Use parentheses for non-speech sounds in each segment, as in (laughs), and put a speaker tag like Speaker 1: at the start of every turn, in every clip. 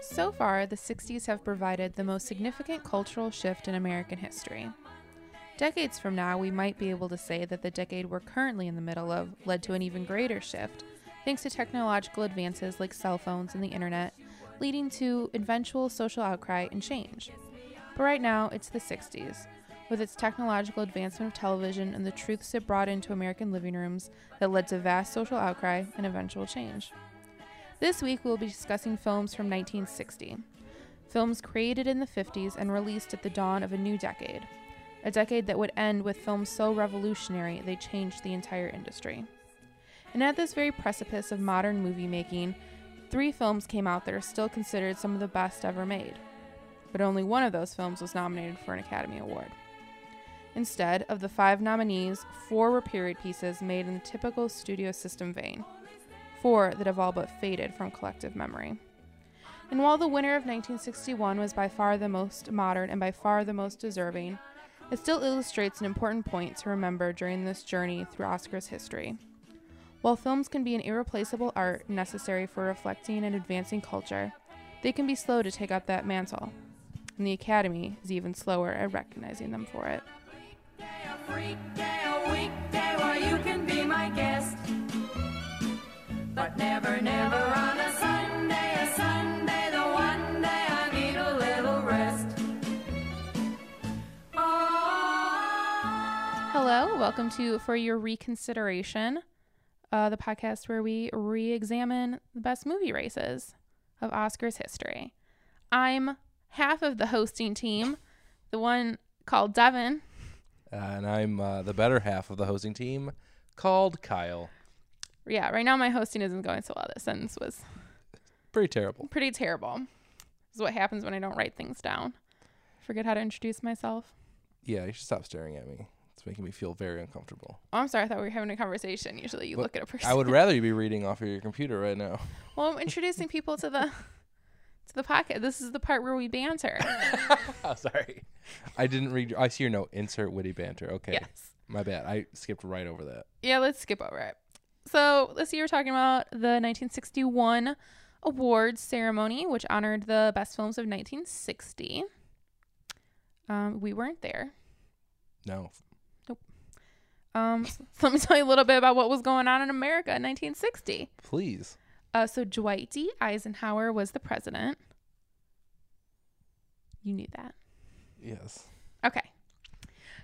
Speaker 1: So far, the 60s have provided the most significant cultural shift in American history. Decades from now, we might be able to say that the decade we're currently in the middle of led to an even greater shift, thanks to technological advances like cell phones and the internet, leading to eventual social outcry and change. But right now, it's the 60s, with its technological advancement of television and the truths it brought into American living rooms that led to vast social outcry and eventual change. This week, we will be discussing films from 1960. Films created in the 50s and released at the dawn of a new decade. A decade that would end with films so revolutionary they changed the entire industry. And at this very precipice of modern movie making, three films came out that are still considered some of the best ever made. But only one of those films was nominated for an Academy Award. Instead, of the five nominees, four were period pieces made in the typical studio system vein four that have all but faded from collective memory. And while the winner of 1961 was by far the most modern and by far the most deserving, it still illustrates an important point to remember during this journey through Oscars history. While films can be an irreplaceable art necessary for reflecting and advancing culture, they can be slow to take up that mantle, and the Academy is even slower at recognizing them for it.
Speaker 2: But never, never on a Sunday, a Sunday, the one day I need a little rest.
Speaker 1: Hello, welcome to For Your Reconsideration, uh, the podcast where we re examine the best movie races of Oscars history. I'm half of the hosting team, the one called Devin.
Speaker 3: and I'm uh, the better half of the hosting team called Kyle.
Speaker 1: Yeah, right now my hosting isn't going so well. This sentence was
Speaker 3: Pretty terrible.
Speaker 1: pretty terrible. This is what happens when I don't write things down. Forget how to introduce myself.
Speaker 3: Yeah, you should stop staring at me. It's making me feel very uncomfortable.
Speaker 1: Oh, I'm sorry. I thought we were having a conversation. Usually you
Speaker 3: Well,
Speaker 1: look at a person. (laughs)
Speaker 3: I would rather you be reading off of your computer right now.
Speaker 1: well, I'm introducing people to the (laughs) to the podcast. This is the part where we banter.
Speaker 3: oh, sorry. I didn't read. I see your note. Insert witty banter. (laughs) Okay.
Speaker 1: yes.
Speaker 3: My bad. I skipped right over that.
Speaker 1: Yeah, let's skip over it. So this year we're talking about the 1961 awards ceremony, which honored the best films of 1960. Um, we weren't there.
Speaker 3: No.
Speaker 1: Um, (laughs) so let me tell you a little bit about what was going on in America in 1960.
Speaker 3: Please.
Speaker 1: Uh, so Dwight D. Eisenhower was the president. You knew that.
Speaker 3: Yes.
Speaker 1: Okay.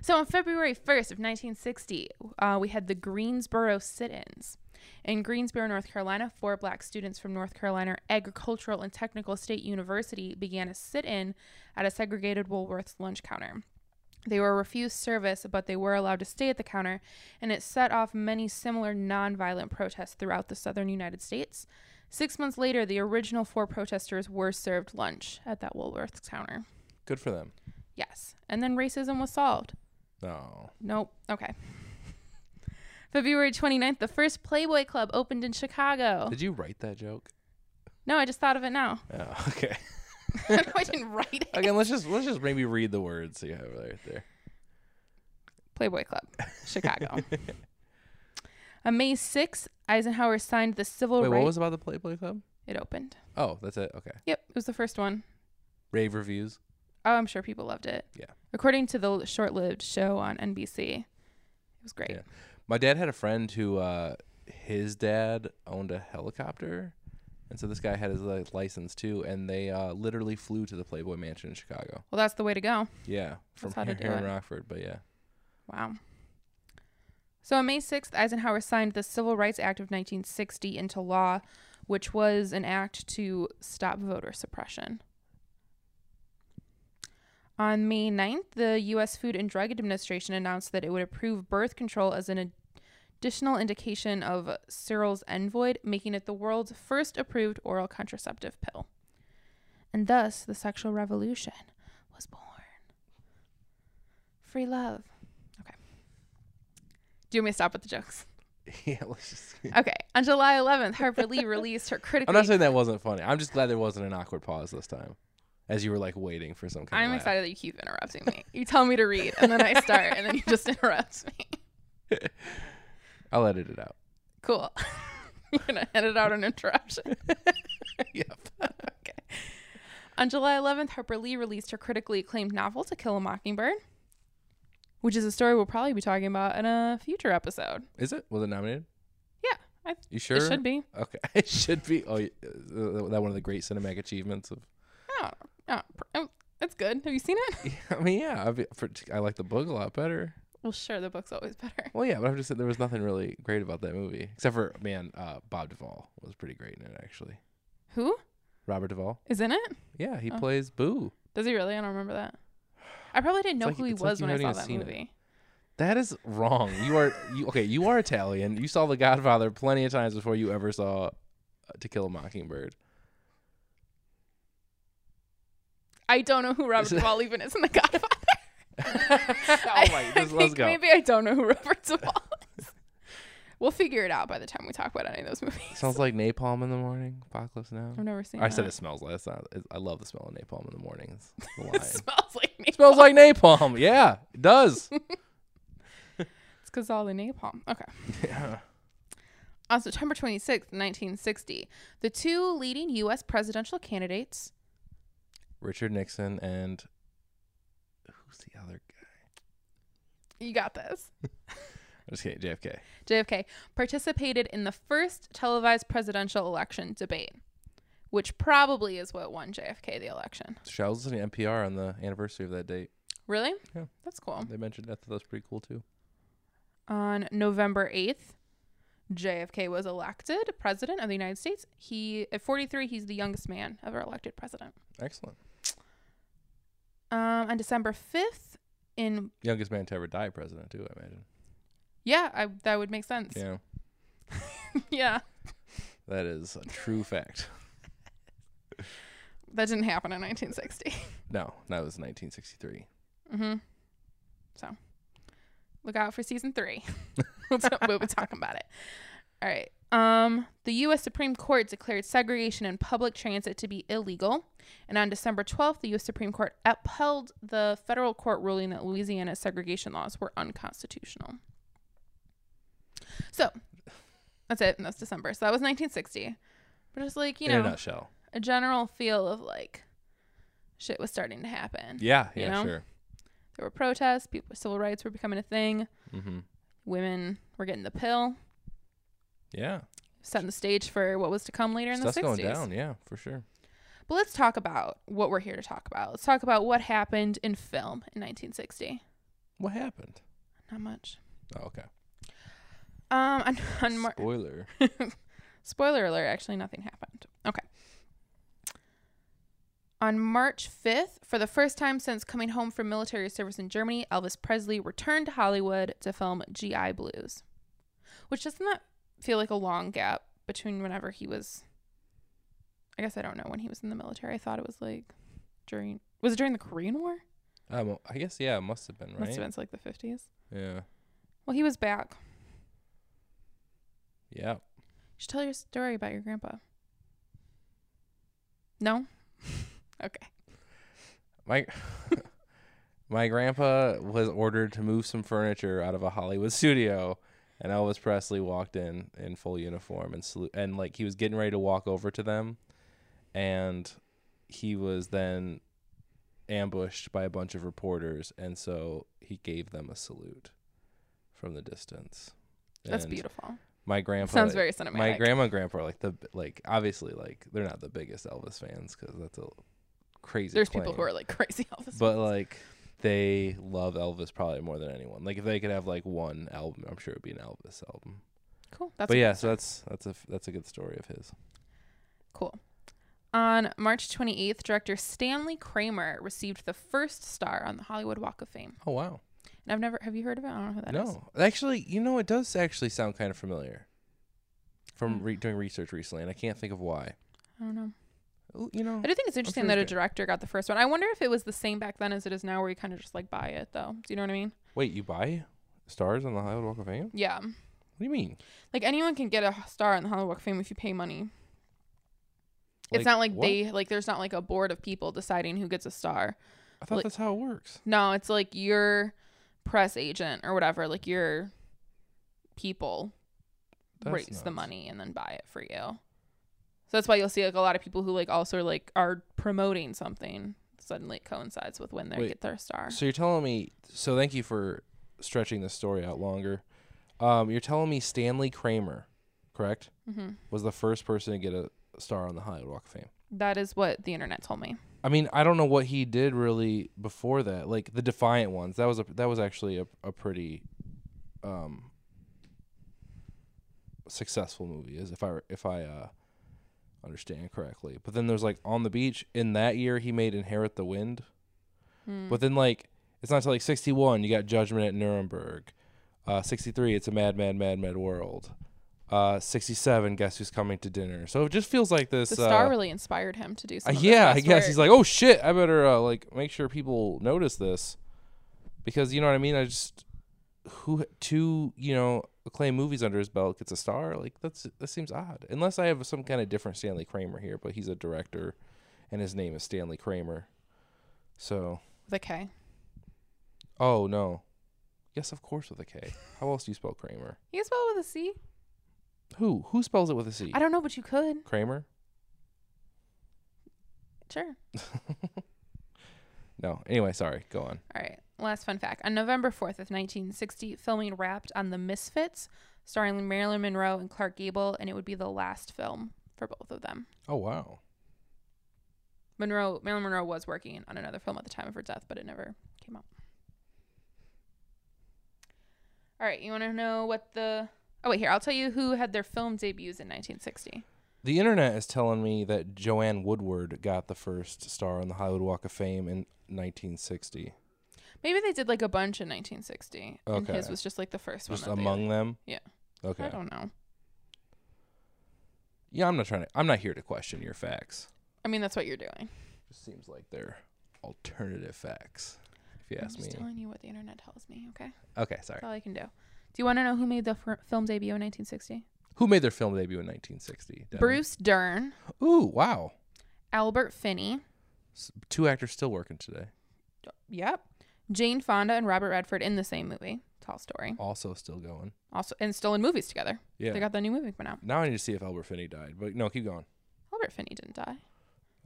Speaker 1: So on February 1st of 1960, uh, we had the Greensboro sit-ins. In Greensboro, North Carolina, four black students from North Carolina Agricultural and Technical State University began a sit-in at a segregated Woolworth's lunch counter. They were refused service, but they were allowed to stay at the counter, and it set off many similar nonviolent protests throughout the southern United States. Six months later, the original four protesters were served lunch at that Woolworth's counter.
Speaker 3: Good for them.
Speaker 1: Yes. And then racism was solved.
Speaker 3: No.
Speaker 1: Nope. Okay. (laughs) February 29th, the first Playboy Club opened in Chicago.
Speaker 3: Did you write
Speaker 1: (laughs)
Speaker 3: that joke?
Speaker 1: No, I just thought of it
Speaker 3: (laughs)
Speaker 1: now. (laughs)
Speaker 3: Oh, okay.
Speaker 1: No, I didn't write it.
Speaker 3: (laughs) Again, let's just let's just maybe read the words you have right there.
Speaker 1: Playboy Club,
Speaker 3: (laughs)
Speaker 1: Chicago. On May 6th, Eisenhower signed the Civil
Speaker 3: Wait,
Speaker 1: Rights.
Speaker 3: what was about the Playboy Club?
Speaker 1: it opened.
Speaker 3: Oh, that's it. Okay.
Speaker 1: Yep, it was the first one.
Speaker 3: Rave reviews.
Speaker 1: Oh, I'm sure people loved it.
Speaker 3: Yeah.
Speaker 1: According to the short-lived show on NBC, it was great.
Speaker 3: Yeah. My dad had a friend who uh his dad owned a helicopter. And so this guy had his like, license too and they uh literally flew to the Playboy Mansion in Chicago.
Speaker 1: Well, that's the way to go.
Speaker 3: Yeah, from
Speaker 1: That's how to
Speaker 3: here,
Speaker 1: do
Speaker 3: here in
Speaker 1: it.
Speaker 3: Rockford, but yeah. (laughs)
Speaker 1: Wow. So on May 6th, Eisenhower signed the Civil Rights Act of 1960 into law, which was an act to stop voter suppression. On May 9th, the U.S. Food and Drug Administration announced that it would approve birth control as an additional indication of Cyril's envoid, making it the world's first approved oral contraceptive pill. And thus, the sexual revolution was born. Free love. Do you want me to stop with the jokes?
Speaker 3: yeah,
Speaker 1: (laughs)
Speaker 3: let's just
Speaker 1: Okay. On July 11th, Harper Lee released her
Speaker 3: I'm
Speaker 1: critically.
Speaker 3: not saying that wasn't funny. I'm just glad there wasn't an awkward pause this time. as you were like waiting for some kind
Speaker 1: I'm
Speaker 3: of laugh.
Speaker 1: excited that you keep interrupting me. You tell me to read, and then I start, and then you just (laughs) interrupt me.
Speaker 3: I'll edit it out.
Speaker 1: Cool. (laughs) You're going to edit out an interruption.
Speaker 3: (laughs) yep.
Speaker 1: On July 11th, Harper Lee released her critically acclaimed novel, To Kill a Mockingbird, which is a story we'll probably be talking about in a future episode.
Speaker 3: Is it? Was it nominated?
Speaker 1: Yeah, I-
Speaker 3: You sure?
Speaker 1: It should be.
Speaker 3: Okay, (laughs) it should be. Oh, y- uh, that one of the great cinematic achievements of. (laughs)
Speaker 1: Oh, oh, pr- oh, that's good. Have you seen it?
Speaker 3: I mean, yeah, I've, for, I like the book a lot better.
Speaker 1: Well, sure, the book's always better.
Speaker 3: Well, yeah, but I'm just saying there was nothing really great about that movie except for man, uh, Bob Duvall was pretty great in it actually.
Speaker 1: Who
Speaker 3: Robert Duvall,
Speaker 1: is in it?
Speaker 3: yeah, he
Speaker 1: Oh.
Speaker 3: plays Boo.
Speaker 1: Does he really? I don't remember that. I probably didn't know
Speaker 3: like-
Speaker 1: who he
Speaker 3: it's like
Speaker 1: was
Speaker 3: you
Speaker 1: when I
Speaker 3: haven't
Speaker 1: saw
Speaker 3: even
Speaker 1: that
Speaker 3: seen it.
Speaker 1: movie.
Speaker 3: That is wrong. You are (laughs) you okay? You are Italian. You saw The Godfather plenty of times before you ever saw uh, To Kill a Mockingbird. (laughs)
Speaker 1: I don't know who Robert Duvall even is in The Godfather.
Speaker 3: (laughs) All right,
Speaker 1: (laughs) I
Speaker 3: just, Oh let's
Speaker 1: think
Speaker 3: go.
Speaker 1: Maybe I don't know who Robert Duvall is. We'll figure it out by the time we talk about any of those movies.
Speaker 3: Sounds like napalm in the morning. Apocalypse now.
Speaker 1: (laughs) I've never seen.
Speaker 3: I said
Speaker 1: that.
Speaker 3: it smells like. It's not. It, I love the smell of napalm in
Speaker 1: (laughs)
Speaker 3: the mornings. It's the
Speaker 1: It
Speaker 3: line.
Speaker 1: smells like napalm.
Speaker 3: smells like napalm. Yeah,
Speaker 1: (laughs)
Speaker 3: it does. (laughs)
Speaker 1: It's because all the napalm. Okay.
Speaker 3: Yeah.
Speaker 1: On September 26th, 1960, the two leading U.S. presidential candidates,
Speaker 3: Richard Nixon and who's the other guy?
Speaker 1: you got this,
Speaker 3: I'm just kidding. JFK.
Speaker 1: JFK, participated in the first televised presidential election debate, which probably is what won JFK the election.
Speaker 3: So I was listening to NPR on the anniversary of that date.
Speaker 1: Really?
Speaker 3: Yeah.
Speaker 1: That's cool.
Speaker 3: They mentioned that. That was pretty cool too.
Speaker 1: On November 8th, JFK was elected president of the United States. He at 43, he's the youngest man ever elected president.
Speaker 3: Excellent.
Speaker 1: Um, on December 5th, in
Speaker 3: Youngest man to ever die president too. I imagine.
Speaker 1: yeah, I, that would make sense.
Speaker 3: Yeah.
Speaker 1: (laughs) yeah,
Speaker 3: That is a true fact.
Speaker 1: that didn't happen in 1960.
Speaker 3: No, that was 1963.
Speaker 1: Mm-hmm. So look out for season three. (laughs) we'll, t- we'll be talking about it. All right. Um, the U.S. Supreme Court declared segregation in public transit to be illegal. And on December 12th, the U.S. Supreme Court upheld the federal court ruling that Louisiana's segregation laws were unconstitutional. So that's it. And that's December. So that was 1960. But just like, you
Speaker 3: In a
Speaker 1: know,
Speaker 3: nutshell.
Speaker 1: a general feel of like shit was starting to happen.
Speaker 3: Yeah.
Speaker 1: You
Speaker 3: Yeah.
Speaker 1: know?
Speaker 3: Sure.
Speaker 1: There were protests. People, civil rights were becoming a thing.
Speaker 3: Mm-hmm.
Speaker 1: Women were getting the pill,
Speaker 3: Yeah.
Speaker 1: setting the stage for what was to come later in
Speaker 3: Stuff's
Speaker 1: the 60s.
Speaker 3: going down. Yeah, for sure.
Speaker 1: But let's talk about what we're here to talk about. Let's talk about what happened in film in 1960.
Speaker 3: What happened?
Speaker 1: Not much.
Speaker 3: Oh, okay.
Speaker 1: Um, (laughs) on, on Mar-
Speaker 3: Spoiler.
Speaker 1: Spoiler alert, actually, nothing happened. Okay. On March 5th, for the first time since coming home from military service in Germany, Elvis Presley returned to Hollywood to film G.I. Blues. Which doesn't that feel like a long gap between whenever he was. I guess I don't know when he was in the military. I thought it was like during. Was it during the Korean War?
Speaker 3: Um, I guess yeah, it must have been right.
Speaker 1: Must have been like the 50s.
Speaker 3: Yeah,
Speaker 1: Well, he was back. You
Speaker 3: yeah.
Speaker 1: should tell your story about your grandpa. No? okay.
Speaker 3: My (laughs) my grandpa was ordered to move some furniture out of a Hollywood (laughs) studio, and Elvis Presley walked in in full uniform and salute, and like he was getting ready to walk over to them, and he was then ambushed by a bunch of reporters, and so he gave them a salute from the distance.
Speaker 1: That's
Speaker 3: And
Speaker 1: beautiful.
Speaker 3: My grandpa
Speaker 1: Sounds very cinematic.
Speaker 3: my grandma and grandpa are like the like obviously like they're not the biggest Elvis fans because that's a crazy.
Speaker 1: There's people
Speaker 3: claim.
Speaker 1: who are like (laughs) crazy Elvis.
Speaker 3: but like they love Elvis probably more than anyone. Like if they could have like one album, I'm sure it'd be an Elvis album.
Speaker 1: cool. That's
Speaker 3: but
Speaker 1: a-
Speaker 3: yeah, so that's that's a that's a good story of his.
Speaker 1: cool. On March 28th, director Stanley Kramer received the first star on the Hollywood Walk of Fame.
Speaker 3: Oh wow,
Speaker 1: And I've never have you heard of it? I don't know who that is.
Speaker 3: no, actually, you know, it does actually sound kind of familiar
Speaker 1: Hmm.
Speaker 3: from re- doing research recently, and I can't think of why.
Speaker 1: I don't know.
Speaker 3: Ooh, You know,
Speaker 1: I do think it's interesting
Speaker 3: Hmm. sure
Speaker 1: that a
Speaker 3: it's good.
Speaker 1: director got the first one. I wonder if it was the same back then as it is now, where you kind of just like buy it, though. Do you know what I mean?
Speaker 3: wait, you buy stars on the Hollywood Walk of Fame? What
Speaker 1: Yeah.
Speaker 3: do you mean?
Speaker 1: Like anyone can get a h- star on the Hollywood Walk of Fame if you pay money. it's not like
Speaker 3: what?
Speaker 1: they like there's not like a board of people deciding who gets a star.
Speaker 3: I thought
Speaker 1: like-
Speaker 3: that's how it works.
Speaker 1: No, it's like your press agent or whatever, like your people
Speaker 3: That's
Speaker 1: raise the
Speaker 3: nuts.
Speaker 1: money and then buy it for you. So that's why you'll see like a lot of people who like also like are promoting something suddenly it coincides with when they
Speaker 3: Wait,
Speaker 1: get their star.
Speaker 3: So you're telling me. So thank you for stretching the story out longer. Um, you're telling me Stanley Kramer, correct,
Speaker 1: hmm
Speaker 3: was the first person to get a star on the Hollywood Walk of Fame.
Speaker 1: That is what the internet told me.
Speaker 3: I mean, I don't know what he did really before that. Like the Defiant ones, that was a that was actually a, a pretty um successful movie, is if I if I uh understand correctly. But then there's like On the Beach. In that year, he made Inherit the Wind.
Speaker 1: Hmm.
Speaker 3: But then like it's not until like '61 you got Judgment at Nuremberg. Uh, '63 it's a Mad Mad Mad Mad World. Uh, '67 Guess Who's Coming to Dinner. So it just feels like this.
Speaker 1: The star
Speaker 3: uh,
Speaker 1: really inspired him to do
Speaker 3: uh,
Speaker 1: some. of this
Speaker 3: yeah, I
Speaker 1: best
Speaker 3: guess
Speaker 1: work.
Speaker 3: he's like, oh shit, I better uh, like make sure people notice this, because you know what I mean. I just who two you know acclaimed movies under his belt gets a star like that's that seems odd unless I have some kind of different Stanley Kramer here, but he's a director, and his name is Stanley Kramer. So
Speaker 1: with a K.
Speaker 3: oh no, yes of course with a K. How else do you spell Kramer?
Speaker 1: You spell it with a C?
Speaker 3: Who who spells it with a C?
Speaker 1: I don't know, but you could.
Speaker 3: Kramer?
Speaker 1: Sure.
Speaker 3: No. Anyway, sorry. Go on.
Speaker 1: All right. Last fun fact. On November 4th of 1960, filming wrapped on The Misfits, starring Marilyn Monroe and Clark Gable, and it would be the last film for both of them.
Speaker 3: Oh wow.
Speaker 1: Monroe Marilyn Monroe was working on another film at the time of her death, but it never came out. All right, you want to know what the Oh wait, here. I'll tell you who had their film debuts in 1960.
Speaker 3: The internet is telling me that Joanne Woodward got the first star on the Hollywood Walk of Fame in 1960.
Speaker 1: Maybe they did like a bunch in 1960, and
Speaker 3: Okay.
Speaker 1: his was just like the first
Speaker 3: Just
Speaker 1: one. that they-
Speaker 3: among them?
Speaker 1: Yeah. I
Speaker 3: Okay.
Speaker 1: don't know.
Speaker 3: Yeah, I'm not trying to I'm not here to question your facts.
Speaker 1: I mean, that's what you're doing.
Speaker 3: Just seems like they're alternative facts. If you
Speaker 1: I'm
Speaker 3: ask
Speaker 1: just
Speaker 3: me.
Speaker 1: telling you what the internet tells me. Okay,
Speaker 3: Okay, sorry.
Speaker 1: that's all I can do. Do you want to know who made the fir- film debut in 1960?
Speaker 3: Who made their film debut in 1960? Devin?
Speaker 1: Bruce Dern,
Speaker 3: Ooh, wow.
Speaker 1: Albert Finney.
Speaker 3: S- two actors still working today.
Speaker 1: Yep. Jane Fonda and Robert Redford in the same movie. Tall story.
Speaker 3: Also still going.
Speaker 1: also and still in movies together.
Speaker 3: Yeah.
Speaker 1: They got the new movie coming out.
Speaker 3: now I need to see if Albert Finney died, but no, keep going.
Speaker 1: Albert Finney didn't die.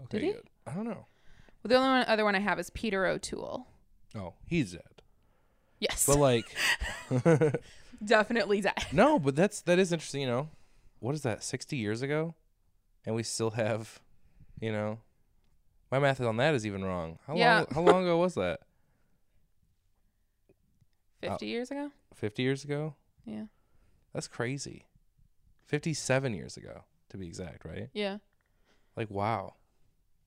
Speaker 3: Okay.
Speaker 1: Did he?
Speaker 3: good. I don't know.
Speaker 1: Well, the only one, other one I have is Peter O'Toole.
Speaker 3: Oh,
Speaker 1: (laughs)
Speaker 3: he's dead.
Speaker 1: Yes, (laughs)
Speaker 3: But like (laughs)
Speaker 1: definitely dead.
Speaker 3: No, but that's that is interesting. You know, what is that? Sixty years ago, and we still have, you know, my math on that is even wrong. How
Speaker 1: Yeah.
Speaker 3: long? How long ago was that? Oh.
Speaker 1: Fifty years ago.
Speaker 3: Fifty years ago?
Speaker 1: Yeah.
Speaker 3: That's crazy. Fifty-seven years ago, to be exact, right?
Speaker 1: Yeah.
Speaker 3: Like, wow,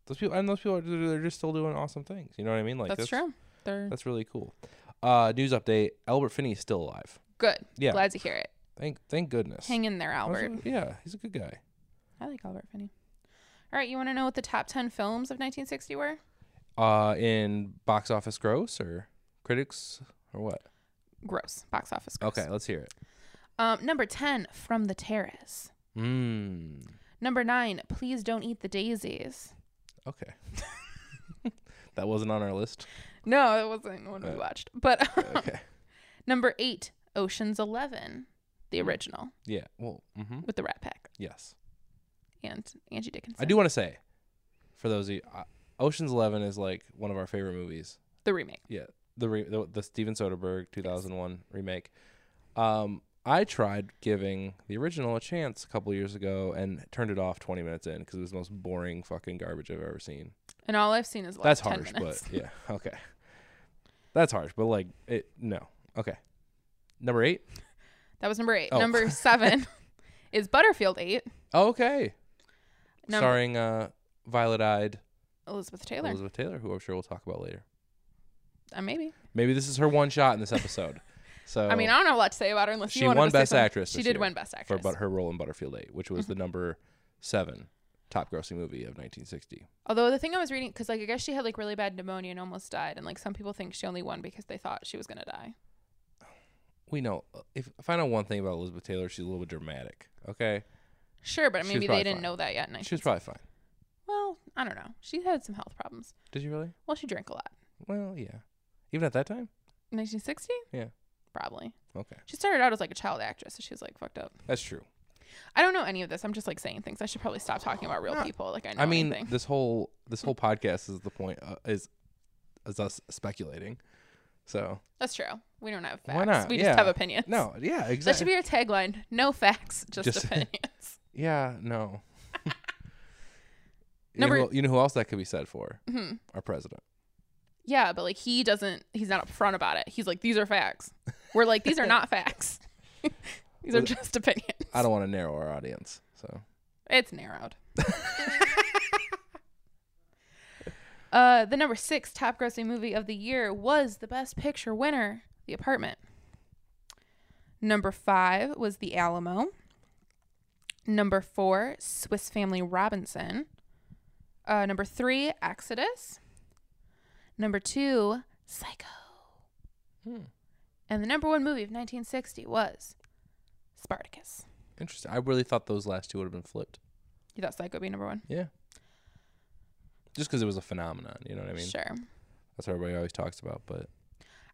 Speaker 3: those people and those people are they're just still doing awesome things. You know what I mean? Like,
Speaker 1: that's, true. They're
Speaker 3: That's really cool. Uh, news update: Albert Finney is still alive.
Speaker 1: good.
Speaker 3: Yeah.
Speaker 1: Glad to hear it.
Speaker 3: Thank, thank goodness.
Speaker 1: Hang in there,
Speaker 3: I was
Speaker 1: Albert.
Speaker 3: like, Yeah, he's a good guy.
Speaker 1: I like Albert Finney. All right, you want to know what the top ten films of 1960 were?
Speaker 3: Uh, in box office gross or critics or what?
Speaker 1: Gross. Box office. Gross.
Speaker 3: Okay, let's hear it.
Speaker 1: Um, number ten, From the Terrace.
Speaker 3: Mm.
Speaker 1: Number nine, Please Don't Eat the Daisies.
Speaker 3: Okay. (laughs) that wasn't on our list.
Speaker 1: No, it wasn't one we
Speaker 3: Uh,
Speaker 1: watched. But
Speaker 3: Okay.
Speaker 1: (laughs) Number eight, Ocean's Eleven, the
Speaker 3: Hmm.
Speaker 1: original
Speaker 3: (laughs) yeah. Well, hmm
Speaker 1: with the Rat Pack
Speaker 3: yes.
Speaker 1: and Angie Dickinson.
Speaker 3: I do want to say, for those of you, uh, Ocean's Eleven is like one of our favorite movies.
Speaker 1: the remake.
Speaker 3: Yeah. The re- the, the Steven Soderbergh 2001 remake. Um, I tried giving the original a chance a couple years ago and turned it off 20 minutes in because it was the most boring fucking garbage I've ever seen.
Speaker 1: And all I've seen is the
Speaker 3: That's
Speaker 1: last 10
Speaker 3: harsh,
Speaker 1: minutes.
Speaker 3: but yeah, (laughs) okay. That's harsh, but like it. No, okay. Number eight.
Speaker 1: (laughs) that was number eight.
Speaker 3: Oh.
Speaker 1: Number
Speaker 3: (laughs)
Speaker 1: seven is Butterfield Eight.
Speaker 3: Okay.
Speaker 1: Number
Speaker 3: Starring uh, violet-eyed
Speaker 1: Elizabeth Taylor.
Speaker 3: Elizabeth Taylor, who I'm sure we'll talk about later.
Speaker 1: Uh, maybe.
Speaker 3: Maybe this is her one shot in this
Speaker 1: (laughs)
Speaker 3: episode. So
Speaker 1: I mean, I don't have a lot to say about her unless
Speaker 3: Oh. She
Speaker 1: you want
Speaker 3: won
Speaker 1: to say
Speaker 3: Best
Speaker 1: something.
Speaker 3: Actress
Speaker 1: She
Speaker 3: this
Speaker 1: did
Speaker 3: year
Speaker 1: win Best
Speaker 3: for
Speaker 1: Actress. Mm-hmm.
Speaker 3: but her role in Butterfield Eight, which was the number seven top-grossing movie of 1960.
Speaker 1: Although the thing I was reading, because like I guess she had like really bad pneumonia and almost died, and like some people think she only won because they thought she was gonna die.
Speaker 3: We know uh, if, if I know one thing about Elizabeth Taylor, she's a little bit dramatic. Okay,
Speaker 1: Sure, but
Speaker 3: She was
Speaker 1: maybe they
Speaker 3: probably
Speaker 1: didn't
Speaker 3: fine.
Speaker 1: know that yet. In
Speaker 3: she was probably fine.
Speaker 1: Well, I don't know. She had some health problems.
Speaker 3: Did you really?
Speaker 1: Well, she drank a lot.
Speaker 3: Well, yeah. Even at that time?
Speaker 1: 1960?
Speaker 3: Yeah.
Speaker 1: Probably.
Speaker 3: Okay.
Speaker 1: She started out as like a child actress, so she was like fucked up.
Speaker 3: That's true.
Speaker 1: I don't know any of this. I'm just like saying things. I should probably stop talking about real people. Like I know
Speaker 3: I mean,
Speaker 1: anything. Hmm.
Speaker 3: this whole this whole podcast is the point uh, is is us speculating. So
Speaker 1: That's true. We don't have facts.
Speaker 3: Why not?
Speaker 1: We just
Speaker 3: Yeah.
Speaker 1: have opinions.
Speaker 3: no, yeah, exactly.
Speaker 1: (laughs) That should be our tagline. No
Speaker 3: (laughs)
Speaker 1: facts, just,
Speaker 3: Just-
Speaker 1: opinions.
Speaker 3: yeah,
Speaker 1: (laughs)
Speaker 3: no. You know
Speaker 1: Number-
Speaker 3: who- you know who else that could be said for? Our president.
Speaker 1: Mm-hmm. yeah, but like he doesn't he's not upfront about it. He's like, These are facts. We're like,
Speaker 3: (laughs)
Speaker 1: these are not facts. (laughs) these are just opinions.
Speaker 3: I don't want to narrow our audience. So
Speaker 1: It's
Speaker 3: (laughs)
Speaker 1: narrowed. uh, the number six top grossing movie of the year was the Best Picture winner, The Apartment. Number five was The Alamo. Number four, Swiss Family Robinson. Uh, number three, Exodus. Number two, Psycho. Hmm. And the number one movie of 1960 was Spartacus.
Speaker 3: interesting. I really thought those last two would have been flipped.
Speaker 1: You thought Psycho would be number one?
Speaker 3: Yeah. Just because it was a phenomenon, you know what I mean?
Speaker 1: sure.
Speaker 3: That's what everybody always talks about. But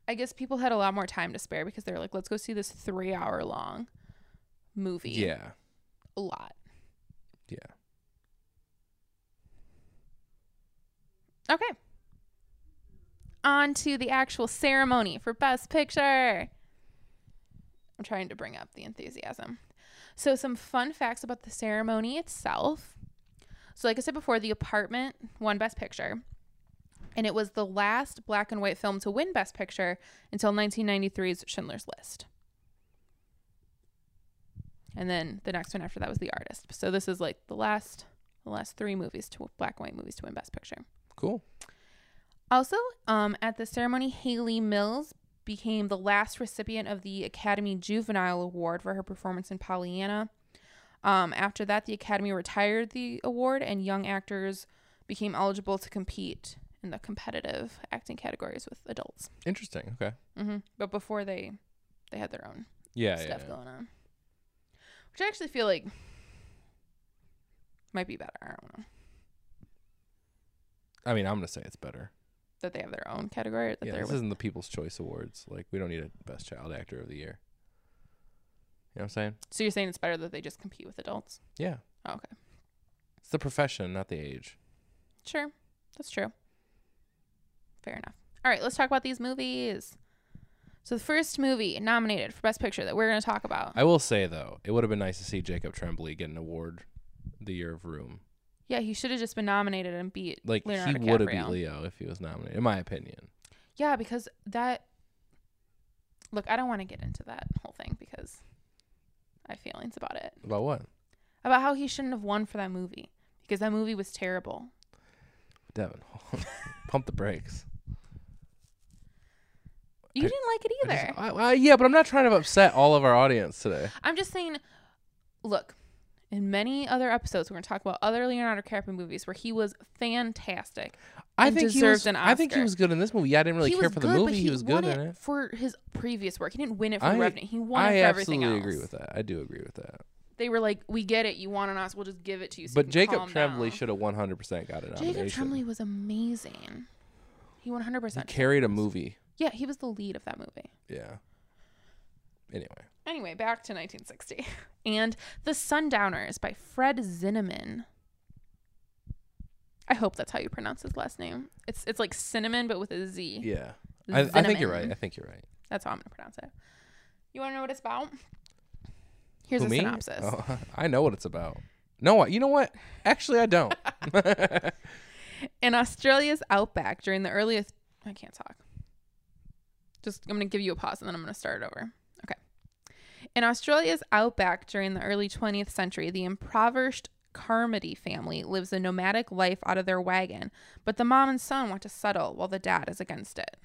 Speaker 1: I guess people had a lot more time to spare because they were like, let's go see this three hour long movie.
Speaker 3: yeah,
Speaker 1: A lot.
Speaker 3: yeah.
Speaker 1: Okay. On to the actual ceremony for Best Picture. I'm trying to bring up the enthusiasm. So, some fun facts about the ceremony itself. So, like I said before, The Apartment won Best Picture, and it was the last black and white film to win Best Picture until 1993's Schindler's List. And then the next one after that was The Artist. So, this is like the last, the last three movies to black and white movies to win Best Picture.
Speaker 3: Cool.
Speaker 1: Also, um, at the ceremony, Haley Mills became the last recipient of the Academy Juvenile Award for her performance in Pollyanna. Um, after that, the Academy retired the award, and young actors became eligible to compete in the competitive acting categories with adults.
Speaker 3: Interesting. Okay.
Speaker 1: hmm But before they, they had their own
Speaker 3: Yeah. yeah,
Speaker 1: stuff
Speaker 3: yeah.
Speaker 1: going on, which I actually feel like might be better. I don't know
Speaker 3: I mean, I'm gonna say it's better.
Speaker 1: that they have their own category. That
Speaker 3: yeah,
Speaker 1: they're
Speaker 3: this
Speaker 1: with-
Speaker 3: isn't the People's Choice Awards. Like, we don't need a Best Child Actor of the Year. You know what I'm saying?
Speaker 1: so you're saying it's better that they just compete with adults?
Speaker 3: Yeah,
Speaker 1: Oh, okay.
Speaker 3: it's the profession, not the age.
Speaker 1: Sure. That's true. Fair enough. All right, let's talk about these movies. So the first movie nominated for Best Picture that we're going to talk about.
Speaker 3: I will say though, it would have been nice to see Jacob Tremblay get an award, the Year of Room.
Speaker 1: yeah, he should have just been nominated and beat
Speaker 3: Like
Speaker 1: Leonardo
Speaker 3: he would have
Speaker 1: DiCaprio.
Speaker 3: beat Leo if he was nominated, in my opinion.
Speaker 1: Yeah, because that. Look, I don't want to get into that whole thing because I have feelings about it.
Speaker 3: About what?
Speaker 1: About how he shouldn't have won for that movie because that movie was terrible.
Speaker 3: Devin, (laughs) pump the brakes.
Speaker 1: You
Speaker 3: I-
Speaker 1: didn't like it
Speaker 3: I
Speaker 1: either.
Speaker 3: just- I, I- yeah, but I'm not trying to upset all of our audience today.
Speaker 1: I'm just saying, look, in many other episodes, we're going to talk about other Leonardo DiCaprio movies where he was fantastic.
Speaker 3: I
Speaker 1: and
Speaker 3: think he
Speaker 1: deserved
Speaker 3: was,
Speaker 1: an
Speaker 3: I think he
Speaker 1: Oscar.
Speaker 3: was good in this movie. Yeah, I didn't really
Speaker 1: he
Speaker 3: care
Speaker 1: was
Speaker 3: for
Speaker 1: good,
Speaker 3: the
Speaker 1: but
Speaker 3: movie. He, was
Speaker 1: won
Speaker 3: good in it.
Speaker 1: for his previous work. He didn't win it for
Speaker 3: I,
Speaker 1: The Revenant. He won
Speaker 3: I
Speaker 1: it for everything
Speaker 3: absolutely
Speaker 1: else.
Speaker 3: agree with that. I do agree with that.
Speaker 1: They were like, "We get it. You want an Oscar? We'll just give it to you." So you
Speaker 3: But
Speaker 1: can
Speaker 3: Jacob
Speaker 1: calm
Speaker 3: Tremblay
Speaker 1: down."
Speaker 3: should have 100% got a nomination.
Speaker 1: Jacob Tremblay was amazing. He 100.
Speaker 3: He
Speaker 1: percent
Speaker 3: carried a movie.
Speaker 1: Yeah, he was the lead of that movie.
Speaker 3: Yeah. Anyway,
Speaker 1: Anyway, back to 1960 (laughs) and The Sundowners by Fred Zinnemann. I hope that's how you pronounce his last name. It's it's like cinnamon but with a Z.
Speaker 3: yeah. I, I think you're right.
Speaker 1: Zinnemann.
Speaker 3: I think you're right.
Speaker 1: That's how I'm gonna pronounce it. You want to know what it's about? Here's
Speaker 3: Who,
Speaker 1: a
Speaker 3: me?
Speaker 1: synopsis.
Speaker 3: Oh, (laughs) I know what it's about. No, I- you know what? Actually, I don't.
Speaker 1: In Australia's outback during the earliest, I can't talk. Just I'm gonna give you a pause and then I'm gonna start it over. Okay. In Australia's outback during the early 20th century, the impoverished Carmody family lives a nomadic life out of their wagon, but the mom and son want to settle while the dad is against it.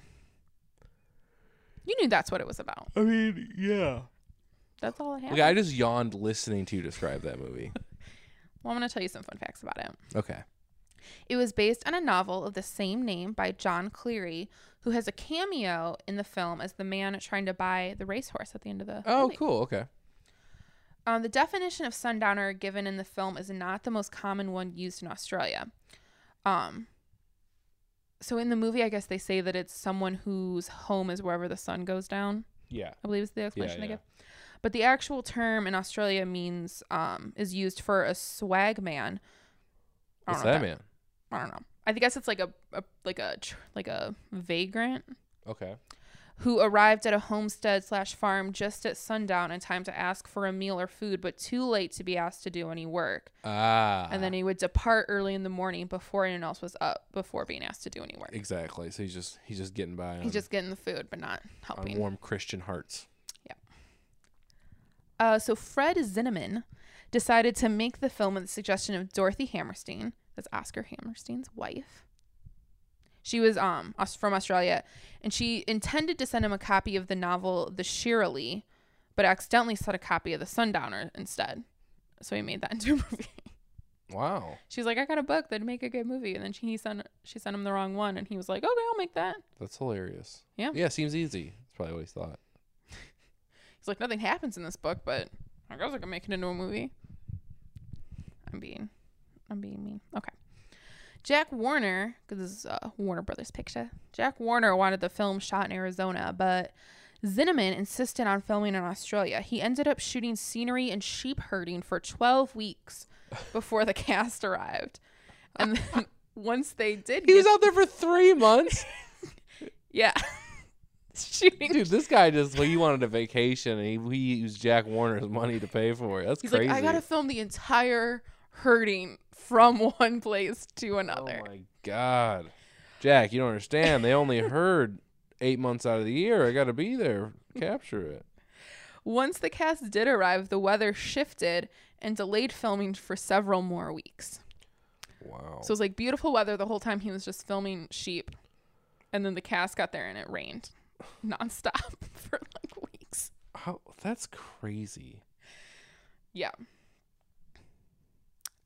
Speaker 1: You knew that's what it was about.
Speaker 3: I mean, yeah.
Speaker 1: That's all it had.
Speaker 3: Okay, I just yawned listening to you describe that movie.
Speaker 1: Well, I'm gonna tell you some fun facts about it.
Speaker 3: Okay.
Speaker 1: It was based on a novel of the same name by John Cleary, who has a cameo in the film as the man trying to buy the racehorse at the end of the
Speaker 3: Oh,
Speaker 1: movie.
Speaker 3: cool. Okay.
Speaker 1: Um, the definition of sundowner given in the film is not the most common one used in Australia. Um, so in the movie, I guess they say that it's someone whose home is wherever the sun goes down.
Speaker 3: Yeah.
Speaker 1: I believe is the explanation
Speaker 3: yeah.
Speaker 1: they give. But the actual term in Australia means um, is used for a swag man. I
Speaker 3: What's
Speaker 1: don't know
Speaker 3: that
Speaker 1: what
Speaker 3: man?
Speaker 1: I don't know. I guess it's like a, a like a tr- like a vagrant
Speaker 3: Okay.
Speaker 1: who arrived at a homestead slash farm just at sundown in time to ask for a meal or food, but too late to be asked to do any work.
Speaker 3: Ah.
Speaker 1: And then he would depart early in the morning before anyone else was up, before being asked to do any work.
Speaker 3: exactly. So he's just he's just getting by. On,
Speaker 1: He's just getting the food, but not
Speaker 3: on
Speaker 1: helping.
Speaker 3: warm Christian hearts.
Speaker 1: Uh, so Fred Zinnemann decided to make the film at the suggestion of Dorothy Hammerstein. That's Oscar Hammerstein's wife. She was um Aus- from Australia, and she intended to send him a copy of the novel The Shirley, but accidentally sent a copy of The Sundowner instead. So he made that (laughs) into a movie.
Speaker 3: Wow.
Speaker 1: She's like, I got a book that'd make a good movie, and then she he sent she sent him the wrong one, and he was like, Okay, I'll make that.
Speaker 3: That's hilarious.
Speaker 1: Yeah.
Speaker 3: Yeah. Seems easy. That's probably what he thought.
Speaker 1: He's like, nothing happens in this book, but I guess I can make it into a movie. I'm being, I'm being mean. Okay. Jack Warner, because this is a Warner Brothers picture. Jack Warner wanted the film shot in Arizona, but Zinneman insisted on filming in Australia. He ended up shooting scenery and sheep herding for 12
Speaker 3: (laughs)
Speaker 1: weeks before the cast arrived. And then once they did,
Speaker 3: He was
Speaker 1: get-
Speaker 3: out there for
Speaker 1: (laughs)
Speaker 3: three months.
Speaker 1: yeah, (laughs) shooting
Speaker 3: Dude, this guy just well, he wanted a vacation and he, he used Jack Warner's money to pay for it. That's
Speaker 1: He's
Speaker 3: crazy.
Speaker 1: like, I gotta film the entire herding from (laughs) one place to another.
Speaker 3: oh my god, Jack, you don't understand.
Speaker 1: (laughs)
Speaker 3: They only heard eight months out of the year. I gotta be there, capture it.
Speaker 1: Once the cast did arrive, the weather shifted and delayed filming for several more weeks.
Speaker 3: Wow.
Speaker 1: So it was like beautiful weather the whole time he was just filming sheep. And then the cast got there and it rained nonstop (laughs) for like weeks.
Speaker 3: How, that's crazy.
Speaker 1: Yeah.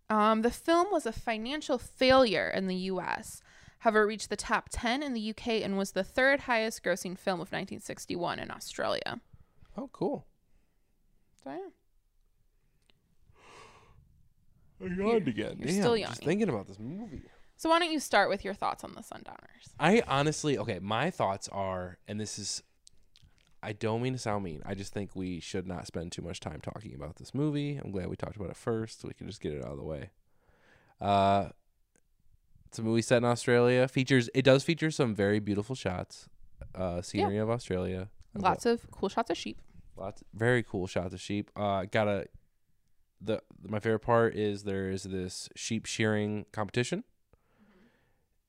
Speaker 1: Um, the film was a financial failure in the US. However, it reached the top 10 in the UK and was the third highest grossing film of 1961 in Australia.
Speaker 3: Oh, cool.
Speaker 1: So, yeah.
Speaker 3: I yawned again.
Speaker 1: you're still
Speaker 3: Damn, Just
Speaker 1: yawning.
Speaker 3: thinking about this movie.
Speaker 1: So why don't you start with your thoughts on the Sundowners?
Speaker 3: I honestly, okay, my thoughts are, and this is, I don't mean to sound mean. I just think we should not spend too much time talking about this movie. I'm glad we talked about it first. We can just get it out of the way. Uh, it's a movie set in Australia. Features it does feature some very beautiful shots, uh, scenery of Australia. and
Speaker 1: Lots of cool shots of sheep.
Speaker 3: Lots very cool shots of sheep. Uh got a the my favorite part is there is this sheep shearing competition.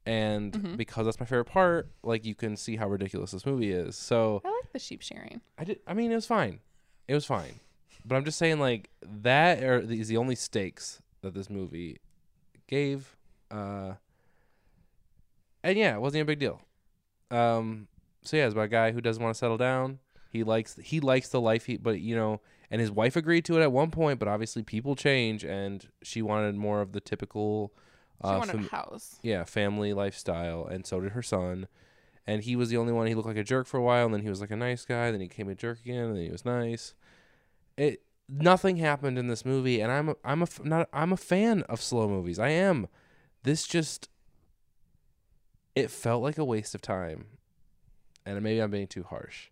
Speaker 3: And
Speaker 1: Mhm.
Speaker 3: because that's my favorite part, like you can see how ridiculous this movie is. So
Speaker 1: I like the sheep shearing.
Speaker 3: I did I mean it was fine. It was fine. But I'm just saying like that are is the only stakes that this movie gave. Uh and yeah, it wasn't a big deal. Um so yeah, it's about a guy who doesn't want to settle down. He likes he likes the life he but you know and his wife agreed to it at one point, but obviously people change and she wanted more of the typical
Speaker 1: She
Speaker 3: uh,
Speaker 1: wanted
Speaker 3: fam-
Speaker 1: a house. (laughs)
Speaker 3: yeah, family lifestyle, and so did her son. And he was the only one. He looked like a jerk for a while, and then he was like a nice guy. Then he became a jerk again, and then he was nice. It nothing happened in this movie, and I'm a, I'm a f- not I'm a fan of slow movies. I am. This just it felt like a waste of time, and maybe I'm being too harsh.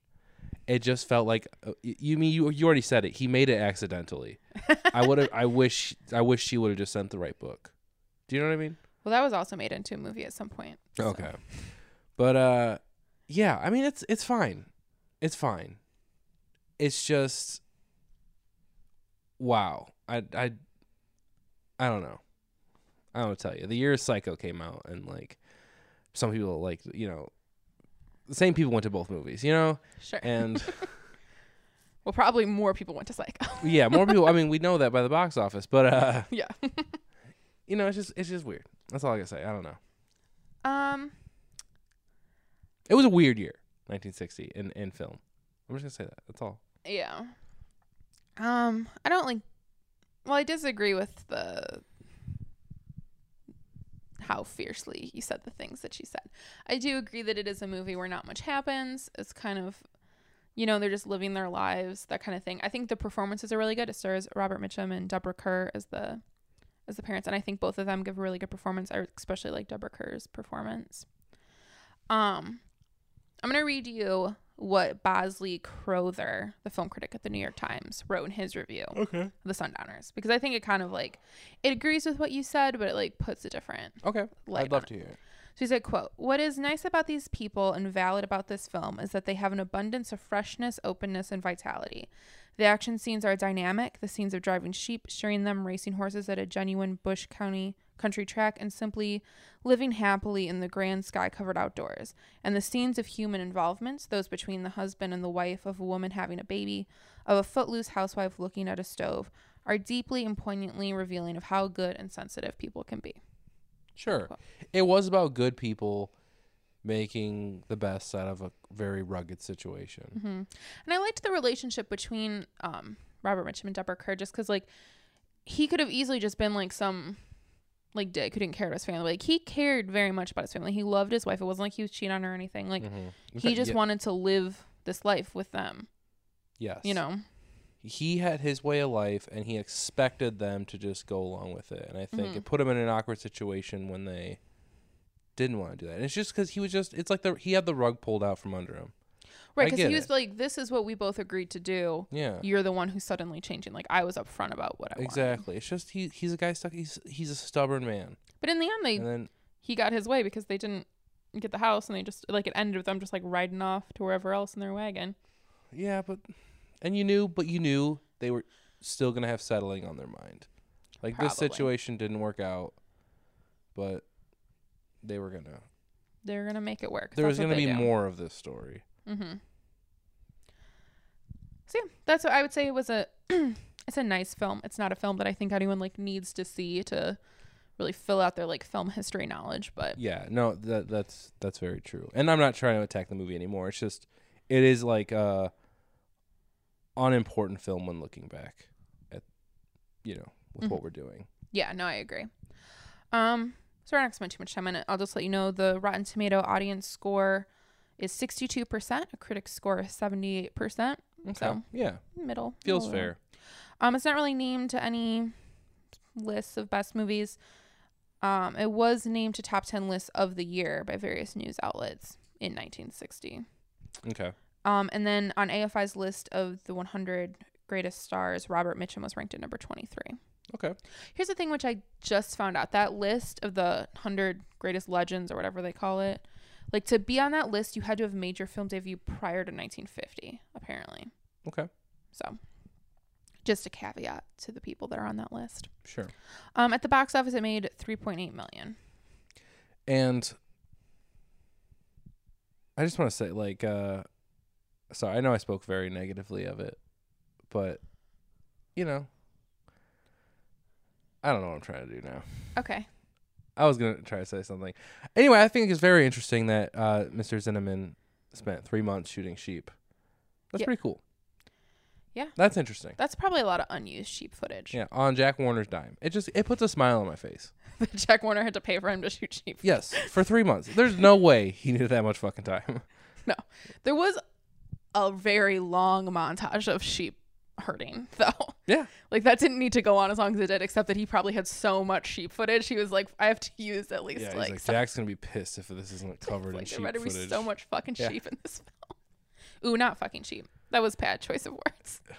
Speaker 3: It just felt like uh, y- you mean you you already said it. He made it accidentally. I would have. I wish. I wish she would have just sent the right book. Do you know what I mean?
Speaker 1: Well, that was also made into a movie at some point. so-
Speaker 3: Okay. But uh yeah, I mean it's it's fine. It's fine. It's just wow. I I I don't know. I don't tell you. The year Psycho came out and like some people like, you know, the same people went to both movies, you know?
Speaker 1: Sure.
Speaker 3: And
Speaker 1: well, probably more people went to Psycho.
Speaker 3: yeah, more people I mean, we know that by the box office, but uh
Speaker 1: (laughs) yeah.
Speaker 3: you know, it's just it's just weird. That's all I got to say. I don't know.
Speaker 1: Um,
Speaker 3: It was a weird year, 1960 in in film. I'm just going to say that. That's all.
Speaker 1: yeah. Um, I don't like well, I disagree with the how fiercely you said the things that she said. I do agree that it is a movie where not much happens. It's kind of you know, they're just living their lives, that kind of thing. I think the performances are really good. It stars Robert Mitchum and Deborah Kerr as the as the parents, and I think both of them give a really good performance. I especially like Deborah Kerr's performance. Um, I'm gonna read you what Bosley Crowther, the film critic at the New York Times, wrote in his review of
Speaker 3: Okay.
Speaker 1: The Sundowners, because I think it kind of like it agrees with what you said, but it like puts it different.
Speaker 3: Okay.
Speaker 1: Light
Speaker 3: I'd
Speaker 1: on
Speaker 3: love to hear. it.
Speaker 1: She said, quote, What is nice about these people and valid about this film is that they have an abundance of freshness, openness, and vitality. The action scenes are dynamic, the scenes of driving sheep, shearing them, racing horses at a genuine Bush County country track, and simply living happily in the grand sky covered outdoors. And the scenes of human involvements, those between the husband and the wife, of a woman having a baby, of a footloose housewife looking at a stove, are deeply and poignantly revealing of how good and sensitive people can be.
Speaker 3: Sure. It was about good people making the best out of a very rugged situation.
Speaker 1: Mm-hmm. And I liked the relationship between um, Robert Mitchum and Deborah Kerr just because, like, he could have easily just been like some like dick who didn't care about his family. Like, he cared very much about his family. He loved his wife. It wasn't like he was cheating on her or anything.
Speaker 3: Mm-hmm.
Speaker 1: Like,
Speaker 3: In
Speaker 1: he
Speaker 3: fact,
Speaker 1: just
Speaker 3: ye-
Speaker 1: wanted to live this life with them,
Speaker 3: yes.
Speaker 1: you know?
Speaker 3: he had his way of life and he expected them to just go along with it. And I think
Speaker 1: Mm-hmm.
Speaker 3: it put him in an awkward situation when they didn't want to do that. And it's just because he was just, it's like the, he had the rug pulled out from under him.
Speaker 1: Right.
Speaker 3: I
Speaker 1: Because
Speaker 3: get
Speaker 1: he was
Speaker 3: it.
Speaker 1: like, this is what we both agreed to do.
Speaker 3: Yeah.
Speaker 1: You're the one who's suddenly changing. Like, I was upfront about what I wanted.
Speaker 3: Exactly. It's just he, he's a guy stuck. He's he's a stubborn man.
Speaker 1: But in the end, they
Speaker 3: And then
Speaker 1: he got his way because they didn't get the house and they just, like, it ended with them just, like, riding off to wherever else in their wagon.
Speaker 3: yeah, but and you knew, but you knew they were still gonna have settling on their mind. Like this
Speaker 1: Probably.
Speaker 3: situation didn't work out, but they were gonna.
Speaker 1: They're going to make it work.
Speaker 3: There was
Speaker 1: That's what
Speaker 3: gonna be
Speaker 1: they do.
Speaker 3: more of this story.
Speaker 1: Mm-hmm. So yeah, that's what I would say it was a (clears throat) it's a nice film. It's not a film that I think anyone like needs to see to really fill out their like film history knowledge, but
Speaker 3: Yeah, no, that that's that's very true. And I'm not trying to attack the movie anymore. It's just it is like a unimportant film when looking back at you know with
Speaker 1: Mm-hmm.
Speaker 3: what we're doing.
Speaker 1: yeah, no, I agree. Um so we're not gonna spend too much time on it. I'll just let you know the Rotten Tomato audience score is sixty two percent, a critic score is seventy eight percent. So oh,
Speaker 3: yeah,
Speaker 1: middle
Speaker 3: feels
Speaker 1: middle
Speaker 3: fair.
Speaker 1: Um, it's not really named to any lists of best movies. Um, it was named to top 10 lists of the year by various news outlets in 1960.
Speaker 3: Okay,
Speaker 1: Um, and then on AFI's list of the 100 greatest stars, Robert Mitchum was ranked at number 23.
Speaker 3: okay,
Speaker 1: Here's the thing which I just found out that list of the 100 greatest legends or whatever they call it, like to be on that list, you had to have made your film debut prior to 1950, apparently.
Speaker 3: okay,
Speaker 1: So, just a caveat to the people that are on that list.
Speaker 3: sure.
Speaker 1: Um, at the box office, it made 3.8 million.
Speaker 3: And I just want to say, like, uh sorry, I know I spoke very negatively of it, but you know, I don't know what I'm trying to do now.
Speaker 1: Okay.
Speaker 3: I was gonna try to say something. Anyway, I think it's very interesting that uh, Mr. Zinneman spent three months shooting sheep. That's
Speaker 1: Yeah.
Speaker 3: pretty cool.
Speaker 1: Yeah.
Speaker 3: that's interesting.
Speaker 1: That's probably a lot of unused sheep footage.
Speaker 3: Yeah, on Jack Warner's dime, it just it puts a smile on my face.
Speaker 1: (laughs) But Jack Warner had to pay for him to shoot sheep.
Speaker 3: Yes, for three months. There's no way he needed that much fucking time.
Speaker 1: No. There was a very long montage of sheep herding, (laughs) though.
Speaker 3: yeah,
Speaker 1: Like, that didn't need to go on as long as it did, except that he probably had so much sheep footage. He was like, I have to use at least,
Speaker 3: yeah.
Speaker 1: like,
Speaker 3: he's like,
Speaker 1: some-
Speaker 3: Jack's gonna be pissed if this
Speaker 1: (laughs)
Speaker 3: isn't covered in
Speaker 1: like, there
Speaker 3: sheep
Speaker 1: better be
Speaker 3: footage.
Speaker 1: so much fucking
Speaker 3: Yeah.
Speaker 1: sheep in this film. (laughs) Ooh, not fucking sheep. That was bad choice of words. (laughs)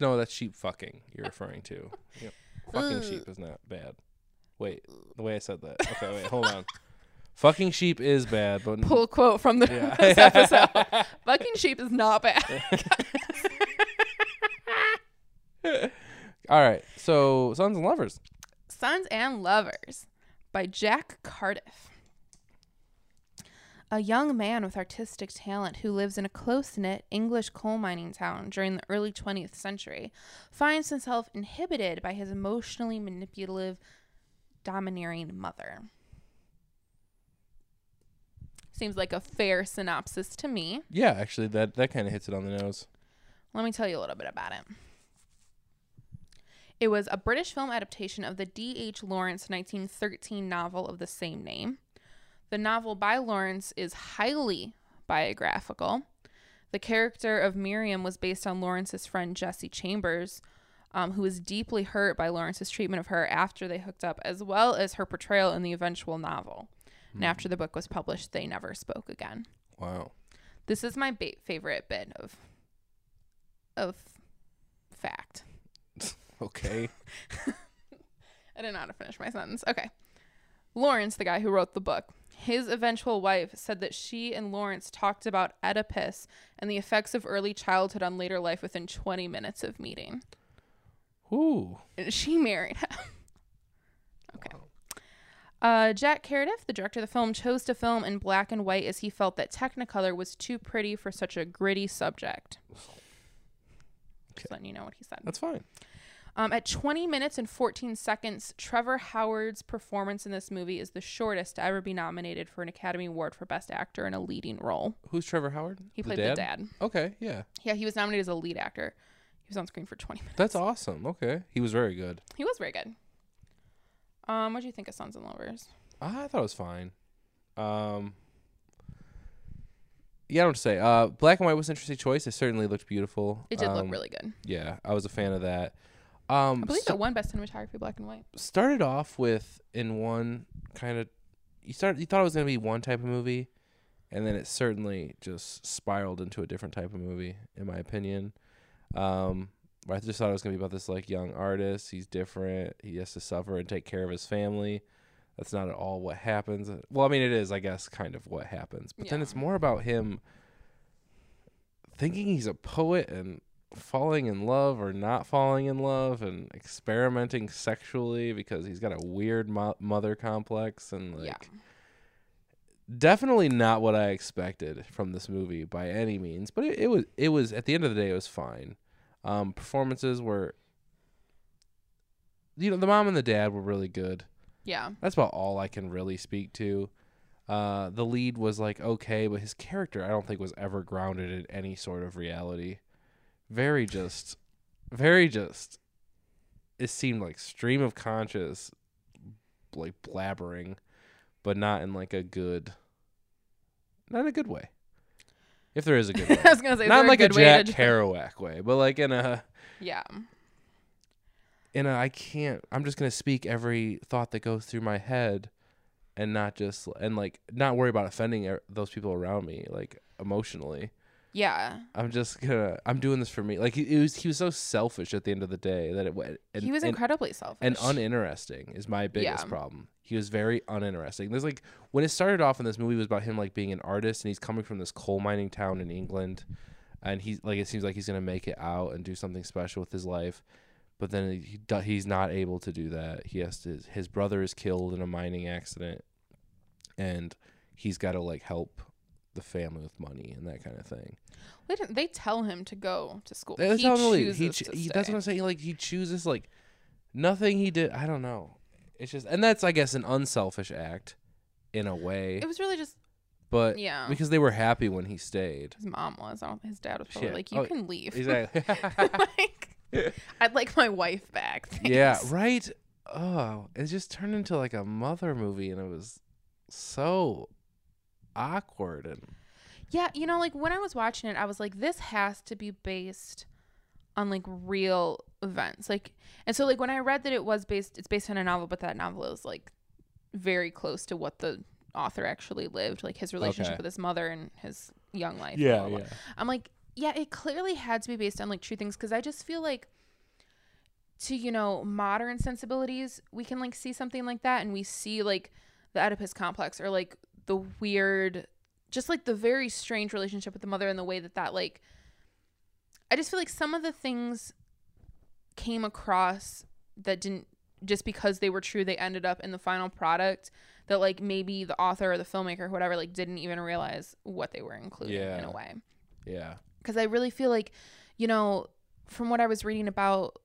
Speaker 3: No, that's sheep fucking you're referring to. Yep. Fucking
Speaker 1: Ugh.
Speaker 3: sheep is not bad. Wait, the way I said that. Okay, wait, hold
Speaker 1: (laughs)
Speaker 3: on. Fucking sheep is bad, but
Speaker 1: Pull quote from the
Speaker 3: Yeah.
Speaker 1: (laughs) this episode.
Speaker 3: (laughs)
Speaker 1: fucking sheep is not bad. (laughs)
Speaker 3: All right. So Sons and Lovers.
Speaker 1: Sons and Lovers by Jack Cardiff. A young man with artistic talent who lives in a close knit English coal mining town during the early 20th century finds himself inhibited by his emotionally manipulative, domineering mother. Seems like a fair synopsis to me.
Speaker 3: Yeah, actually that that kind of hits it on the nose.
Speaker 1: Let me tell you a little bit about it. It was a British film adaptation of the D.H. Lawrence 1913 novel of the same name. The novel by Lawrence is highly biographical. The character of Miriam was based on Lawrence's friend Jesse Chambers, um, who was deeply hurt by Lawrence's treatment of her after they hooked up, as well as her portrayal in the eventual novel. And after the book was published, they never spoke again.
Speaker 3: Wow.
Speaker 1: This is my ba- favorite bit of of fact.
Speaker 3: Okay.
Speaker 1: (laughs) I don't know how to finish my sentence. Okay. Lawrence, the guy who wrote the book, his eventual wife said that she and Lawrence talked about Oedipus and the effects of early childhood on later life within 20 minutes of meeting.
Speaker 3: Ooh.
Speaker 1: And she married him. (laughs) okay. Uh, Jack Cardiff, the director of the film, chose to film in black and white as he felt that Technicolor was too pretty for such a gritty subject. Just letting you know what he said.
Speaker 3: That's fine.
Speaker 1: Um, at 20 minutes and 14 seconds, Trevor Howard's performance in this movie is the shortest to ever be nominated for an Academy Award for Best Actor in a leading role.
Speaker 3: Who's Trevor Howard?
Speaker 1: He played the dad.
Speaker 3: Okay, yeah.
Speaker 1: Yeah, he was nominated as a lead actor. He was on screen for 20 (laughs) minutes.
Speaker 3: That's awesome. Okay. He was very good.
Speaker 1: He was very good. Um, what do you think of Sons and Lovers?
Speaker 3: I thought it was fine. Um Yeah, I don't say. Uh black and white was an interesting choice. It certainly looked beautiful.
Speaker 1: It did
Speaker 3: Um,
Speaker 1: look really good.
Speaker 3: Yeah, I was a fan of that. Um
Speaker 1: I believe
Speaker 3: so-
Speaker 1: it won Best Cinematography Black and White.
Speaker 3: started off with in one kind of you started you thought it was going to be one type of movie and then it certainly just spiraled into a different type of movie in my opinion um i just thought it was going to be about this like young artist he's different he has to suffer and take care of his family that's not at all what happens well i mean it is i guess kind of what happens but then
Speaker 1: Yeah.
Speaker 3: it's more about him thinking he's a poet and falling in love or not falling in love and experimenting sexually because he's got a weird mo- mother complex and like
Speaker 1: Yeah.
Speaker 3: definitely not what I expected from this movie by any means, but it, it was it was at the end of the day it was fine. Um, performances were you know the mom and the dad were really good.
Speaker 1: Yeah.
Speaker 3: That's about all I can really speak to. Uh, the lead was like okay, but his character I don't think was ever grounded in any sort of reality. Very just, very just. It seemed like stream of conscious, like blabbering, but not in like a good, not in a good way. If there
Speaker 1: (laughs)
Speaker 3: is a good way,
Speaker 1: I was going to say,
Speaker 3: not in like a,
Speaker 1: good way
Speaker 3: Jack
Speaker 1: to...
Speaker 3: Kerouac way, but like in a
Speaker 1: Yeah.
Speaker 3: and I can't. I'm just gonna speak every thought that goes through my head, and not just and like not worry about offending er- those people around me, like emotionally.
Speaker 1: Yeah.
Speaker 3: I'm just gonna. I'm doing this for me. Like he, it was, he was so selfish at the end of the day that it went. And,
Speaker 1: he was
Speaker 3: and,
Speaker 1: incredibly selfish.
Speaker 3: and uninteresting is my biggest
Speaker 1: Yeah.
Speaker 3: problem. He was very uninteresting. There's like when it started off in this movie was about him like being an artist and he's coming from this coal mining town in England and he's like it seems like he's going to make it out and do something special with his life. But then he do- he's not able to do that. He has to his brother is killed in a mining accident and he's got to like help the family with money and that kind of thing.
Speaker 1: They, didn't, they tell him to go to school.
Speaker 3: That's
Speaker 1: he
Speaker 3: how really-
Speaker 1: chooses
Speaker 3: he
Speaker 1: to
Speaker 3: cho- he-
Speaker 1: stay.
Speaker 3: that's what I'm saying. Like he chooses like nothing he did. I don't know. It's just and that's I guess an unselfish act in a way,
Speaker 1: It was really just
Speaker 3: but
Speaker 1: yeah.
Speaker 3: because they were happy when he stayed.
Speaker 1: his mom was. I don't, his dad was probably
Speaker 3: Shit.
Speaker 1: like, "You
Speaker 3: Oh,
Speaker 1: can leave." (laughs)
Speaker 3: (laughs) Exactly. (laughs)
Speaker 1: like, I'd like my wife back.
Speaker 3: yeah.
Speaker 1: thanks."
Speaker 3: Right. Oh, it just turned into like a mother movie, and it was so awkward and
Speaker 1: Yeah, you know, like when I was watching it, I was like, this has to be based on like real events. Like and so like when I read that it was based it's based on a novel, but that novel is like very close to what the author actually lived, like his relationship
Speaker 3: Okay.
Speaker 1: with his mother and his young life. and blah,
Speaker 3: yeah,
Speaker 1: blah, blah.
Speaker 3: yeah.
Speaker 1: I'm like, yeah, it clearly had to be based on like true things because I just feel like to you know modern sensibilities, we can like see something like that and we see like the Oedipus complex or like the weird, just like the very strange relationship with the mother and the way that that like, I just feel like some of the things came across that didn't just because they were true they ended up in the final product that like maybe the author or the filmmaker or whatever like didn't even realize what they were including in
Speaker 3: Yeah.
Speaker 1: a way
Speaker 3: yeah.
Speaker 1: because I really feel like, you know, from what I was reading about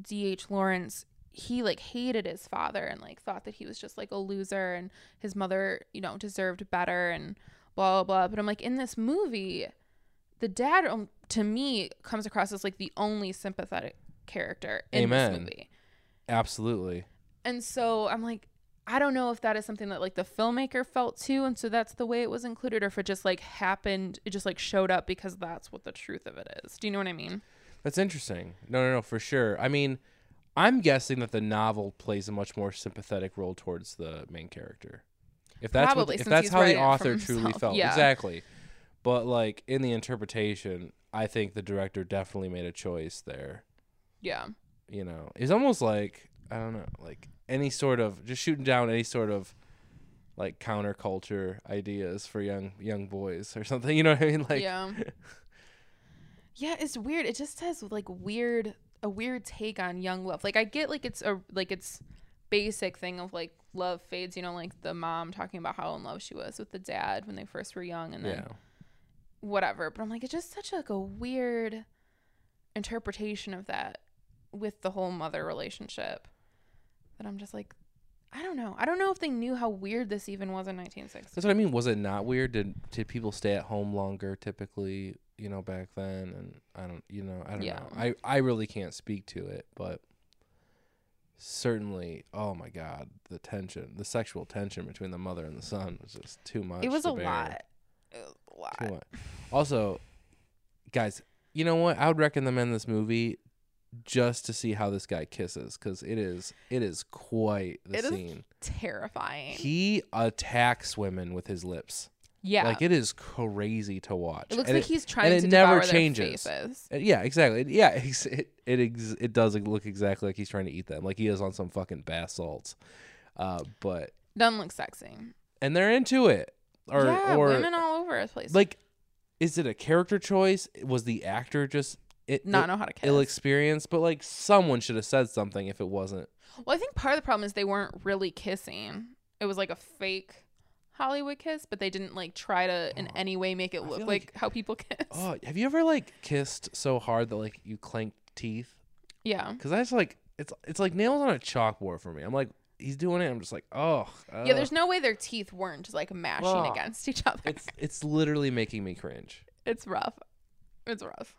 Speaker 1: D.H. Lawrence, he like hated his father and like thought that he was just like a loser and his mother, you know, deserved better and blah blah. blah. But I'm like in this movie, the dad um, to me comes across as like the only sympathetic character in
Speaker 3: Amen.
Speaker 1: this movie,
Speaker 3: Absolutely.
Speaker 1: and so I'm like. I don't know if that is something that like the filmmaker felt too, and so that's the way it was included, or if it just like happened, it just like showed up because that's what the truth of it is. Do you know what I mean?
Speaker 3: That's interesting. No, no, no, for sure. I mean, I'm guessing that the novel plays a much more sympathetic role towards the main character. If that's
Speaker 1: Probably,
Speaker 3: what, if
Speaker 1: since
Speaker 3: that's
Speaker 1: he's
Speaker 3: how the
Speaker 1: writing it for
Speaker 3: author truly
Speaker 1: himself.
Speaker 3: felt,
Speaker 1: Yeah.
Speaker 3: exactly. But like in the interpretation, I think the director definitely made a choice there.
Speaker 1: Yeah.
Speaker 3: You know, it's almost like I don't know, like any sort of just shooting down any sort of like counterculture ideas for young young boys or something. (laughs) You know what I mean? Like,
Speaker 1: yeah. yeah, it's weird. It just has like weird a weird take on young love. Like I get like it's a like it's basic thing of like love fades, you know, like the mom talking about how in love she was with the dad when they first were young and then
Speaker 3: yeah.
Speaker 1: whatever. But I'm like, it's just such like a weird interpretation of that with the whole mother relationship that I'm just like, I don't know. I don't know if they knew how weird this even was in 1960.
Speaker 3: That's what I mean. Was it not weird? Did did people stay at home longer typically? You know, back then, and I don't, you know, I don't
Speaker 1: Yeah.
Speaker 3: know. I I really can't speak to it, but certainly, oh my god, the tension, the sexual tension between the mother and the son was just too much.
Speaker 1: It was
Speaker 3: to
Speaker 1: a
Speaker 3: bear.
Speaker 1: lot. It was a lot.
Speaker 3: Too much. Also, guys, you know what? I would recommend this movie just to see how this guy kisses because it is it is quite the
Speaker 1: It is
Speaker 3: scene.
Speaker 1: Terrifying.
Speaker 3: He attacks women with his lips.
Speaker 1: yeah.
Speaker 3: Like it is crazy to watch.
Speaker 1: it looks
Speaker 3: And
Speaker 1: like he's trying
Speaker 3: and it
Speaker 1: to
Speaker 3: never
Speaker 1: devour
Speaker 3: changes.
Speaker 1: their faces.
Speaker 3: uh, yeah, exactly. It- Yeah, (laughs) ex- it it ex- it does look exactly like he's trying to eat them, like he is on some fucking bath salts. Uh, but
Speaker 1: Doesn't look sexy.
Speaker 3: and they're into it, or
Speaker 1: yeah,
Speaker 3: or
Speaker 1: women all over the place.
Speaker 3: like, is it a character choice? Was the actor just it
Speaker 1: not
Speaker 3: Ill,
Speaker 1: know how to kiss.
Speaker 3: ill experienced? But like, someone should have said something if it wasn't.
Speaker 1: Well, I think part of the problem is they weren't really kissing. It was like a fake Hollywood kiss, but they didn't like try to in any way make it look
Speaker 3: Oh, feel
Speaker 1: like,
Speaker 3: like-
Speaker 1: how people kiss.
Speaker 3: Oh, have you ever like kissed so hard that like you clanked teeth?
Speaker 1: (laughs) yeah.
Speaker 3: Because that's like it's it's like nails on a chalkboard for me. I'm like. He's doing it. I'm just like, oh,
Speaker 1: Yeah,
Speaker 3: ugh.
Speaker 1: there's no way their teeth weren't just like mashing
Speaker 3: Ugh.
Speaker 1: against each other. It's, (laughs)
Speaker 3: It's it's literally making me cringe.
Speaker 1: rough. It's rough.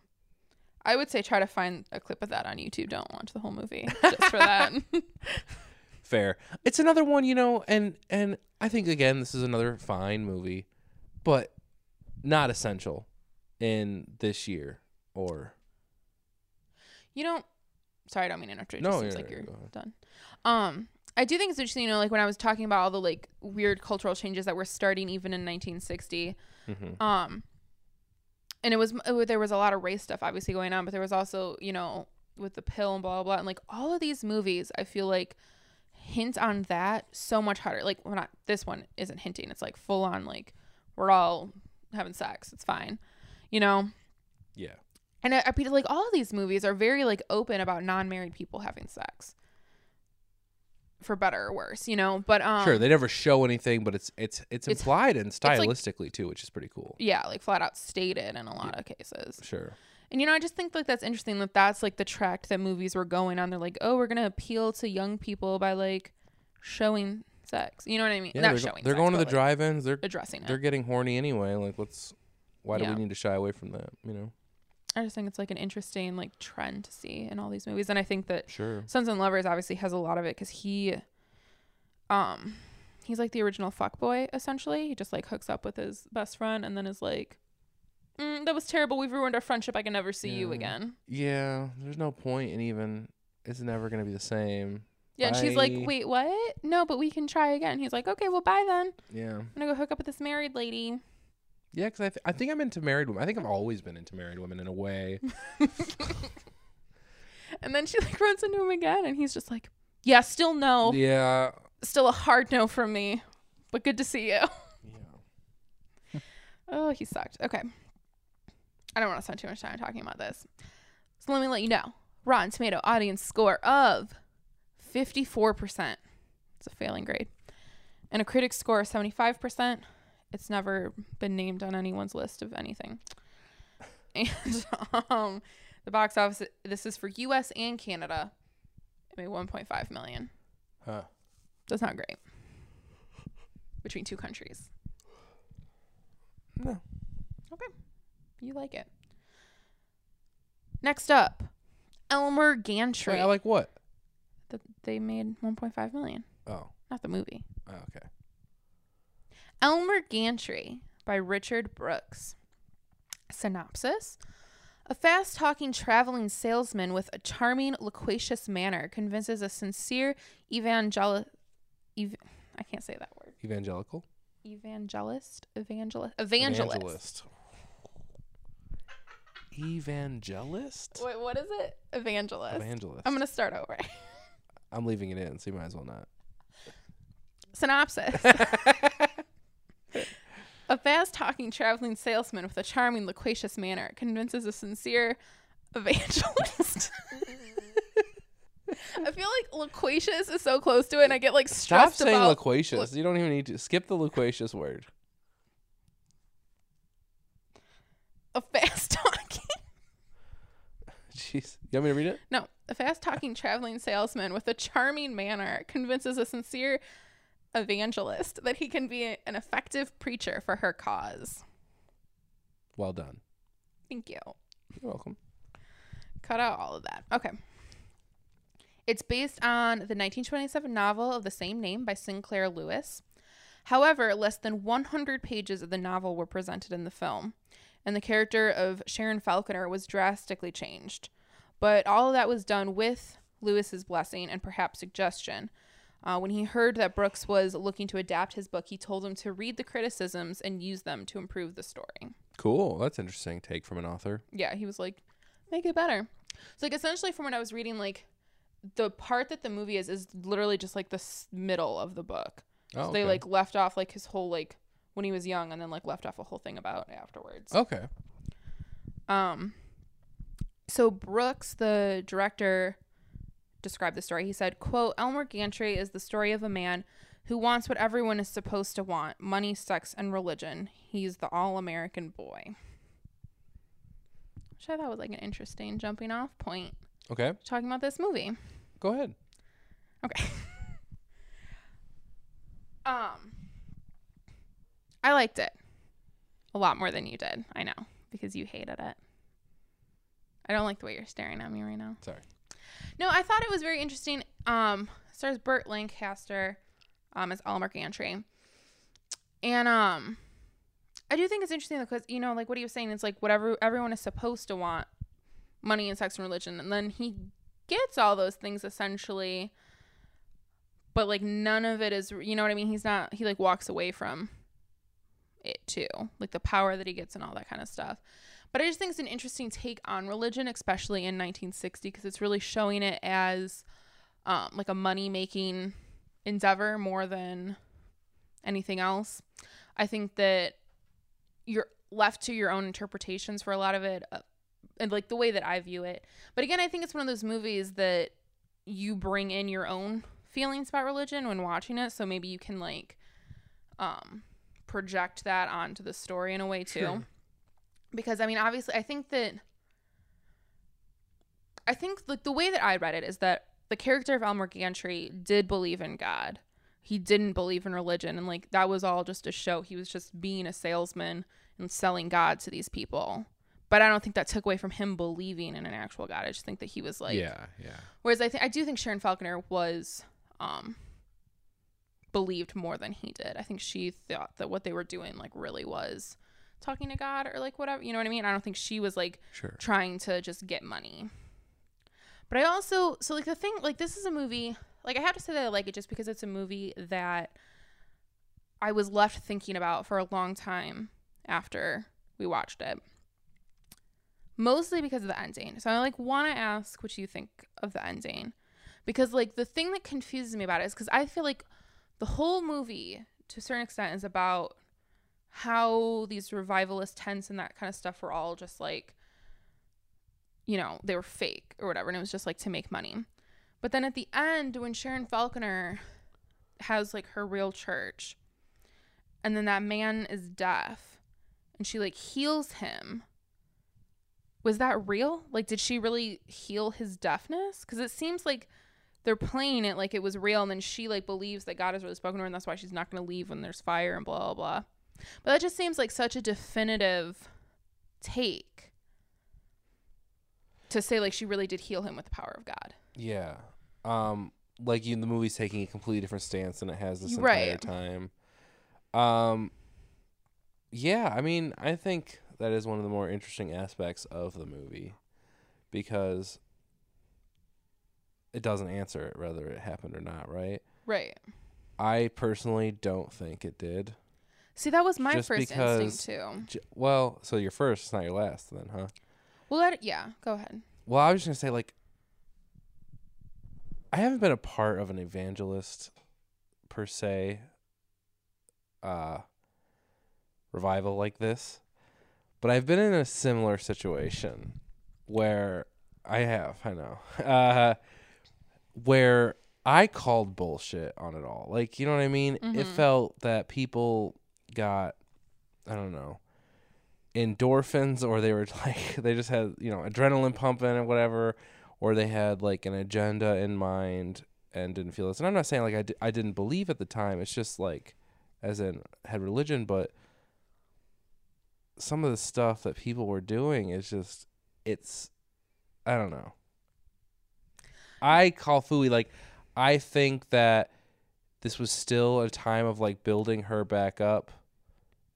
Speaker 1: I would say try to find a clip of that on YouTube. Don't watch the whole
Speaker 3: (laughs)
Speaker 1: movie just for that. (laughs)
Speaker 3: Fair. It's another one, you know, and and I think again this is another fine movie, but not essential in this year or
Speaker 1: you know, sorry, I don't mean to interrupt. you. It
Speaker 3: No,
Speaker 1: just seems
Speaker 3: you're-
Speaker 1: like you're
Speaker 3: go ahead.
Speaker 1: done. Um, I do think it's interesting, you know, like when I was talking about all the like weird cultural changes that were starting even in 1960.
Speaker 3: Mhm.
Speaker 1: Um, and it was it wa- there was a lot of race stuff obviously going on, but there was also you know with the pill and blah blah blah, and like all of these movies, I feel like hint on that so much harder. Like we're not this one isn't hinting; it's like full on like we're all having sex. It's fine, you know.
Speaker 3: yeah.
Speaker 1: And I, I feel like all of these movies are very like open about non-married people having sex, for better or worse, you know. But um,
Speaker 3: sure, they never show anything, but it's it's it's
Speaker 1: it's-
Speaker 3: implied and
Speaker 1: like-
Speaker 3: stylistically too, which is pretty cool.
Speaker 1: yeah, like flat out stated in a lot of cases.
Speaker 3: Sure.
Speaker 1: And you know, I just think like that's interesting that that's like the track that movies were going on. They're like, oh, we're gonna appeal to young people by like showing sex. You know what I mean?
Speaker 3: Yeah,
Speaker 1: Not
Speaker 3: they're, go-
Speaker 1: showing.
Speaker 3: they're
Speaker 1: sex,
Speaker 3: going to
Speaker 1: but,
Speaker 3: the
Speaker 1: like,
Speaker 3: drive-ins. They're
Speaker 1: Addressing
Speaker 3: they're
Speaker 1: it.
Speaker 3: getting horny anyway. Like, let's why do
Speaker 1: Yeah.
Speaker 3: we need to shy away from that? You know.
Speaker 1: I just think it's like an interesting like trend to see in all these movies, and I think that
Speaker 3: Sure.
Speaker 1: Sons and Lovers obviously has a lot of it because he, um, he's like the original fuck boy essentially. He just like hooks up with his best friend and then is like, mm, "That was terrible. We've ruined our friendship. I can never see you
Speaker 3: Yeah.
Speaker 1: again."
Speaker 3: Yeah. There's no point in even. It's never gonna be the same.
Speaker 1: Yeah, and she's like,
Speaker 3: Bye.
Speaker 1: "Wait, what? No, but we can try again." He's like, "Okay, well, bye then. I'm
Speaker 3: Yeah.
Speaker 1: gonna go hook up with this married lady."
Speaker 3: Yeah, because I, th- I think I'm into married women. I think I've always been into married women in a way.
Speaker 1: And then she like (laughs) runs into him again, and he's just like, "Yeah, still no,
Speaker 3: Yeah.
Speaker 1: still a hard no from me, but good to see you."
Speaker 3: Yeah.
Speaker 1: Oh, he sucked. Okay. I don't want to spend too much time talking about this. So let me let you know. Rotten Tomato audience score of 54%. It's a failing grade. And a critic score of 75%. It's never been named on anyone's list of anything. (laughs) And um, the box office, this is for US and Canada. It made 1.5 million.
Speaker 3: Huh.
Speaker 1: That's not great. Between two countries.
Speaker 3: No.
Speaker 1: You like it. Next up, Elmer Gantry.
Speaker 3: Wait, I like what?
Speaker 1: Th- they made 1.5 million.
Speaker 3: Oh.
Speaker 1: Not the movie.
Speaker 3: Oh, okay.
Speaker 1: Elmer Gantry by Richard Brooks. Synopsis A fast talking traveling salesman with a charming, loquacious manner convinces a sincere evangel Ev- I can't say that word.
Speaker 3: Evangelical.
Speaker 1: Evangelist? Evangelist? Evangelist.
Speaker 3: Evangelist.
Speaker 1: Wait, what is it? Evangelist.
Speaker 3: Evangelist.
Speaker 1: I'm going to start over.
Speaker 3: I'm leaving it in, so you might as well not.
Speaker 1: (laughs)
Speaker 3: (laughs)
Speaker 1: Synopsis. a fast talking traveling salesman with a charming, loquacious manner convinces a sincere evangelist. (laughs) I feel like loquacious is so close to it, and I get like
Speaker 3: Stop
Speaker 1: stressed
Speaker 3: saying
Speaker 1: about.
Speaker 3: loquacious. you don't even need to skip the loquacious word. (laughs)
Speaker 1: a fast (laughs) talking.
Speaker 3: Jeez. You want me to read it?
Speaker 1: No, a fast talking traveling salesman with a charming manner convinces a sincere evangelist that he can be an effective preacher for her cause.
Speaker 3: Well done.
Speaker 1: Thank you.
Speaker 3: You're welcome.
Speaker 1: Cut out all of that. Okay. It's based on the 1927 novel of the same name by Sinclair Lewis. However, less than 100 pages of the novel were presented in the film, and the character of Sharon Falconer was drastically changed. But all of that was done with Lewis's blessing and perhaps suggestion. Uh, when he heard that Brooks was looking to adapt his book, he told him to read the criticisms and use them to improve the story.
Speaker 3: Cool. That's interesting take from an author.
Speaker 1: Yeah, he was like, make it better. So like essentially, from what I was reading, like the part that the movie is is literally just like the s- middle of the book.
Speaker 3: Oh,
Speaker 1: So they
Speaker 3: okay.
Speaker 1: like left off like his whole like when he was young, and then like left off a whole thing about afterwards.
Speaker 3: Okay.
Speaker 1: Um, so Brooks, the director, described the story. He said, "Quote: Elmer Gantry is the story of a man who wants what everyone is supposed to want: money, sex, and religion. He's the all-American boy." Which I thought was like an interesting jumping-off point
Speaker 3: Okay.
Speaker 1: talking about this movie.
Speaker 3: Go ahead.
Speaker 1: Okay. (laughs) um, I liked it a lot more than you did. I know because you hated it. I don't like the way you're staring at me right now.
Speaker 3: Sorry.
Speaker 1: No, I thought it was very interesting. Um, it stars Burt Lancaster, um, as Allmark Gantry, and um, I do think it's interesting because you know, like what he was saying, it's like whatever everyone is supposed to want, money and sex and religion, and then he gets all those things essentially, but like none of it is, you know what I mean? He's not. He like walks away from it too, like the power that he gets and all that kind of stuff. But I just think it's an interesting take on religion, especially in 1960, because it's really showing it as um, like a money making endeavor more than anything else. I think that you're left to your own interpretations for a lot of it, uh, and like the way that I view it. But again, I think it's one of those movies that you bring in your own feelings about religion when watching it, so maybe you can like um, project that onto the story in a way too
Speaker 3: Sure.
Speaker 1: because I mean, obviously, I think that I think like the way that I read it is that the character of Elmer Gantry did believe in God. He didn't believe in religion, and like that was all just a show. He was just being a salesman and selling God to these people. But I don't think that took away from him believing in an actual God. I just think that he was like,
Speaker 3: yeah. Yeah.
Speaker 1: Whereas I think I do think Sharon Falconer was um believed more than he did. I think she thought that what they were doing like really was talking to God or like whatever, you know what I mean? I don't think she was like
Speaker 3: Sure.
Speaker 1: trying to just get money. But I also so like the thing like this is a movie like I have to say that I like it just because it's a movie that I was left thinking about for a long time after we watched it. Mostly because of the ending. So I like want to ask what you think of the ending because like the thing that confuses me about it is cuz I feel like the whole movie to a certain extent is about how these revivalist tents and that kind of stuff were all just like you know, they were fake or whatever. And it was just like to make money. But then at the end, when Sharon Falconer has like her real church, and then that man is deaf and she like heals him. Was that real? Like, did she really heal his deafness? Because it seems like they're playing it like it was real, and then she like believes that God has really spoken to her, and that's why she's not going to leave when there's fire and blah blah blah. But that just seems like such a definitive take to say like she really did heal him with the power of God.
Speaker 3: Yeah. Um. like you, the movie's taking a completely different stance than it has this entire
Speaker 1: Right.
Speaker 3: time. Um, yeah, I mean, I think that is one of the more interesting aspects of the movie because it doesn't answer it whether it happened or not, right?
Speaker 1: Right.
Speaker 3: I personally don't think it did.
Speaker 1: See, that was my
Speaker 3: Just
Speaker 1: first instinct
Speaker 3: because-
Speaker 1: too.
Speaker 3: J- Well, so your first, it's not your last, then, huh?
Speaker 1: Well, I d- yeah. Go ahead.
Speaker 3: Well, I was just gonna say like I haven't been a part of an evangelist per se uh revival like this. But I've been in a similar situation where I have, I know. (laughs) Uh where I called bullshit on it all. Like, you know what I mean? It felt that people got I don't know endorphins or they were (laughs) like they just had you know adrenaline pumping or whatever or they had like an agenda in mind and didn't feel this and i'm not saying like I d- I didn't believe at the time it's just like as in had religion but some of the stuff that people were doing is just it's i don't know i call fooey like i think that this was still a time of like building her back up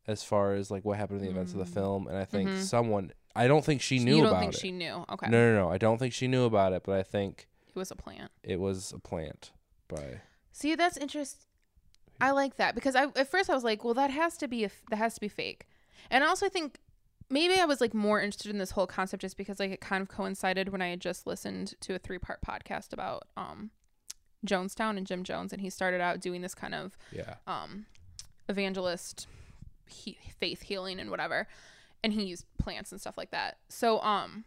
Speaker 3: as far as like what happened in the events of the film and i think
Speaker 1: Mhm.
Speaker 3: someone i don't think she
Speaker 1: So you
Speaker 3: knew
Speaker 1: don't
Speaker 3: about
Speaker 1: think
Speaker 3: it
Speaker 1: she knew? Okay.
Speaker 3: no no no i don't think she knew about it but i think
Speaker 1: It was a plant.
Speaker 3: it was a plant by
Speaker 1: See, that's interesting. I like that because I at first I was like, well, that has to be a f- that has to be fake, and I also think maybe I was like more interested in this whole concept just because like it kind of coincided when I had just listened to a three part podcast about um Jonestown and Jim Jones, and he started out doing this kind of
Speaker 3: yeah
Speaker 1: um, evangelist he- faith healing and whatever and he used plants and stuff like that so um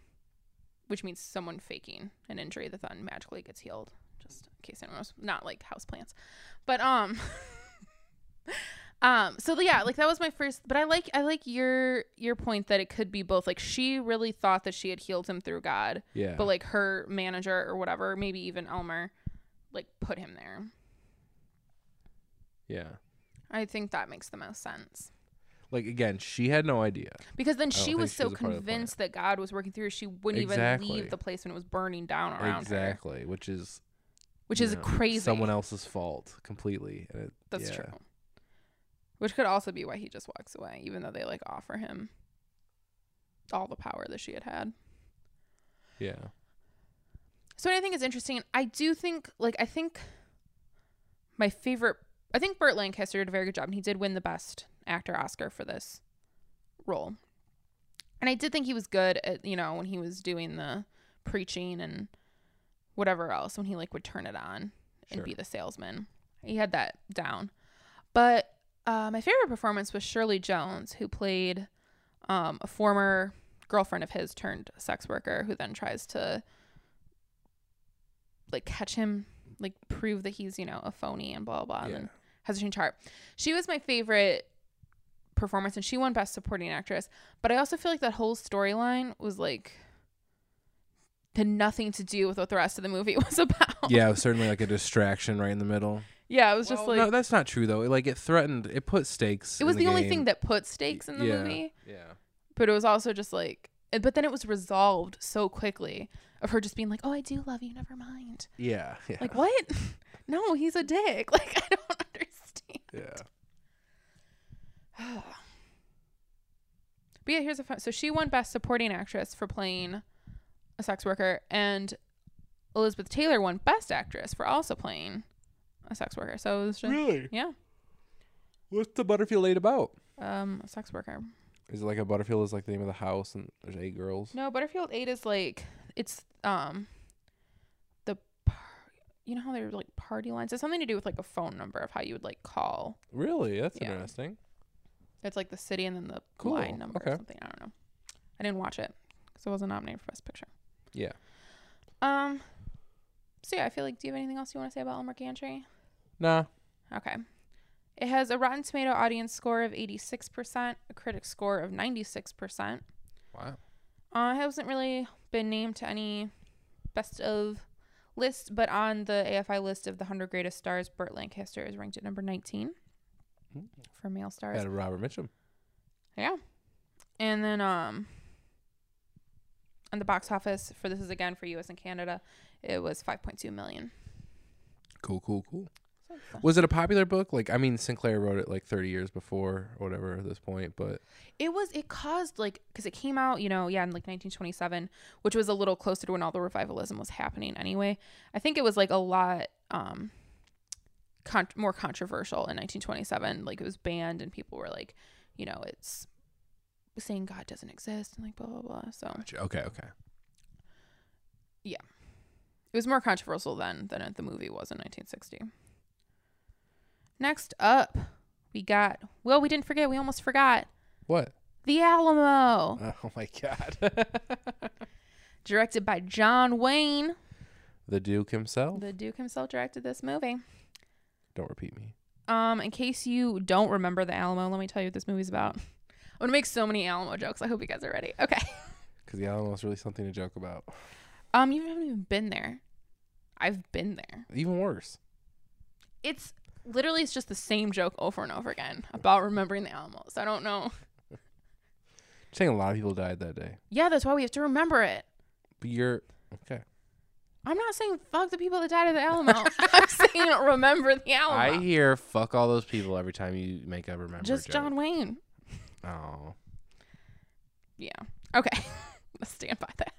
Speaker 1: which means someone faking an injury that then magically gets healed just in case anyone was not like house plants but um (laughs) um so yeah like that was my first but i like i like your your point that it could be both like she really thought that she had healed him through god
Speaker 3: yeah
Speaker 1: but like her manager or whatever maybe even elmer like put him there
Speaker 3: yeah
Speaker 1: i think that makes the most sense
Speaker 3: like again she had no idea
Speaker 1: Because then
Speaker 3: don't
Speaker 1: she
Speaker 3: Oh, think
Speaker 1: was
Speaker 3: she
Speaker 1: so
Speaker 3: was a part of the
Speaker 1: convinced that God was working through her, she wouldn't even
Speaker 3: Exactly.
Speaker 1: leave the place when it was burning down around her,
Speaker 3: exactly which is
Speaker 1: which
Speaker 3: you
Speaker 1: is
Speaker 3: know,
Speaker 1: crazy.
Speaker 3: someone else's fault completely and it,
Speaker 1: That's
Speaker 3: yeah.
Speaker 1: true. Which could also be why he just walks away, even though they like offer him all the power that she had had.
Speaker 3: yeah
Speaker 1: So what I think is interesting. I do think, like, I think my favorite. I think Burt Lancaster did a very good job, and he did win the Best Actor Oscar for this role. And I did think he was good at, you know, when he was doing the preaching and whatever else, when he like would turn it on and
Speaker 3: Sure.
Speaker 1: be the salesman. He had that down. But uh, my favorite performance was Shirley Jones, who played um, a former girlfriend of his turned sex worker, who then tries to like catch him, like prove that he's you know a phony and blah blah, blah
Speaker 3: Yeah.
Speaker 1: and has a change of heart. She was my favorite performance, and she won Best Supporting Actress. But I also feel like that whole storyline was like had nothing to do with what the rest of the movie (laughs) was about.
Speaker 3: yeah it was certainly like a distraction right in the middle
Speaker 1: yeah, it was just
Speaker 3: Well,
Speaker 1: like
Speaker 3: no that's not true though like it threatened it put
Speaker 1: it
Speaker 3: stakes in
Speaker 1: was the, only
Speaker 3: game.
Speaker 1: thing that put stakes in the
Speaker 3: Yeah.
Speaker 1: movie.
Speaker 3: yeah
Speaker 1: but it was also just like and- but then it was resolved so quickly of her just being like oh i do love you never
Speaker 3: (sighs)
Speaker 1: mind
Speaker 3: yeah yeah
Speaker 1: like what (laughs) no he's a dick (laughs) like i don't
Speaker 3: (sighs)
Speaker 1: understand
Speaker 3: yeah
Speaker 1: but yeah here's a fun so she won best supporting actress for playing a sex worker and elizabeth taylor won best actress for also playing a sex worker so it was just
Speaker 3: really
Speaker 1: yeah
Speaker 3: what's the butterfield eight about
Speaker 1: um a sex worker
Speaker 3: Is it like a Butterfield is like the name of the house and there's eight girls?
Speaker 1: No, Butterfield Eight is like it's um the par- you know how they're like party lines. It's something to do with like a phone number of how you would like call.
Speaker 3: Really? That's
Speaker 1: Yeah.
Speaker 3: interesting.
Speaker 1: It's like the city and then the
Speaker 3: Cool.
Speaker 1: line number or
Speaker 3: Okay.
Speaker 1: something. I don't know. I didn't watch it because it wasn't nominated for best picture.
Speaker 3: Yeah.
Speaker 1: Um. So yeah, I feel like. Do you have anything else you want to say about Elmer Gantry?
Speaker 3: Nah.
Speaker 1: Okay. It has a Rotten Tomato audience score of 86%, a critic score of 96%.
Speaker 3: Wow.
Speaker 1: Uh, it hasn't really been named to any best of list, but on the AFI list of the 100 greatest stars, Burt Lancaster is ranked at number 19 for male stars.
Speaker 3: Hmm. Had a Robert Mitchum.
Speaker 1: Yeah. And then um on the box office for this is again for US and Canada, it was 5.2 million.
Speaker 3: Cool, cool, cool. Was it a popular book? Like, I mean, Sinclair wrote it like 30 years before or whatever at this point, but
Speaker 1: It was it caused like because it came out you know yeah in like 1927, which was a little closer to when all the revivalism was happening anyway. I think it was like a lot um con- more controversial in 1927. Like it was banned and people were like, you know, it's saying God doesn't exist and like blah blah blah. So
Speaker 3: okay, okay.
Speaker 1: It was more controversial then than it- the movie was in 1960. Next up, we got well, we didn't forget. We almost forgot
Speaker 3: What?
Speaker 1: the Alamo.
Speaker 3: (laughs) Oh my (laughs) God.
Speaker 1: directed by John Wayne.
Speaker 3: the Duke himself?
Speaker 1: The Duke himself directed this movie.
Speaker 3: Don't repeat me.
Speaker 1: Um, in case you don't remember the Alamo, let me tell you what this movie's about. I'm gonna make so many Alamo jokes. I hope you guys are ready. Okay. (laughs)
Speaker 3: Because the Alamo's really something to joke about.
Speaker 1: Um, you haven't even been there. I've been there.
Speaker 3: Even worse.
Speaker 1: It's literally it's just the same joke over and over again about remembering the Alamo. So I don't know.
Speaker 3: Saying a lot of people died that day.
Speaker 1: Yeah, that's why we have to remember it.
Speaker 3: But you're okay.
Speaker 1: I'm not saying fuck the people that died at the
Speaker 3: (laughs)
Speaker 1: Alamo. (laughs) I'm saying remember the
Speaker 3: I
Speaker 1: Alamo.
Speaker 3: hear fuck all those people every time you make a remember.
Speaker 1: just
Speaker 3: joke.
Speaker 1: John Wayne.
Speaker 3: Oh.
Speaker 1: Yeah. Okay. (laughs) Let's stand by that.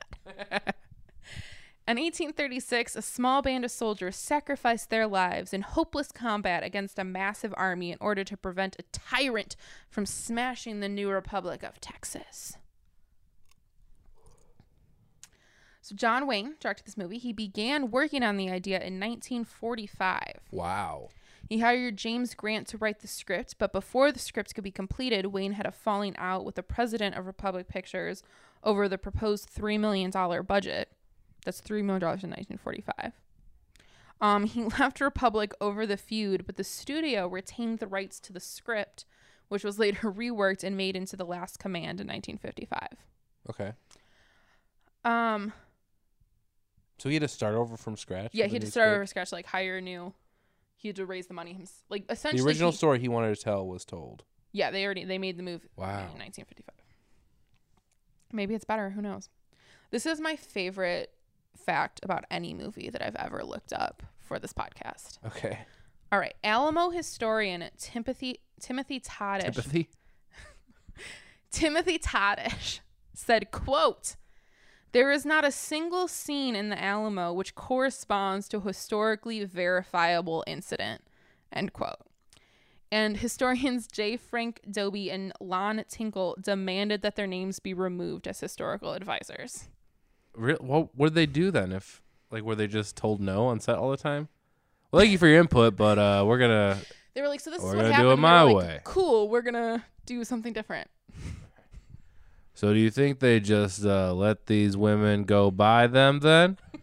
Speaker 1: (laughs) In 1836, a small band of soldiers sacrificed their lives in hopeless combat against a massive army in order to prevent a tyrant from smashing the new Republic of Texas. So, John Wayne directed this movie. He began working on the idea in 1945.
Speaker 3: Wow.
Speaker 1: He hired James Grant to write the script, but before the script could be completed, Wayne had a falling out with the president of Republic Pictures over the proposed $3 million budget. That's $3 million in 1945. Um, he (laughs) left Republic over the feud, but the studio retained the rights to the script, which was later (laughs) reworked and made into The Last Command in 1955.
Speaker 3: Okay.
Speaker 1: Um,
Speaker 3: So he had to start over from scratch?
Speaker 1: yeah,
Speaker 3: with
Speaker 1: he
Speaker 3: a
Speaker 1: had to
Speaker 3: new
Speaker 1: start
Speaker 3: script?
Speaker 1: over scratch, like hire a new. He had to raise the money himself. Like essentially,
Speaker 3: The original
Speaker 1: he-
Speaker 3: story he wanted to tell was told.
Speaker 1: Yeah, they already they made the move in
Speaker 3: Wow.
Speaker 1: 1955. Maybe it's better, who knows. This is my favorite fact about any movie that I've ever looked up for this podcast. (laughs)
Speaker 3: Okay.
Speaker 1: All right, Alamo historian Timothy Timothy Toddish
Speaker 3: Empathy?
Speaker 1: Timothy Toddish said, quote, there is not a single scene in the Alamo which corresponds to a historically verifiable incident, end quote. And historians J. Frank Dobie and Lon Tinkle demanded that their names be removed as historical advisors.
Speaker 3: Real, well, what did they do then? If like, were they just told no on set all the time? Well, thank you for your input, but uh, we're gonna.
Speaker 1: They were like, so this
Speaker 3: We're
Speaker 1: is what
Speaker 3: gonna
Speaker 1: happened.
Speaker 3: do it
Speaker 1: and they were
Speaker 3: my
Speaker 1: like,
Speaker 3: way.
Speaker 1: Cool, we're gonna do something different.
Speaker 3: So, do you think they just uh, let these women go by them then?
Speaker 1: (laughs)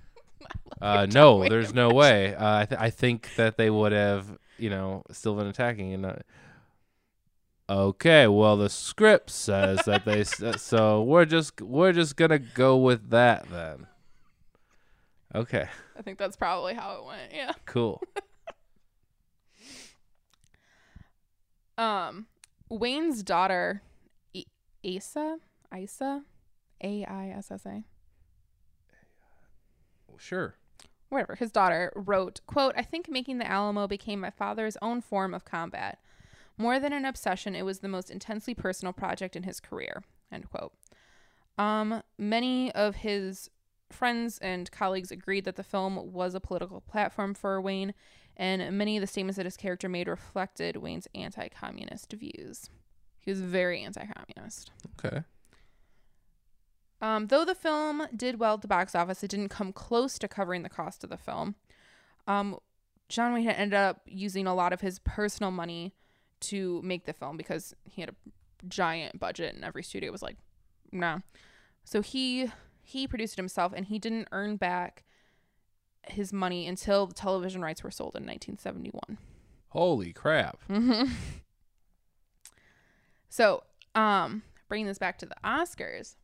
Speaker 3: Uh, no, there's no way. Uh, I, th- I think that they would have, you know, still been attacking and. Not... Okay, well, the script says that they. s- uh, so we're just we're just gonna go with that then. Okay,
Speaker 1: I think that's probably how it went. Yeah.
Speaker 3: cool.
Speaker 1: Um, Wayne's daughter, I- Asa, Isa, A I S S A,
Speaker 3: sure.
Speaker 1: whatever. His daughter wrote, "quote I think making the Alamo became my father's own form of combat. More than an obsession, it was the most intensely personal project in his career." End quote. Um, many of his friends and colleagues agreed that the film was a political platform for Wayne, and many of the statements that his character made reflected Wayne's anti-communist views. He was very anti-communist.
Speaker 3: Okay.
Speaker 1: Um, though the film did well at the box office, it didn't come close to covering the cost of the film. Um, John Wayne had ended up using a lot of his personal money to make the film because he had a giant budget and every studio was like, no. So he he produced it himself and he didn't earn back his money until the television rights were sold in 1971.
Speaker 3: Holy crap.
Speaker 1: Mm-hmm. So, um, bringing this back to the Oscars,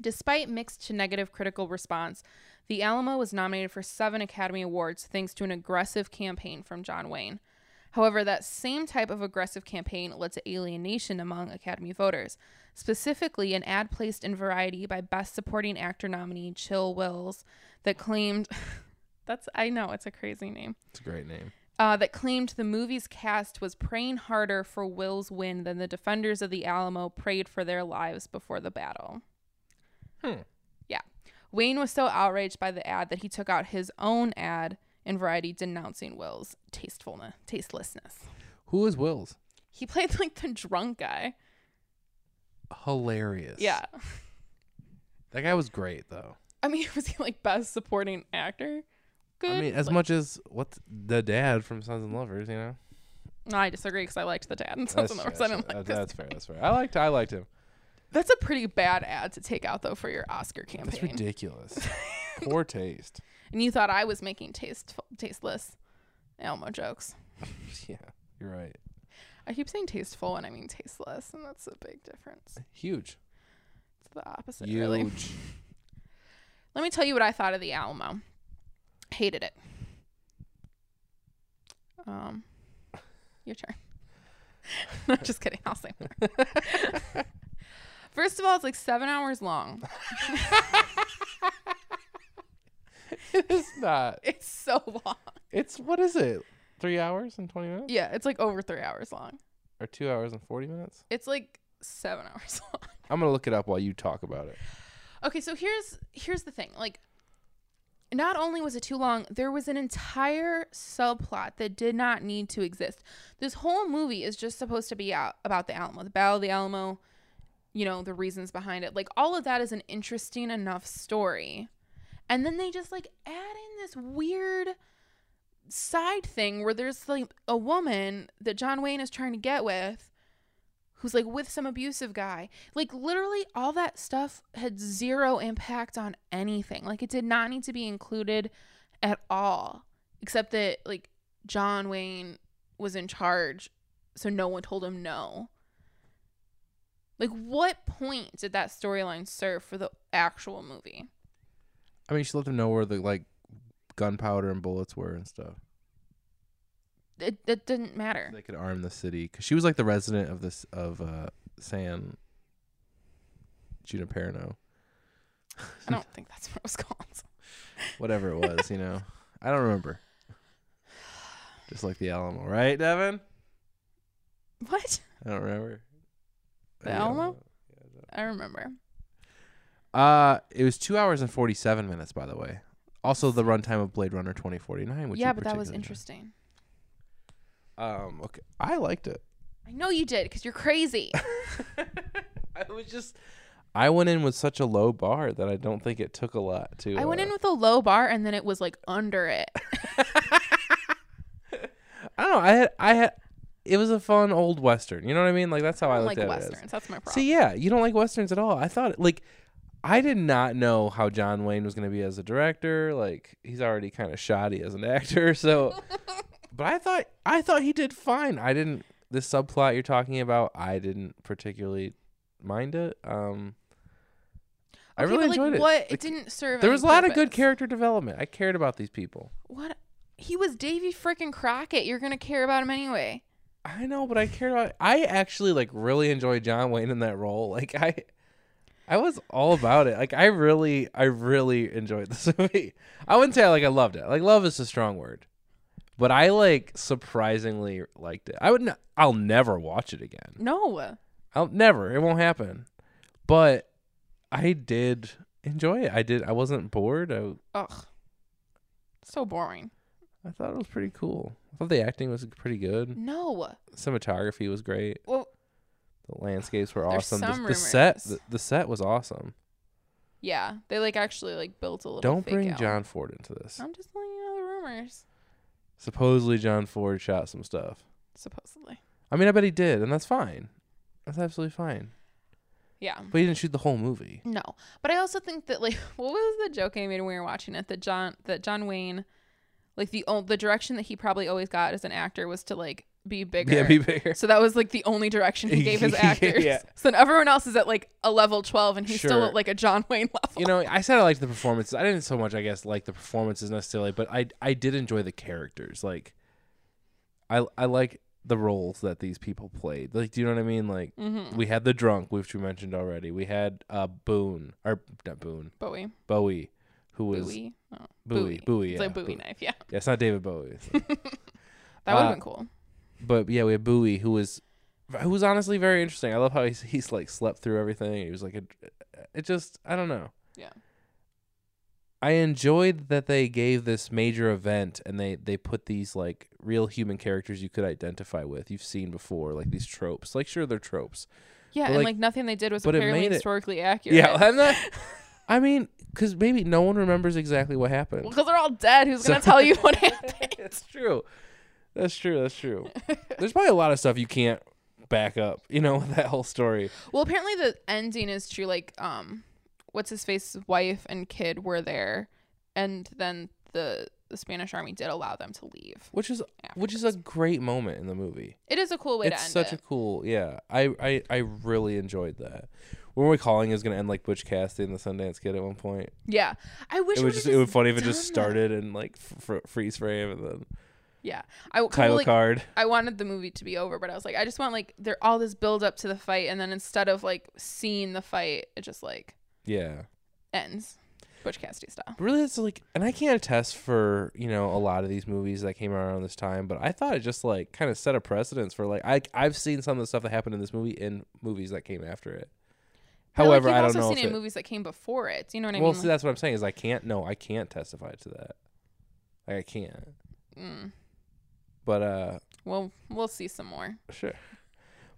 Speaker 1: despite mixed to negative critical response, The Alamo was nominated for seven Academy Awards thanks to an aggressive campaign from John Wayne. However, that same type of aggressive campaign led to alienation among Academy voters. Specifically, an ad placed in Variety by Best Supporting Actor nominee Chill Wills that claimed (laughs) That's I know it's a crazy name.
Speaker 3: It's a great name.
Speaker 1: uh, that claimed the movie's cast was praying harder for Will's win than the defenders of the Alamo prayed for their lives before the battle.
Speaker 3: Hmm.
Speaker 1: Yeah. Wayne was so outraged by the ad that he took out his own ad in Variety denouncing Will's tastefulness, tastelessness.
Speaker 3: Who is Will's?
Speaker 1: He played like the drunk guy.
Speaker 3: Hilarious.
Speaker 1: Yeah.
Speaker 3: That guy was great though.
Speaker 1: I mean, (laughs) was he like best supporting actor? Good.
Speaker 3: I mean, as
Speaker 1: Like,
Speaker 3: much as what's the dad from Sons and Lovers, you
Speaker 1: (laughs)
Speaker 3: know.
Speaker 1: no, I disagree because I liked the dad (laughs) and something
Speaker 3: true,
Speaker 1: else. I didn't
Speaker 3: true.
Speaker 1: like
Speaker 3: That-
Speaker 1: this.
Speaker 3: that's fair. That's fair. I liked. I liked him.
Speaker 1: That's a pretty bad ad to take out though for your Oscar campaign.
Speaker 3: That's ridiculous.
Speaker 1: (laughs)
Speaker 3: Poor taste.
Speaker 1: and you thought I was making taste tasteless Elmo jokes.
Speaker 3: (laughs) Yeah, you're right.
Speaker 1: I keep saying tasteful and I mean tasteless, and that's a big difference.
Speaker 3: Huge.
Speaker 1: It's the opposite,
Speaker 3: Huge.
Speaker 1: really.
Speaker 3: (laughs)
Speaker 1: Let me tell you what I thought of the Alamo. Hated it. Um, your turn. (laughs) no, just kidding. I'll say more. (laughs) First of all, it's like seven hours long.
Speaker 3: it's not.
Speaker 1: It's so long.
Speaker 3: It's what is it? Three hours and twenty minutes,
Speaker 1: Yeah, it's like over three hours long.
Speaker 3: or two hours and forty minutes?
Speaker 1: It's like seven hours (laughs) long.
Speaker 3: I'm gonna look it up while you talk about it.
Speaker 1: Okay, so here's here's the thing. Like not only was it too long, there was an entire subplot that did not need to exist. This whole movie is just supposed to be out about the Alamo, the Battle of the Alamo, you know, the reasons behind it. Like all of that is an interesting enough story. And then they just like add in this weird side thing where there's like a woman that John Wayne is trying to get with who's like with some abusive guy. Like literally all that stuff had zero impact on anything. Like it did not need to be included at all. Except that like John Wayne was in charge, so no one told him no. Like what point did that storyline serve for the actual movie?
Speaker 3: I mean, you should let them know where the like gunpowder and bullets were and stuff.
Speaker 1: It, it didn't matter.
Speaker 3: They could arm the city because she was like the resident of this of uh San Juniperno,
Speaker 1: I
Speaker 3: (laughs)
Speaker 1: don't think that's what it was (laughs) called.
Speaker 3: whatever it was.
Speaker 1: (laughs)
Speaker 3: you know, I don't remember. Just like the Alamo, right, Devin?
Speaker 1: What?
Speaker 3: I don't remember.
Speaker 1: The Alamo? I remember.
Speaker 3: Uh, it was two hours and forty-seven minutes, by the way. Also, the runtime of Blade Runner twenty forty-nine, which
Speaker 1: yeah,
Speaker 3: you
Speaker 1: but that was
Speaker 3: particularly
Speaker 1: interesting.
Speaker 3: enjoyed. Um, okay, I
Speaker 1: (laughs)
Speaker 3: liked it. (laughs)
Speaker 1: I know you did because you're crazy.
Speaker 3: I was just, I went in with such a low bar that I don't think it took a lot to.
Speaker 1: I went
Speaker 3: uh,
Speaker 1: in with a low bar and then it was like under it.
Speaker 3: I don't know. I had. I had. It was a fun old western. You know what I mean? Like that's how I,
Speaker 1: I don't
Speaker 3: looked
Speaker 1: like
Speaker 3: at
Speaker 1: westerns.
Speaker 3: it. as.
Speaker 1: That's my problem.
Speaker 3: See, yeah, you don't like westerns at all. I thought like, I did not know how John Wayne was going to be as a director. Like he's already kind of shoddy as an (laughs) actor. So,
Speaker 1: (laughs)
Speaker 3: but I thought I thought he did fine. I didn't. This subplot you're talking about, I didn't particularly mind it. Um, I
Speaker 1: Okay, but,
Speaker 3: really
Speaker 1: like,
Speaker 3: enjoyed it.
Speaker 1: What
Speaker 3: Like,
Speaker 1: it didn't serve.
Speaker 3: there
Speaker 1: any
Speaker 3: was a lot of good
Speaker 1: purpose.
Speaker 3: character development. I cared about these people.
Speaker 1: What he was Davy freaking Crockett. You're gonna care about him anyway.
Speaker 3: I know, but I cared about. I actually like really enjoyed John Wayne in that role. (laughs) Like I, I was all about it. Like I really, I really enjoyed this (laughs) movie. I wouldn't say I like I loved it. Like love is a strong word, but I like surprisingly liked it. I would. N- I'll never watch it again.
Speaker 1: No,
Speaker 3: I'll never. It won't happen. But I did enjoy it. I did. I wasn't bored. I
Speaker 1: ugh, so boring.
Speaker 3: I thought it was pretty cool. I thought the acting was pretty good.
Speaker 1: No,
Speaker 3: Cinematography was great.
Speaker 1: well,
Speaker 3: The landscapes were
Speaker 1: There's
Speaker 3: awesome. The-
Speaker 1: some
Speaker 3: the, set,
Speaker 1: rumors.
Speaker 3: the, the set was awesome.
Speaker 1: yeah, they like actually like built a little.
Speaker 3: Don't
Speaker 1: fake
Speaker 3: bring
Speaker 1: out.
Speaker 3: John Ford into this.
Speaker 1: I'm just letting you know the rumors.
Speaker 3: Supposedly, John Ford shot some stuff.
Speaker 1: Supposedly,
Speaker 3: I mean, I bet he did, and that's fine. That's absolutely fine.
Speaker 1: yeah.
Speaker 3: But he didn't shoot the whole movie.
Speaker 1: No, but I also think that like, (laughs) what was the joke I made when we were watching it? That John, that John Wayne, like the o- the direction that he probably always got as an actor was to like be bigger.
Speaker 3: Yeah,
Speaker 1: (laughs)
Speaker 3: be bigger.
Speaker 1: So that was like the only direction he gave his
Speaker 3: (laughs) Yeah.
Speaker 1: actors. So then everyone else is at like a level twelve, and he's still
Speaker 3: Sure.
Speaker 1: at like a John Wayne (laughs) level.
Speaker 3: You know, I said I liked the performances. I didn't so much, I guess, like the performances necessarily, but I I did enjoy the characters. Like, I I like the roles that these people played. Like, do you know what I mean? Like,
Speaker 1: Mm-hmm.
Speaker 3: we had the drunk, which we mentioned already. We had uh Boone or not Boone,
Speaker 1: Bowie.
Speaker 3: Bowie, who was
Speaker 1: Bowie. Oh,
Speaker 3: Bowie, Bowie,
Speaker 1: It's
Speaker 3: yeah,
Speaker 1: like Bowie
Speaker 3: Bowie.
Speaker 1: knife. Yeah,
Speaker 3: Yeah, it's not David Bowie. It's-
Speaker 1: that would have
Speaker 3: Uh,
Speaker 1: been cool.
Speaker 3: (laughs) but yeah, we had Bowie, who was who was honestly very interesting. I love how he's he's like slept through everything. He was like a, it just I don't know.
Speaker 1: Yeah.
Speaker 3: I enjoyed that they gave this major event and they they put these like real human characters you could identify with. You've seen before like these tropes. Like sure they're tropes.
Speaker 1: Yeah,
Speaker 3: but,
Speaker 1: and
Speaker 3: like-
Speaker 1: like nothing they did was
Speaker 3: but it
Speaker 1: apparently
Speaker 3: made it-
Speaker 1: historically accurate.
Speaker 3: Yeah, (laughs)
Speaker 1: (laughs)
Speaker 3: and that I mean cuz maybe no one remembers exactly what happened.
Speaker 1: because they're all dead. Who's
Speaker 3: So-
Speaker 1: gonna tell
Speaker 3: (laughs)
Speaker 1: you what (laughs) happened?
Speaker 3: it's true. That's true. That's true. There's probably a lot of stuff you can't back up, you know, (laughs) with that whole story.
Speaker 1: Well, apparently the ending is true. Like, um, what's his face wife and kid were there, and then the the Spanish army did allow them to leave.
Speaker 3: Which is which is a great moment in the movie.
Speaker 1: It is a cool way to
Speaker 3: It's
Speaker 1: end
Speaker 3: such
Speaker 1: it.
Speaker 3: a cool, yeah. I, I I really enjoyed that. When we're calling is gonna end like Butch Cassidy and the Sundance Kid at one point.
Speaker 1: yeah, I wish
Speaker 3: it
Speaker 1: would've
Speaker 3: was just it would funny if it
Speaker 1: done
Speaker 3: just
Speaker 1: that.
Speaker 3: started and like fr- freeze frame and then
Speaker 1: Yeah, I kinda
Speaker 3: title
Speaker 1: like,
Speaker 3: card.
Speaker 1: I wanted the movie to be over, but I was like, I just want like there all this build up to the fight, and then instead of like seeing the fight, it just like
Speaker 3: Yeah,
Speaker 1: ends, Butch Cassidy style.
Speaker 3: But really, it's like, and I can't attest for you know a lot of these movies that came out around this time, but I thought it just like kind of set a precedence for like I I've seen some of the stuff that happened in this movie in movies that came after it.
Speaker 1: But, like,
Speaker 3: However,
Speaker 1: you've
Speaker 3: I don't
Speaker 1: also
Speaker 3: know.
Speaker 1: seen
Speaker 3: If
Speaker 1: it in
Speaker 3: it,
Speaker 1: movies that came before it. You know what I
Speaker 3: well,
Speaker 1: mean?
Speaker 3: see, that's what I'm saying is I can't. No, I can't testify to that. Like I can't.
Speaker 1: Like, mm,
Speaker 3: But uh,
Speaker 1: well, we'll see some more.
Speaker 3: sure.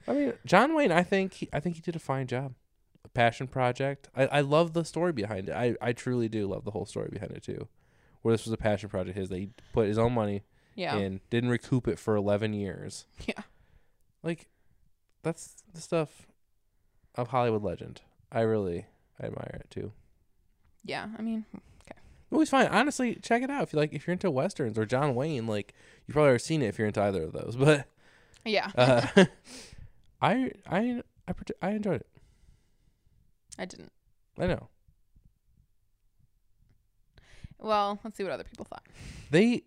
Speaker 3: I mean, John Wayne. I think he, I think he did a fine job. A passion project. I, I love the story behind it. I, I truly do love the whole story behind it too. Where this was a passion project his, they put his own money
Speaker 1: Yeah.
Speaker 3: and didn't recoup it for 11 years.
Speaker 1: (laughs) Yeah.
Speaker 3: Like, that's the stuff of Hollywood legend. I really I admire it too.
Speaker 1: Yeah, I mean,
Speaker 3: The movie's fine. Honestly, check it out. If you like, if you're into westerns or John Wayne, like you probably already seen it if you're into either of those. (laughs) But
Speaker 1: yeah,
Speaker 3: uh, (laughs) I I I part- I enjoyed it.
Speaker 1: (laughs) I didn't.
Speaker 3: I know
Speaker 1: Well, let's see what other people thought.
Speaker 3: they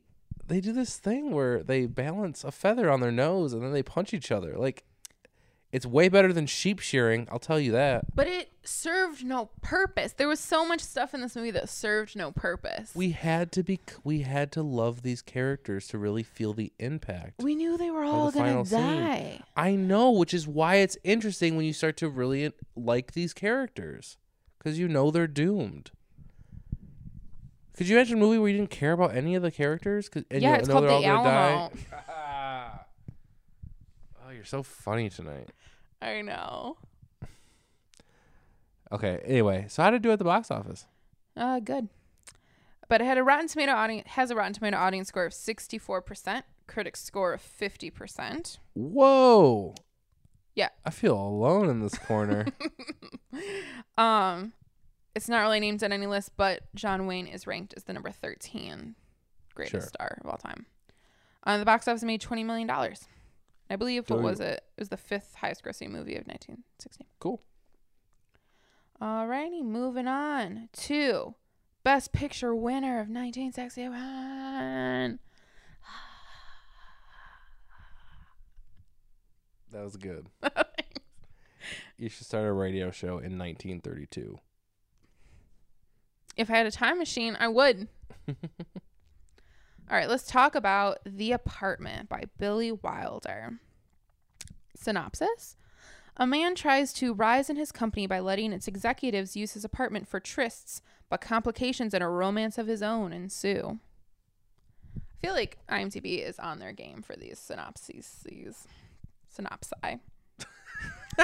Speaker 3: they do this thing where they balance a feather on their nose and then they punch each other. Like it's way better than sheep shearing. I'll tell you that.
Speaker 1: But it served no purpose. There was so much stuff in this movie that served no purpose.
Speaker 3: we had to be we had to love these characters to really feel the impact
Speaker 1: we knew they were
Speaker 3: the
Speaker 1: all gonna
Speaker 3: final scene.
Speaker 1: die.
Speaker 3: i know which is why it's interesting when you start to really like these characters because you know they're doomed could you imagine a movie where you didn't care about any of the characters 'Cause- and
Speaker 1: yeah,
Speaker 3: you
Speaker 1: it's
Speaker 3: know
Speaker 1: called
Speaker 3: they're all
Speaker 1: the
Speaker 3: gonna die Ah.
Speaker 1: Alamo.
Speaker 3: oh you're so funny tonight
Speaker 1: I know.
Speaker 3: okay anyway so how did it do at the box office
Speaker 1: Uh, good. But it had a Rotten Tomato audience has a Rotten Tomato audience score of sixty four percent, critic score of fifty percent.
Speaker 3: whoa
Speaker 1: Yeah.
Speaker 3: i feel alone in this
Speaker 1: (laughs)
Speaker 3: corner
Speaker 1: Um, it's not really named on any list, but John Wayne is ranked as the number thirteen greatest
Speaker 3: Sure.
Speaker 1: star of all time. Uh, the box office made twenty million dollars. I believe what
Speaker 3: Doing-
Speaker 1: was it? It was the fifth highest grossing movie of nineteen sixteen.
Speaker 3: cool
Speaker 1: Alrighty, moving on to Best Picture winner of 1961.
Speaker 3: That
Speaker 1: (laughs)
Speaker 3: was good. you should start a radio show in 1932.
Speaker 1: If I had a time machine, I
Speaker 3: (laughs)
Speaker 1: would. All right, let's talk about The Apartment by Billy Wilder. Synopsis A man tries to rise in his company by letting its executives use his apartment for trysts, but complications and a romance of his own ensue. I feel like IMDb is on their game for these synopses. These synopsi. (laughs)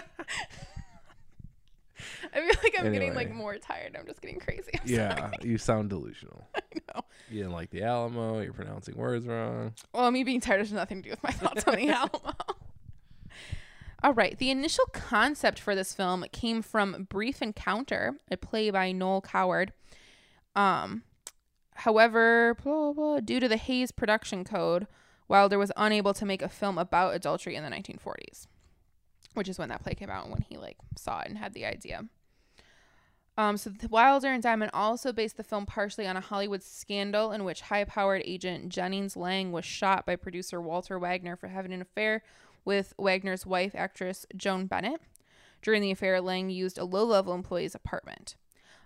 Speaker 1: I feel like I'm getting like
Speaker 3: Anyway.
Speaker 1: more tired. I'm just getting crazy. I'm
Speaker 3: Yeah, you
Speaker 1: (laughs)
Speaker 3: sound delusional. I
Speaker 1: know.
Speaker 3: You didn't like the Alamo. You're pronouncing words wrong.
Speaker 1: Well, me being tired has nothing to do with my (laughs) thoughts on the Alamo. All right. The initial concept for this film came from Brief Encounter, a play by Noel Coward. Um, however, blah, blah, due to the Hayes production code, Wilder was unable to make a film about adultery in the 1940s, which is when that play came out and when he like saw it and had the idea. Um, so th- Wilder and Diamond also based the film partially on a Hollywood scandal in which high-powered agent Jennings Lang was shot by producer Walter Wagner for having an affair with Wagner's wife, actress Joan Bennett. During the affair, Lang used a low-level employee's apartment.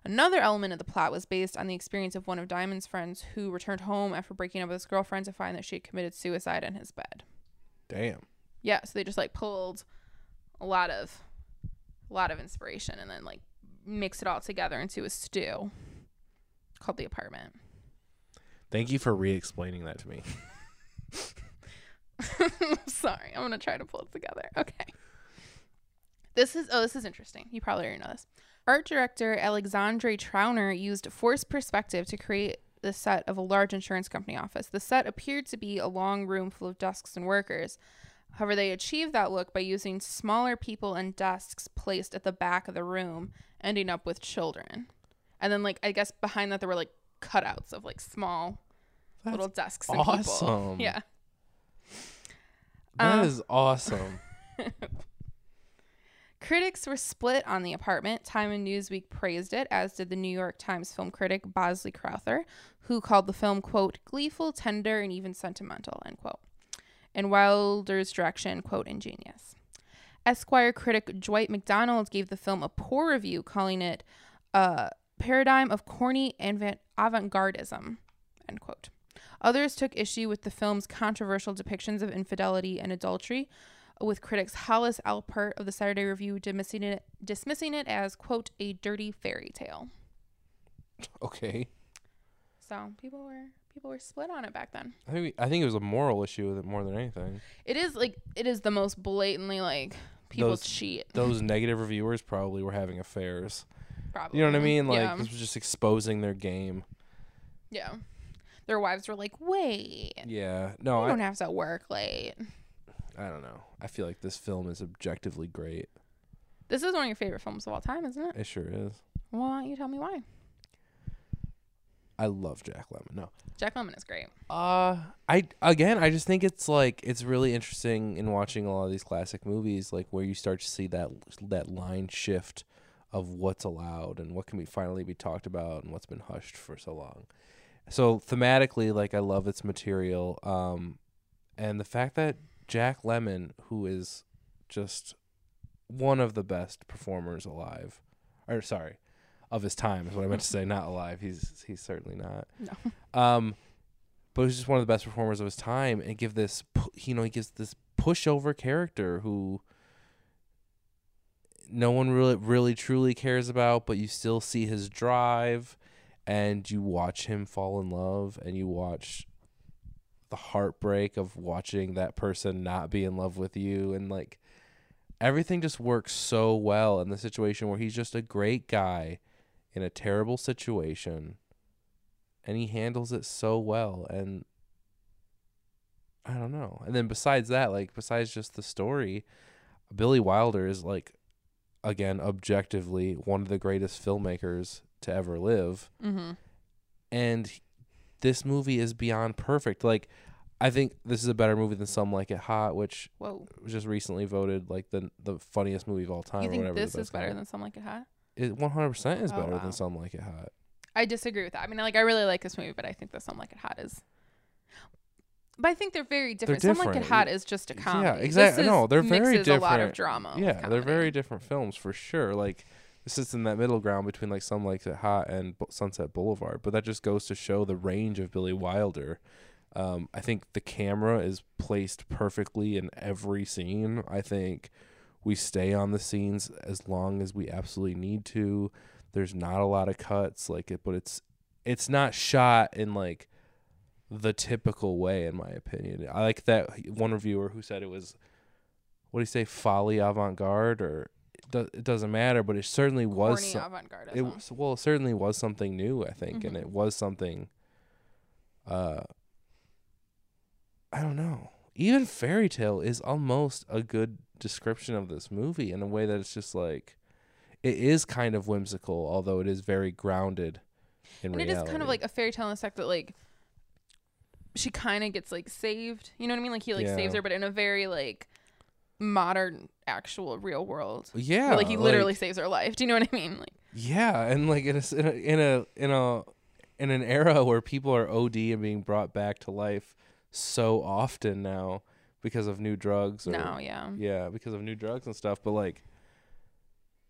Speaker 1: Another element of the plot was based on the experience of one of Diamond's friends who returned home after breaking up with his girlfriend to find that she had committed suicide in his bed.
Speaker 3: Damn.
Speaker 1: Yeah, so they just like pulled a lot of a lot of inspiration and then like mixed it all together into a stew called the apartment.
Speaker 3: Thank you for re-explaining that
Speaker 1: (laughs)
Speaker 3: to me.
Speaker 1: Sorry, I'm gonna try to pull it together. Okay. This is oh, this is interesting. You probably already know this. Art director Alexandre Trauner used forced perspective to create the set of a large insurance company office. The set appeared to be a long room full of desks and workers. However, they achieved that look by using smaller people and desks placed at the back of the room, ending up with children. And then, like, I guess behind that, there were like cutouts of like small
Speaker 3: That's
Speaker 1: little desks and people.
Speaker 3: awesome.
Speaker 1: Yeah.
Speaker 3: That
Speaker 1: Um,
Speaker 3: is awesome.
Speaker 1: Critics were split on the apartment. Time and Newsweek praised it, as did the New York Times film critic Bosley Crowther, who called the film, quote, gleeful, tender, and even sentimental, end quote. And Wilder's direction, quote, ingenious. Esquire critic Dwight McDonald gave the film a poor review, calling it a paradigm of corny avant gardeism, end quote. Others took issue with the film's controversial depictions of infidelity and adultery, with critics Hollis Alpert of the Saturday Review dismissing it, dismissing it as, quote, a dirty fairy tale.
Speaker 3: (laughs) okay.
Speaker 1: So people were people were split on it back then.
Speaker 3: I think, I think it was a moral issue with it more than anything.
Speaker 1: It is like it is the most blatantly like people
Speaker 3: Those-
Speaker 1: cheat. (laughs)
Speaker 3: Those negative reviewers probably were having affairs.
Speaker 1: Probably.
Speaker 3: You know what I mean? Like
Speaker 1: yeah.
Speaker 3: this was just exposing their game.
Speaker 1: yeah. Their wives were like, "Wait,
Speaker 3: Yeah. No,
Speaker 1: you
Speaker 3: I,
Speaker 1: don't have to work late."
Speaker 3: I don't know. I feel like this film is objectively
Speaker 1: (laughs)
Speaker 3: great.
Speaker 1: This is one of your favorite films of all time, isn't it?
Speaker 3: It sure is.
Speaker 1: Why don't you tell me why?
Speaker 3: I love Jack Lemmon. No.
Speaker 1: Jack Lemmon is great.
Speaker 3: Uh, I again, I just think it's like it's really interesting in watching a lot of these classic movies, like where you start to see that that line shift of what's allowed and what can be finally be talked about and what's been hushed for so long. So thematically, like I love its material, um, and the fact that Jack Lemon, who is just one of the best performers alive, or sorry, of his time is what I meant to say. Not alive. He's he's certainly not.
Speaker 1: No.
Speaker 3: Um, but he's just one of the best performers of his time, and give this, pu- you know, he gives this pushover character who no one really, really, truly cares about, but you still see his drive, and you watch him fall in love, and you watch the heartbreak of watching that person not be in love with you, and like everything just works so well in the situation where he's just a great guy in a terrible situation and he handles it so well and i don't know and then besides that like besides just the story billy wilder is like again objectively one of the greatest filmmakers to ever live
Speaker 1: Mm-hmm.
Speaker 3: and h- this movie is beyond perfect like i think this is a better movie than some like it hot which
Speaker 1: Whoa,
Speaker 3: was just recently voted like the the funniest movie of all time
Speaker 1: you
Speaker 3: or
Speaker 1: think
Speaker 3: whatever
Speaker 1: this
Speaker 3: the
Speaker 1: is
Speaker 3: best
Speaker 1: better
Speaker 3: movie.
Speaker 1: than Some Like It Hot?
Speaker 3: it 100% is
Speaker 1: Oh,
Speaker 3: better
Speaker 1: wow.
Speaker 3: than some like it hot
Speaker 1: I disagree with that. I mean, like, I really like this movie, but I think that Some Like It Hot is. But I think they're very different. Some Like It
Speaker 3: different.
Speaker 1: Hot is just a
Speaker 3: Yeah,
Speaker 1: comedy. This
Speaker 3: exactly.
Speaker 1: is-
Speaker 3: No, they're very
Speaker 1: mixes A lot of
Speaker 3: different.
Speaker 1: drama. with
Speaker 3: yeah they're
Speaker 1: comedy.
Speaker 3: very different films for sure like this sits in that middle ground between like some like it hot and Bu- sunset boulevard but that just goes to show the range of billy wilder um, i think the camera is placed perfectly in every scene i think we stay on the scenes as long as we absolutely need to there's not a lot of cuts like it but it's it's not shot in like the typical way in my opinion i like that one reviewer who said it was what do you say folly avant-garde or it, do, it doesn't matter but it certainly was
Speaker 1: corny
Speaker 3: so-
Speaker 1: avant-garde.
Speaker 3: it was, well it certainly was something new i think and
Speaker 1: Mhm.
Speaker 3: it was something uh i don't know even fairy tale is almost a good description of this movie in a way that it's just like it is kind of whimsical although it is very grounded in
Speaker 1: and it
Speaker 3: reality
Speaker 1: is kind of like a fairy tale in the fact that like she kind of gets like saved. You know what I mean? Like he like
Speaker 3: Yeah.
Speaker 1: saves her, but in a very like modern, actual, real world.
Speaker 3: yeah
Speaker 1: Where, like he literally saves her life. Do you know what I mean? Like
Speaker 3: Yeah, and like in a, s- in a in a in a in an era where people are OD and being brought back to life so often now because of new drugs or
Speaker 1: no, yeah.
Speaker 3: yeah, because of new drugs and stuff, but like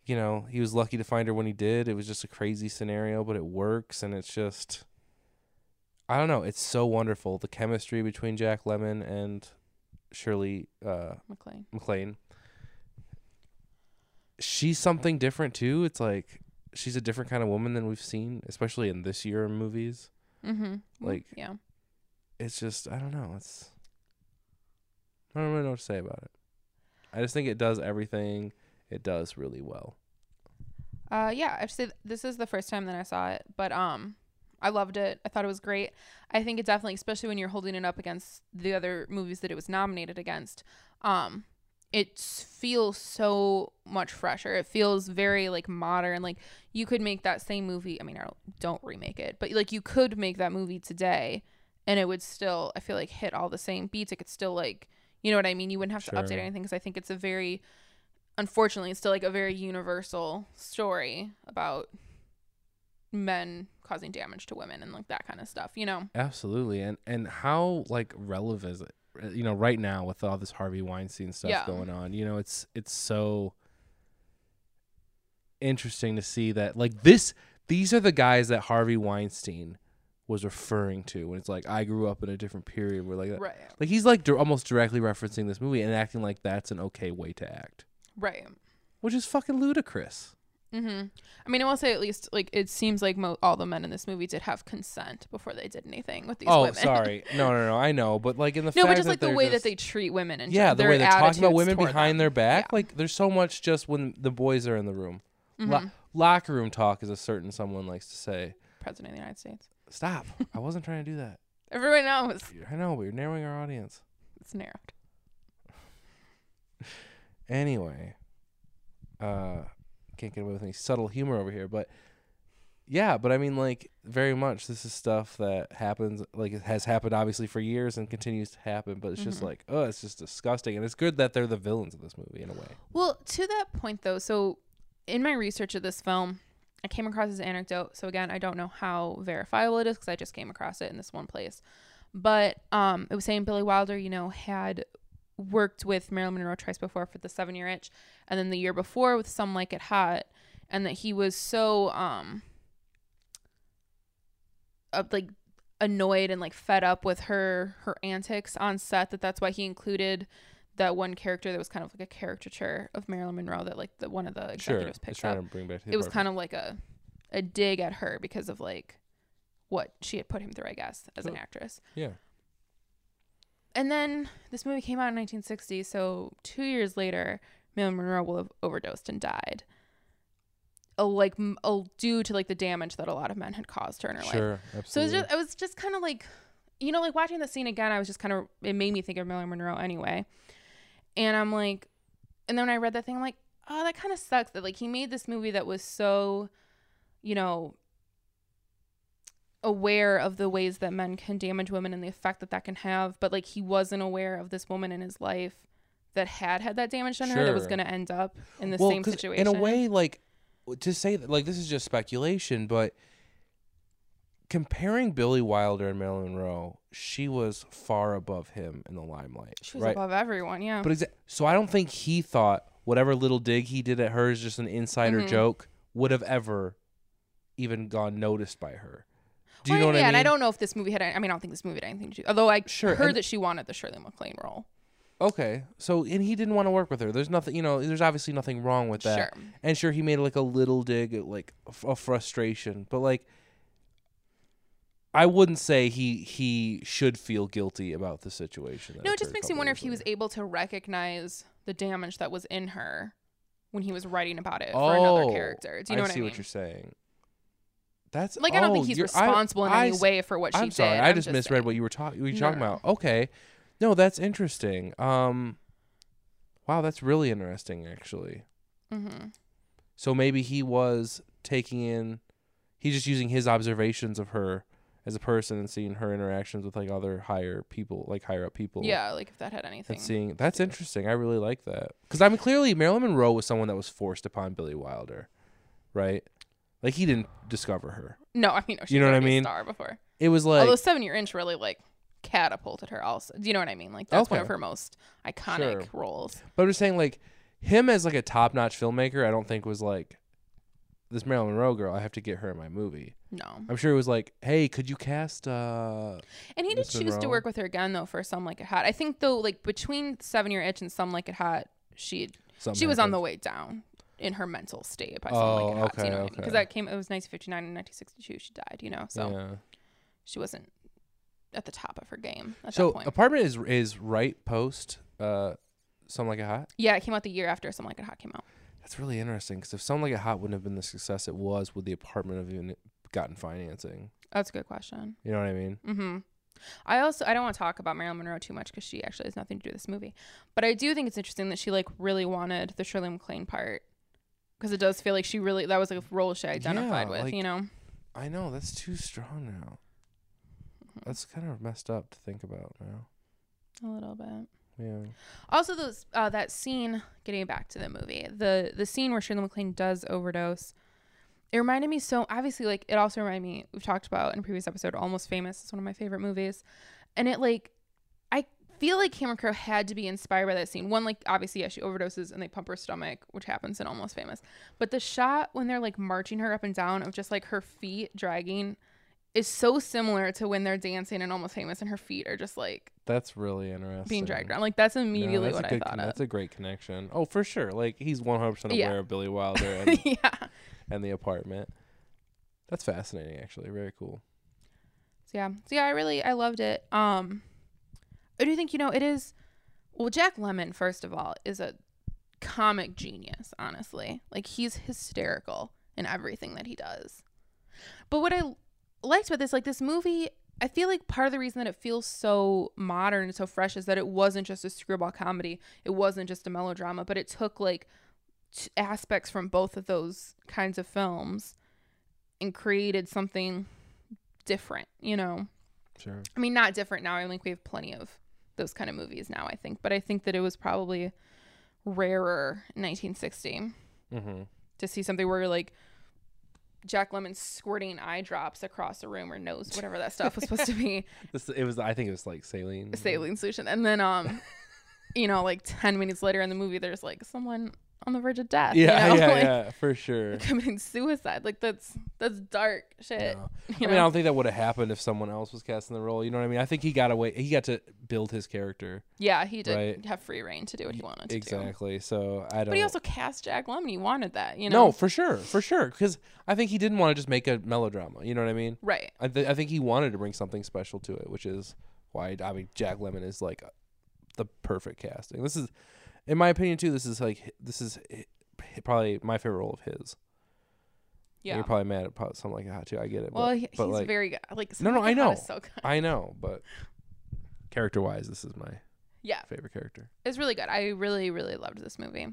Speaker 3: you know, he was lucky to find her when he did. It was just a crazy scenario, but it works and it's just I don't know, it's so wonderful. The chemistry between Jack Lemon and Shirley uh
Speaker 1: McLean.
Speaker 3: McLean. She's something different too. It's like she's a different kind of woman than we've seen, especially in this year of movies.
Speaker 1: Mm-hmm.
Speaker 3: Like
Speaker 1: Yeah.
Speaker 3: it's just I don't know. It's I don't really know what to say about it. I just think it does everything it does really well.
Speaker 1: Uh, yeah, I've said this is the first time that I saw it, but um, I loved it. I thought it was great. I think it definitely, especially when you're holding it up against the other movies that it was nominated against, um, it s- feels so much fresher. It feels very like modern. Like you could make that same movie. I mean, I don't- don't remake it, but like you could make that movie today, and it would still, I feel like, hit all the same beats. It could still like, you know what I mean. You wouldn't have to
Speaker 3: Sure.
Speaker 1: update anything because I think it's a very unfortunately it's still like a very universal story about men causing damage to women and like that kind of stuff you know
Speaker 3: Absolutely. And and how like relevant is it? uh, You know, right now with all this Harvey Weinstein stuff
Speaker 1: Yeah.
Speaker 3: going on, you know, it's it's so interesting to see that like this these are the guys that Harvey Weinstein was referring to when it's like I grew up in a different period where like that.
Speaker 1: right
Speaker 3: like he's like dir- almost directly referencing this movie and acting like that's an okay way to act,
Speaker 1: right
Speaker 3: which is fucking ludicrous.
Speaker 1: mm-hmm i mean i will say at least like it seems like mo- all the men in this movie did have consent before they did anything with these
Speaker 3: oh,
Speaker 1: women (laughs)
Speaker 3: sorry. No, no, no. I know, but like in the
Speaker 1: no
Speaker 3: fact
Speaker 1: but just
Speaker 3: that
Speaker 1: like the
Speaker 3: they're
Speaker 1: way that
Speaker 3: just-
Speaker 1: they treat women and
Speaker 3: yeah, the way they're talking about women behind
Speaker 1: them.
Speaker 3: their back. Like, there's so much just when the boys are in the room. Lo-
Speaker 1: Mm-hmm.
Speaker 3: locker room talk, as a certain someone likes to say.
Speaker 1: president of the united states
Speaker 3: Stop. I wasn't trying to do that. (laughs)
Speaker 1: everyone knows
Speaker 3: I know, but you're narrowing our audience.
Speaker 1: it's narrowed
Speaker 3: Anyway, uh, can't get away with any subtle humor over here, but yeah, but I mean, like, very much this is stuff that happens, like, it has happened obviously for years and continues to happen, but it's
Speaker 1: Mm-hmm.
Speaker 3: just like, oh, it's just disgusting. And it's good that they're the villains of this movie in a way.
Speaker 1: Well, to that point though, so in my research of this film, I came across this anecdote. So again, I don't know how verifiable it is because I just came across it in this one place. But um, it was saying Billy Wilder, you know, had worked with Marilyn Monroe twice before for the Seven Year Itch, and then the year before with Some Like It Hot, and that he was so um, uh, like annoyed and like fed up with her her antics on set that that's why he included that one character that was kind of like a caricature of Marilyn Monroe that like the one of the
Speaker 3: Sure.
Speaker 1: executives
Speaker 3: It's
Speaker 1: picked
Speaker 3: trying
Speaker 1: up
Speaker 3: to bring back to the
Speaker 1: it was
Speaker 3: apartment.
Speaker 1: kind of like a a dig at her because of like what she had put him through, I guess, as an
Speaker 3: Sure.
Speaker 1: actress.
Speaker 3: Yeah.
Speaker 1: And then this movie came out in 1960, so two years later, Marilyn Monroe will have overdosed and died. A, like m- a, due to like the damage that a lot of men had caused her in her life.
Speaker 3: Sure,
Speaker 1: So it was
Speaker 3: absolutely.
Speaker 1: just, I was just kind of like, you know, like watching the scene again, I was just kind of, it made me think of Marilyn Monroe anyway. And I'm like, and then when I read that thing, I'm like, oh, that kind of sucks that like he made this movie that was so, you know, aware of the ways that men can damage women and the effect that that can have, but like he wasn't aware of this woman in his life that had had that damage on her that was
Speaker 3: Sure.
Speaker 1: going to end up in the same
Speaker 3: 'cause
Speaker 1: situation.
Speaker 3: In a way, like w- to say that, like this is just speculation, but comparing Billy Wilder and Marilyn Monroe, she was far above him in the limelight.
Speaker 1: she was
Speaker 3: right?
Speaker 1: above everyone, yeah.
Speaker 3: But exa- so I don't think he thought whatever little dig he did at her is just an insider
Speaker 1: Mm-hmm.
Speaker 3: joke would have ever even gone noticed by her. Do you
Speaker 1: Well,
Speaker 3: know what
Speaker 1: yeah,
Speaker 3: I mean?
Speaker 1: and I don't know if this movie had. any- I mean, I don't think this movie had anything to do. Although I
Speaker 3: Sure,
Speaker 1: heard
Speaker 3: and-
Speaker 1: that she wanted the Shirley MacLaine role.
Speaker 3: Okay, so and he didn't want to work with her. There's nothing, you know. There's obviously nothing wrong with that.
Speaker 1: Sure.
Speaker 3: And sure, he made like a little dig at like a f- a frustration, but like, I wouldn't say he he should feel guilty about the situation. that
Speaker 1: No, it
Speaker 3: occurred
Speaker 1: just
Speaker 3: a
Speaker 1: makes me
Speaker 3: couple
Speaker 1: wonder if
Speaker 3: years
Speaker 1: he was
Speaker 3: later.
Speaker 1: able to recognize the damage that was in her when he was writing about it for
Speaker 3: oh,
Speaker 1: another character. Do you know
Speaker 3: I
Speaker 1: what I
Speaker 3: see
Speaker 1: mean?
Speaker 3: what you're saying. That's
Speaker 1: like, I don't
Speaker 3: oh,
Speaker 1: think he's
Speaker 3: you're- I-
Speaker 1: responsible in
Speaker 3: I
Speaker 1: any
Speaker 3: s-
Speaker 1: way for what she
Speaker 3: I'm sorry,
Speaker 1: did.
Speaker 3: I
Speaker 1: I'm
Speaker 3: just misread
Speaker 1: saying.
Speaker 3: what you were talking. You were
Speaker 1: No,
Speaker 3: talking
Speaker 1: no, no.
Speaker 3: about? Okay, no, that's interesting. Um, wow, that's really interesting, actually.
Speaker 1: Mhm.
Speaker 3: So maybe he was taking in, he's just using his observations of her as a person and seeing her interactions with like other higher people, like higher up people.
Speaker 1: Yeah, like if that had anything.
Speaker 3: And seeing that's interesting. I really like that because I mean clearly Marilyn Monroe was someone that was forced upon Billy Wilder, right? Like he didn't discover her.
Speaker 1: No, I mean, no, she
Speaker 3: You know
Speaker 1: was
Speaker 3: what I
Speaker 1: already a
Speaker 3: mean?
Speaker 1: Star before,
Speaker 3: It was like
Speaker 1: although Seven Year Inch really like catapulted her. Also, do you know what I mean? Like that's one
Speaker 3: Okay.
Speaker 1: of her most iconic
Speaker 3: Sure.
Speaker 1: roles.
Speaker 3: But I'm just saying, like, him as like a top notch filmmaker, I don't think was like this Marilyn Monroe girl. I have to get her in my movie.
Speaker 1: No.
Speaker 3: I'm sure it was like, hey, could you cast? uh
Speaker 1: And he did
Speaker 3: Mrs.
Speaker 1: choose to
Speaker 3: Monroe.
Speaker 1: work with her again though for Some Like It Hot. I think though, like between Seven Year Itch and Some Like It Hot, she
Speaker 3: something
Speaker 1: she was on the
Speaker 3: happened.
Speaker 1: way down in her mental state by
Speaker 3: Oh,
Speaker 1: Some Like It Hot. so you
Speaker 3: okay,
Speaker 1: know
Speaker 3: okay.
Speaker 1: Because that came it was 1959 and 1962 she died. You know, so
Speaker 3: Yeah.
Speaker 1: she wasn't at the top of her game at
Speaker 3: So uh,
Speaker 1: that point.
Speaker 3: apartment is is right post. uh Some like it hot.
Speaker 1: yeah, it came out the year after Some Like It Hot came out.
Speaker 3: That's really interesting because if Some Like It Hot wouldn't have been the success it was, would the apartment have even gotten financing?
Speaker 1: That's a good question.
Speaker 3: You know what I mean?
Speaker 1: Mm-hmm. I also I don't want to talk about Marilyn Monroe too much because she actually has nothing to do with this movie, but I do think it's interesting that she like really wanted the Shirley MacLaine part because it does feel like she really that was like a role she identified
Speaker 3: Yeah,
Speaker 1: with,
Speaker 3: like-
Speaker 1: you know.
Speaker 3: I know that's too strong now.
Speaker 1: Mm-hmm.
Speaker 3: That's kind of messed up to think about now.
Speaker 1: A little bit.
Speaker 3: Yeah.
Speaker 1: Also, those uh, that scene. Getting back to the movie, the the scene where Shirley MacLaine does overdose, it reminded me so obviously. Like it also reminded me we've talked about in a previous episode. Almost Famous is one of my favorite movies, and it like I feel like Cameron Crowe had to be inspired by that scene. One like obviously yeah she overdoses and they pump her stomach, which happens in Almost Famous. But the shot when they're like marching her up and down of just like her feet dragging is so similar to when they're dancing in Almost Famous and her feet are just like
Speaker 3: That's really interesting.
Speaker 1: being dragged around. Like that's
Speaker 3: No,
Speaker 1: immediately
Speaker 3: that's
Speaker 1: what
Speaker 3: a
Speaker 1: I
Speaker 3: good
Speaker 1: thought
Speaker 3: con-
Speaker 1: of.
Speaker 3: That's a great connection. Oh, for sure. Like he's 100% aware
Speaker 1: Yeah.
Speaker 3: of Billy Wilder (laughs) and,
Speaker 1: (laughs) yeah.
Speaker 3: and the apartment. That's fascinating, actually. Very cool.
Speaker 1: So yeah. So yeah, I really I loved it. Um I do think, you know, it is well, Jack Lemon, first of all, is a comic genius, honestly. Like he's hysterical in everything that he does. But what I liked about this, like this movie, I feel like part of the reason that it feels so modern and so fresh is that it wasn't just a screwball comedy. It wasn't just a melodrama, but it took like t- aspects from both of those kinds of films and created something different, you know.
Speaker 3: Sure.
Speaker 1: I mean, not different now. I think we have plenty of those kind of movies now, I think, but I think that it was probably rarer in 1960
Speaker 3: Mm-hmm.
Speaker 1: to see something where like Jack Lemon squirting eye drops across the room or nose, whatever that stuff was supposed to
Speaker 3: (laughs)
Speaker 1: be,
Speaker 3: This, it was. I think it was like saline.
Speaker 1: a saline solution. And then, um, you know, like 10 minutes later in the movie, there's like someone on the verge of death. (laughs) you
Speaker 3: Yeah,
Speaker 1: know?
Speaker 3: yeah,
Speaker 1: like,
Speaker 3: yeah, for sure.
Speaker 1: Committing suicide. Like that's that's dark shit.
Speaker 3: No.
Speaker 1: You
Speaker 3: I
Speaker 1: know?
Speaker 3: mean, I don't think that would have happened if someone else was casting the role. You know what I mean? I think he got away. He got to build his character.
Speaker 1: yeah, he did
Speaker 3: Right.
Speaker 1: have free reign to do what he wanted to do.
Speaker 3: exactly. So I don't.
Speaker 1: But he also cast Jack Lemmon. He wanted that, you know.
Speaker 3: no, for sure, for sure, because I think he didn't want to just make a melodrama. You know what I mean?
Speaker 1: Right.
Speaker 3: I, th- I think he wanted to bring something special to it, which is why I mean Jack Lemon is like uh, the perfect casting. This is, in my opinion, too. This is like hi- this is hi- hi- probably my favorite role of his.
Speaker 1: Yeah.
Speaker 3: You're probably mad at po- something like that too. I get it.
Speaker 1: well,
Speaker 3: but,
Speaker 1: he,
Speaker 3: but
Speaker 1: he's
Speaker 3: like,
Speaker 1: very good. Like
Speaker 3: No, no,
Speaker 1: Sonic
Speaker 3: I
Speaker 1: the Hedgehog
Speaker 3: know.
Speaker 1: is So good.
Speaker 3: I know, but character wise, this is my
Speaker 1: Yeah.
Speaker 3: favorite character.
Speaker 1: It's really good. I really, really loved this movie.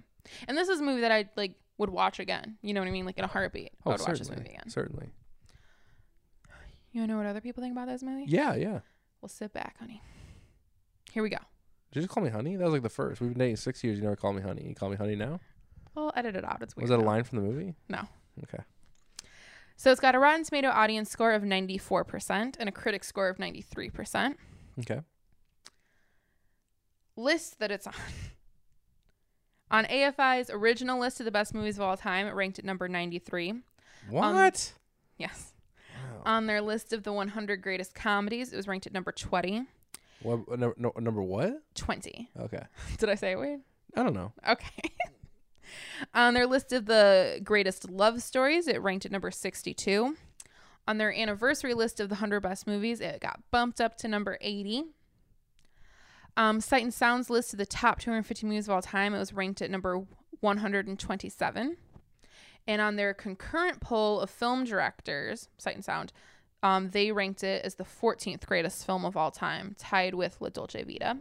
Speaker 1: And this is a movie that I like would watch again. You know what I mean? Like in a heartbeat. I would watch this movie again.
Speaker 3: Oh, Certainly.
Speaker 1: You know what other people think about this movie?
Speaker 3: Yeah, yeah.
Speaker 1: Well, sit back, honey. Here we go.
Speaker 3: Did you just call me honey? That was like the first. We've been dating six years. You never call me honey. You call me honey now?
Speaker 1: Well, edit it out. It's weird.
Speaker 3: Was that a
Speaker 1: now.
Speaker 3: line from the movie?
Speaker 1: No.
Speaker 3: Okay.
Speaker 1: So it's got a Rotten Tomato audience score of 94% and a critic score of 93%. Um,
Speaker 3: Okay.
Speaker 1: list that it's on. (laughs) On AFI's original list of the best movies of all time, it ranked at number 93.
Speaker 3: What?
Speaker 1: Yes.
Speaker 3: Wow.
Speaker 1: On their list of the 100 greatest comedies, it was ranked at number 20.
Speaker 3: what no, no, number what?
Speaker 1: 20.
Speaker 3: Okay.
Speaker 1: (laughs) Did I say it weird?
Speaker 3: I don't know.
Speaker 1: Okay. (laughs) On their list of the greatest love stories, it ranked at number 62. On their anniversary list of the 100 best movies, it got bumped up to number 80. Um, Sight and Sound's list of the top 250 movies of all time, it was ranked at number 127. And on their concurrent poll of film directors, Sight and Sound, um, they ranked it as the 14th greatest film of all time, tied with La Dolce Vita.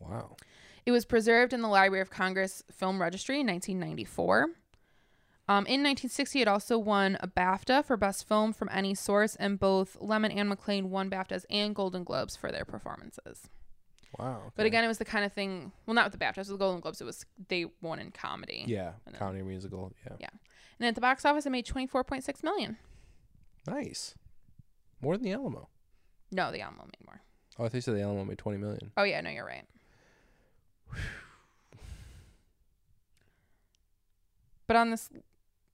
Speaker 3: Wow.
Speaker 1: It was preserved in the Library of Congress Film Registry in 1994. Um, in 1960, it also won a BAFTA for Best Film from Any Source, and both Lemon and McLean won BAFTAs and Golden Globes for their performances.
Speaker 3: Wow.
Speaker 1: But
Speaker 3: okay.
Speaker 1: again, it was the kind of thing. Well, not with the BAFTAs, with the Golden Globes. It was they won in comedy.
Speaker 3: yeah,
Speaker 1: and then-
Speaker 3: comedy musical. Yeah.
Speaker 1: Yeah. And at the box office, it made 24.6 million.
Speaker 3: Nice. More than the Alamo.
Speaker 1: No, the Alamo made more.
Speaker 3: Oh, I think you said the Alamo made 20 million.
Speaker 1: Oh yeah, no, you're right. (sighs) But on this,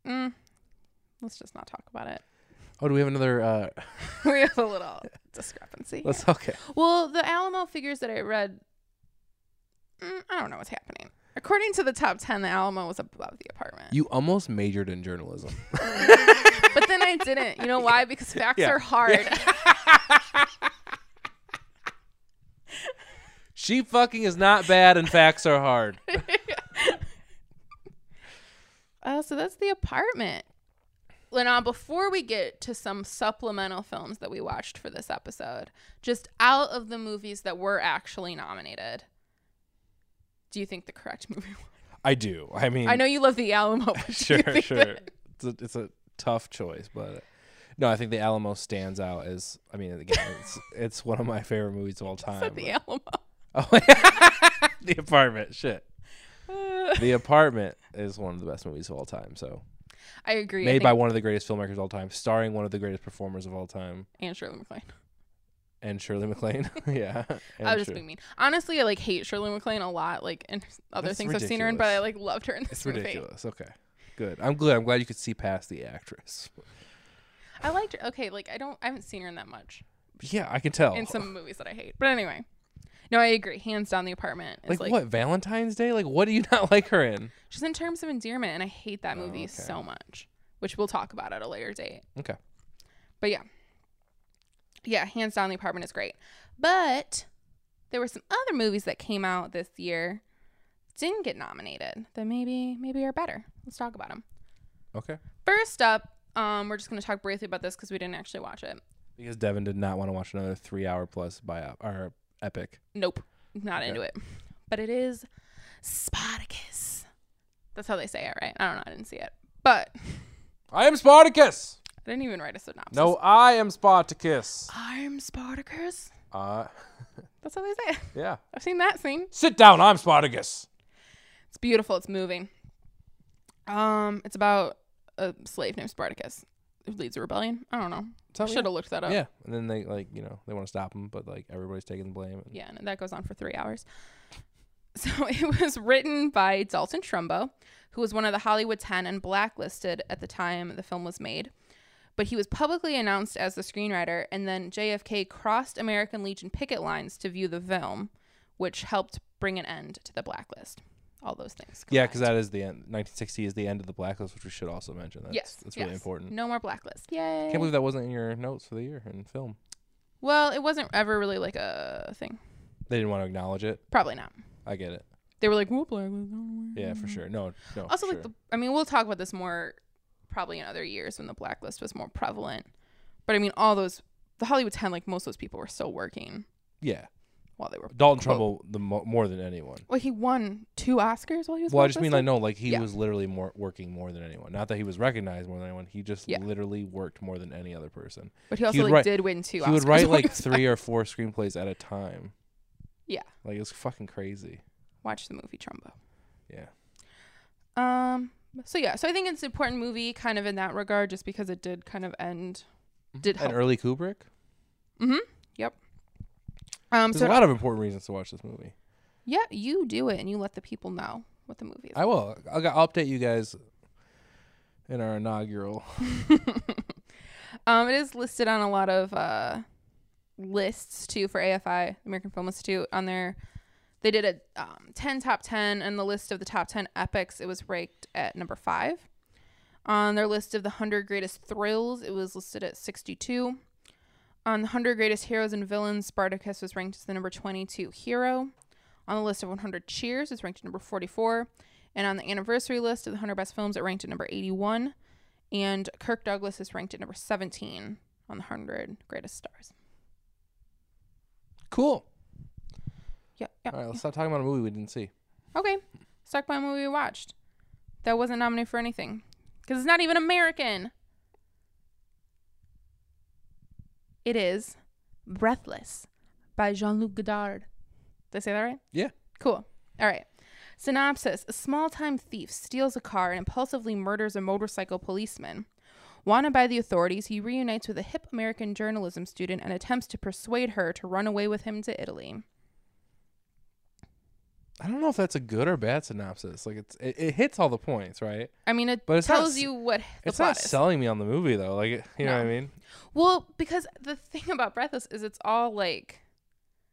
Speaker 1: mm, let's just not talk about it.
Speaker 3: Oh, do we have another? Uh,
Speaker 1: (laughs) we have a little discrepancy. (laughs)
Speaker 3: let's okay.
Speaker 1: Well, the Alamo figures that I read, mm, I don't know what's happening. According to the top 10, the Alamo was above the apartment.
Speaker 3: You almost majored in journalism.
Speaker 1: but then I didn't. You know
Speaker 3: (laughs)
Speaker 1: why? Because facts
Speaker 3: Yeah.
Speaker 1: are hard. (laughs)
Speaker 3: Sheep fucking is not bad, and facts are hard.
Speaker 1: Uh, so that's the apartment. Now, before we get to some supplemental films that we watched for this episode, just out of the movies that were actually nominated, do you think the correct movie? was-
Speaker 3: I do. I mean,
Speaker 1: I
Speaker 3: (laughs)
Speaker 1: know you love the Alamo. but do you
Speaker 3: sure,
Speaker 1: think
Speaker 3: sure.
Speaker 1: that-
Speaker 3: It's, a, it's a tough choice, but no, I think the Alamo stands out as. I mean, again, it's
Speaker 1: (laughs)
Speaker 3: it's one of my favorite movies of all time.
Speaker 1: Is that
Speaker 3: (laughs)
Speaker 1: the Alamo?
Speaker 3: Oh, yeah. the apartment. Shit. (laughs)
Speaker 1: Uh,
Speaker 3: The apartment is one of the best movies of all time. So
Speaker 1: I agree. I
Speaker 3: made
Speaker 1: think
Speaker 3: by one of the greatest filmmakers of all time, starring one of the greatest performers of all time,
Speaker 1: Anne Shirley MacLaine.
Speaker 3: and Shirley MacLaine. (laughs) yeah. and
Speaker 1: I was just
Speaker 3: Shir-
Speaker 1: being mean. Honestly, I like hate Shirley MacLaine a lot. Like in other
Speaker 3: That's
Speaker 1: things I've seen her in, but I like
Speaker 3: ridiculous.
Speaker 1: loved her in this
Speaker 3: It's
Speaker 1: movie.
Speaker 3: ridiculous. Okay. Good. I'm glad. I'm glad you could see past the actress.
Speaker 1: I liked her. Okay, like I don't. I haven't seen her in that much.
Speaker 3: Yeah, I can tell.
Speaker 1: in some movies that I hate. But anyway, no, I agree. Hands down, the apartment is
Speaker 3: like,
Speaker 1: like,
Speaker 3: what? Valentine's Day? Like what do you (laughs) not like her in?
Speaker 1: she's in terms of endearment, and I hate that movie
Speaker 3: Oh, okay.
Speaker 1: so much, which we'll talk about at a later date.
Speaker 3: Okay.
Speaker 1: But yeah, yeah, hands down, the apartment is great. But there were some other movies that came out this year didn't get nominated that maybe maybe are better. Let's talk about them.
Speaker 3: Okay.
Speaker 1: First up, um, we're just gonna talk briefly about this because we didn't actually watch it.
Speaker 3: Because Devin did not want to watch another three hour plus biop or epic.
Speaker 1: Nope, not
Speaker 3: Okay.
Speaker 1: into it. But it is Spartacus. That's how they say it, right? I don't know. I didn't see it, but I
Speaker 3: I am Spartacus.
Speaker 1: didn't even write a synopsis.
Speaker 3: No, I am Spartacus.
Speaker 1: I'm Spartacus.
Speaker 3: Uh
Speaker 1: That's how they say (laughs) it.
Speaker 3: yeah.
Speaker 1: I've seen that scene.
Speaker 3: (laughs) Sit down, I'm Spartacus.
Speaker 1: It's beautiful. It's moving. Um, it's about a slave named Spartacus who leads a rebellion. I don't know.
Speaker 3: Something-
Speaker 1: Should have looked that up.
Speaker 3: Yeah, and then they like you know they want to stop him, but like everybody's taking the blame.
Speaker 1: Yeah, and that goes on for three hours. (laughs) So it was written by Dalton Trumbo, who was one of the Hollywood 10 and blacklisted at the time the film was made. But he was publicly announced as the screenwriter, and then JFK crossed American Legion picket lines to view the film, which helped bring an end to the blacklist. All those things.
Speaker 3: Yeah, because
Speaker 1: combined.
Speaker 3: that is the end. 1960 is the end of the blacklist, which we should also mention. That's,
Speaker 1: yes,
Speaker 3: that's really
Speaker 1: yes.
Speaker 3: important.
Speaker 1: No more blacklist. Yay!
Speaker 3: Can't believe that wasn't in your notes for the year in film.
Speaker 1: well, it wasn't ever really like a thing.
Speaker 3: They didn't want to acknowledge it.
Speaker 1: Probably not.
Speaker 3: I get it.
Speaker 1: They were like, "Well, blacklist." I don't know."
Speaker 3: Yeah, for sure. No, no. Oh, for
Speaker 1: Mm. also like
Speaker 3: sure.
Speaker 1: the i mean we'll talk about this more probably in other years when the blacklist was more prevalent but i mean all those the hollywood 10 like most of those people were still working
Speaker 3: yeah,
Speaker 1: while they were
Speaker 3: Dalton
Speaker 1: quote-
Speaker 3: Trumbull the mo- more than anyone.
Speaker 1: well he won two oscars while he was
Speaker 3: Well, I just mean I
Speaker 1: blacklisted?
Speaker 3: know like he
Speaker 1: Yeah.
Speaker 3: was literally more working more than anyone. Not that he was recognized more than anyone. He just
Speaker 1: Yeah.
Speaker 3: literally worked more than any other person.
Speaker 1: but he
Speaker 3: he
Speaker 1: also
Speaker 3: would
Speaker 1: like
Speaker 3: write-
Speaker 1: did win two
Speaker 3: He
Speaker 1: oscars
Speaker 3: would
Speaker 1: (laughs)
Speaker 3: write
Speaker 1: while he
Speaker 3: like
Speaker 1: was
Speaker 3: three or four screenplays at a time.
Speaker 1: Yeah.
Speaker 3: like it's fucking
Speaker 1: (laughs)
Speaker 3: crazy.
Speaker 1: black- watch the movie trumbo
Speaker 3: Yeah.
Speaker 1: um so yeah so i think it's an important movie kind of in that regard just because it did kind of end did
Speaker 3: And
Speaker 1: help
Speaker 3: early Kubrick.
Speaker 1: mm-hmm yep um
Speaker 3: There's
Speaker 1: so
Speaker 3: a lot of important reasons to watch this movie.
Speaker 1: yeah you do it and you let the people know what the movie is
Speaker 3: I will. I'll, I'll update you guys in our inaugural.
Speaker 1: Um, it is listed on a lot of uh, lists too for AFI, American Film Institute, on their. They did a um, ten top ten, and the list of the top ten epics, it was ranked at number five. On their list of the hundred greatest thrills, it was listed at sixty-two. On the hundred greatest heroes and villains, Spartacus was ranked as the number twenty-two hero. On the list of one hundred cheers, it's ranked at number forty-four, and on the anniversary list of the hundred best films, it ranked at number eighty-one and Kirk Douglas is ranked at number 17 on the 100 greatest stars.
Speaker 3: Cool.
Speaker 1: Yep. yep.
Speaker 3: All right, let's stop talking about a movie we didn't see.
Speaker 1: Okay. Stuck by a movie we watched that wasn't nominated for anything because it's not even American. It is Breathless by Jean Luc Godard. Did I say that right?
Speaker 3: Yeah.
Speaker 1: Cool. All right. Synopsis A small time thief steals a car and impulsively murders a motorcycle policeman. Wanted by the authorities, he reunites with a hip American journalism student and attempts to persuade her to run away with him to Italy.
Speaker 3: I don't know if that's a good or bad synopsis. Like it's it, it hits all the points, right?
Speaker 1: I mean, it
Speaker 3: But it's not
Speaker 1: tells
Speaker 3: s-
Speaker 1: you what the
Speaker 3: It's not
Speaker 1: plot is.
Speaker 3: selling me on the movie though. Like it- you know what I
Speaker 1: No.
Speaker 3: mean?
Speaker 1: well, because the thing (laughs) about Breathless is it's all like,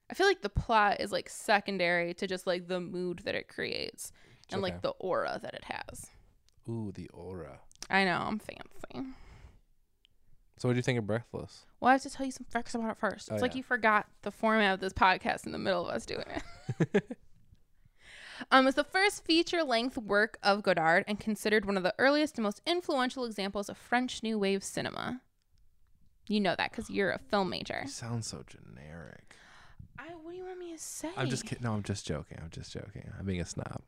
Speaker 1: I feel like the plot is like secondary to just like the mood that it creates and
Speaker 3: Okay.
Speaker 1: like the aura that it has.
Speaker 3: Ooh, the aura.
Speaker 1: I know I'm fancy.
Speaker 3: So what do you think of Breathless?
Speaker 1: Well, I have to tell you some facts about it first. It's
Speaker 3: Oh,
Speaker 1: like
Speaker 3: yeah.
Speaker 1: you forgot the format of this podcast in the middle of us doing it.
Speaker 3: (laughs)
Speaker 1: (laughs) um, it's the first feature length work of Godard and considered one of the earliest and most influential examples of French New Wave cinema. You know that because you're a film major.
Speaker 3: You sound so generic.
Speaker 1: I, what do you want me to say?
Speaker 3: I'm just kidding. No, I'm just joking. I'm just joking. I'm being a snob.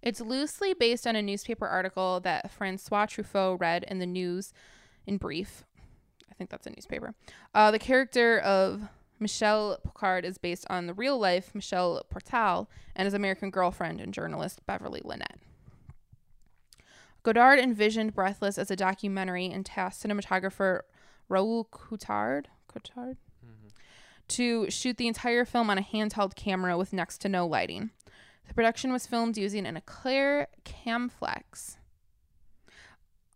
Speaker 1: It's loosely based on a newspaper article that Francois Truffaut read in the news in brief. I think that's a newspaper. Uh, the character of Michelle Picard is based on the real life Michelle Portal and his American girlfriend and journalist Beverly Lynette. Godard envisioned Breathless as a documentary and tasked cinematographer Raoul Coutard, Coutard to shoot the entire film on a handheld camera with next to no lighting. The production was filmed using an Eclair Camflex.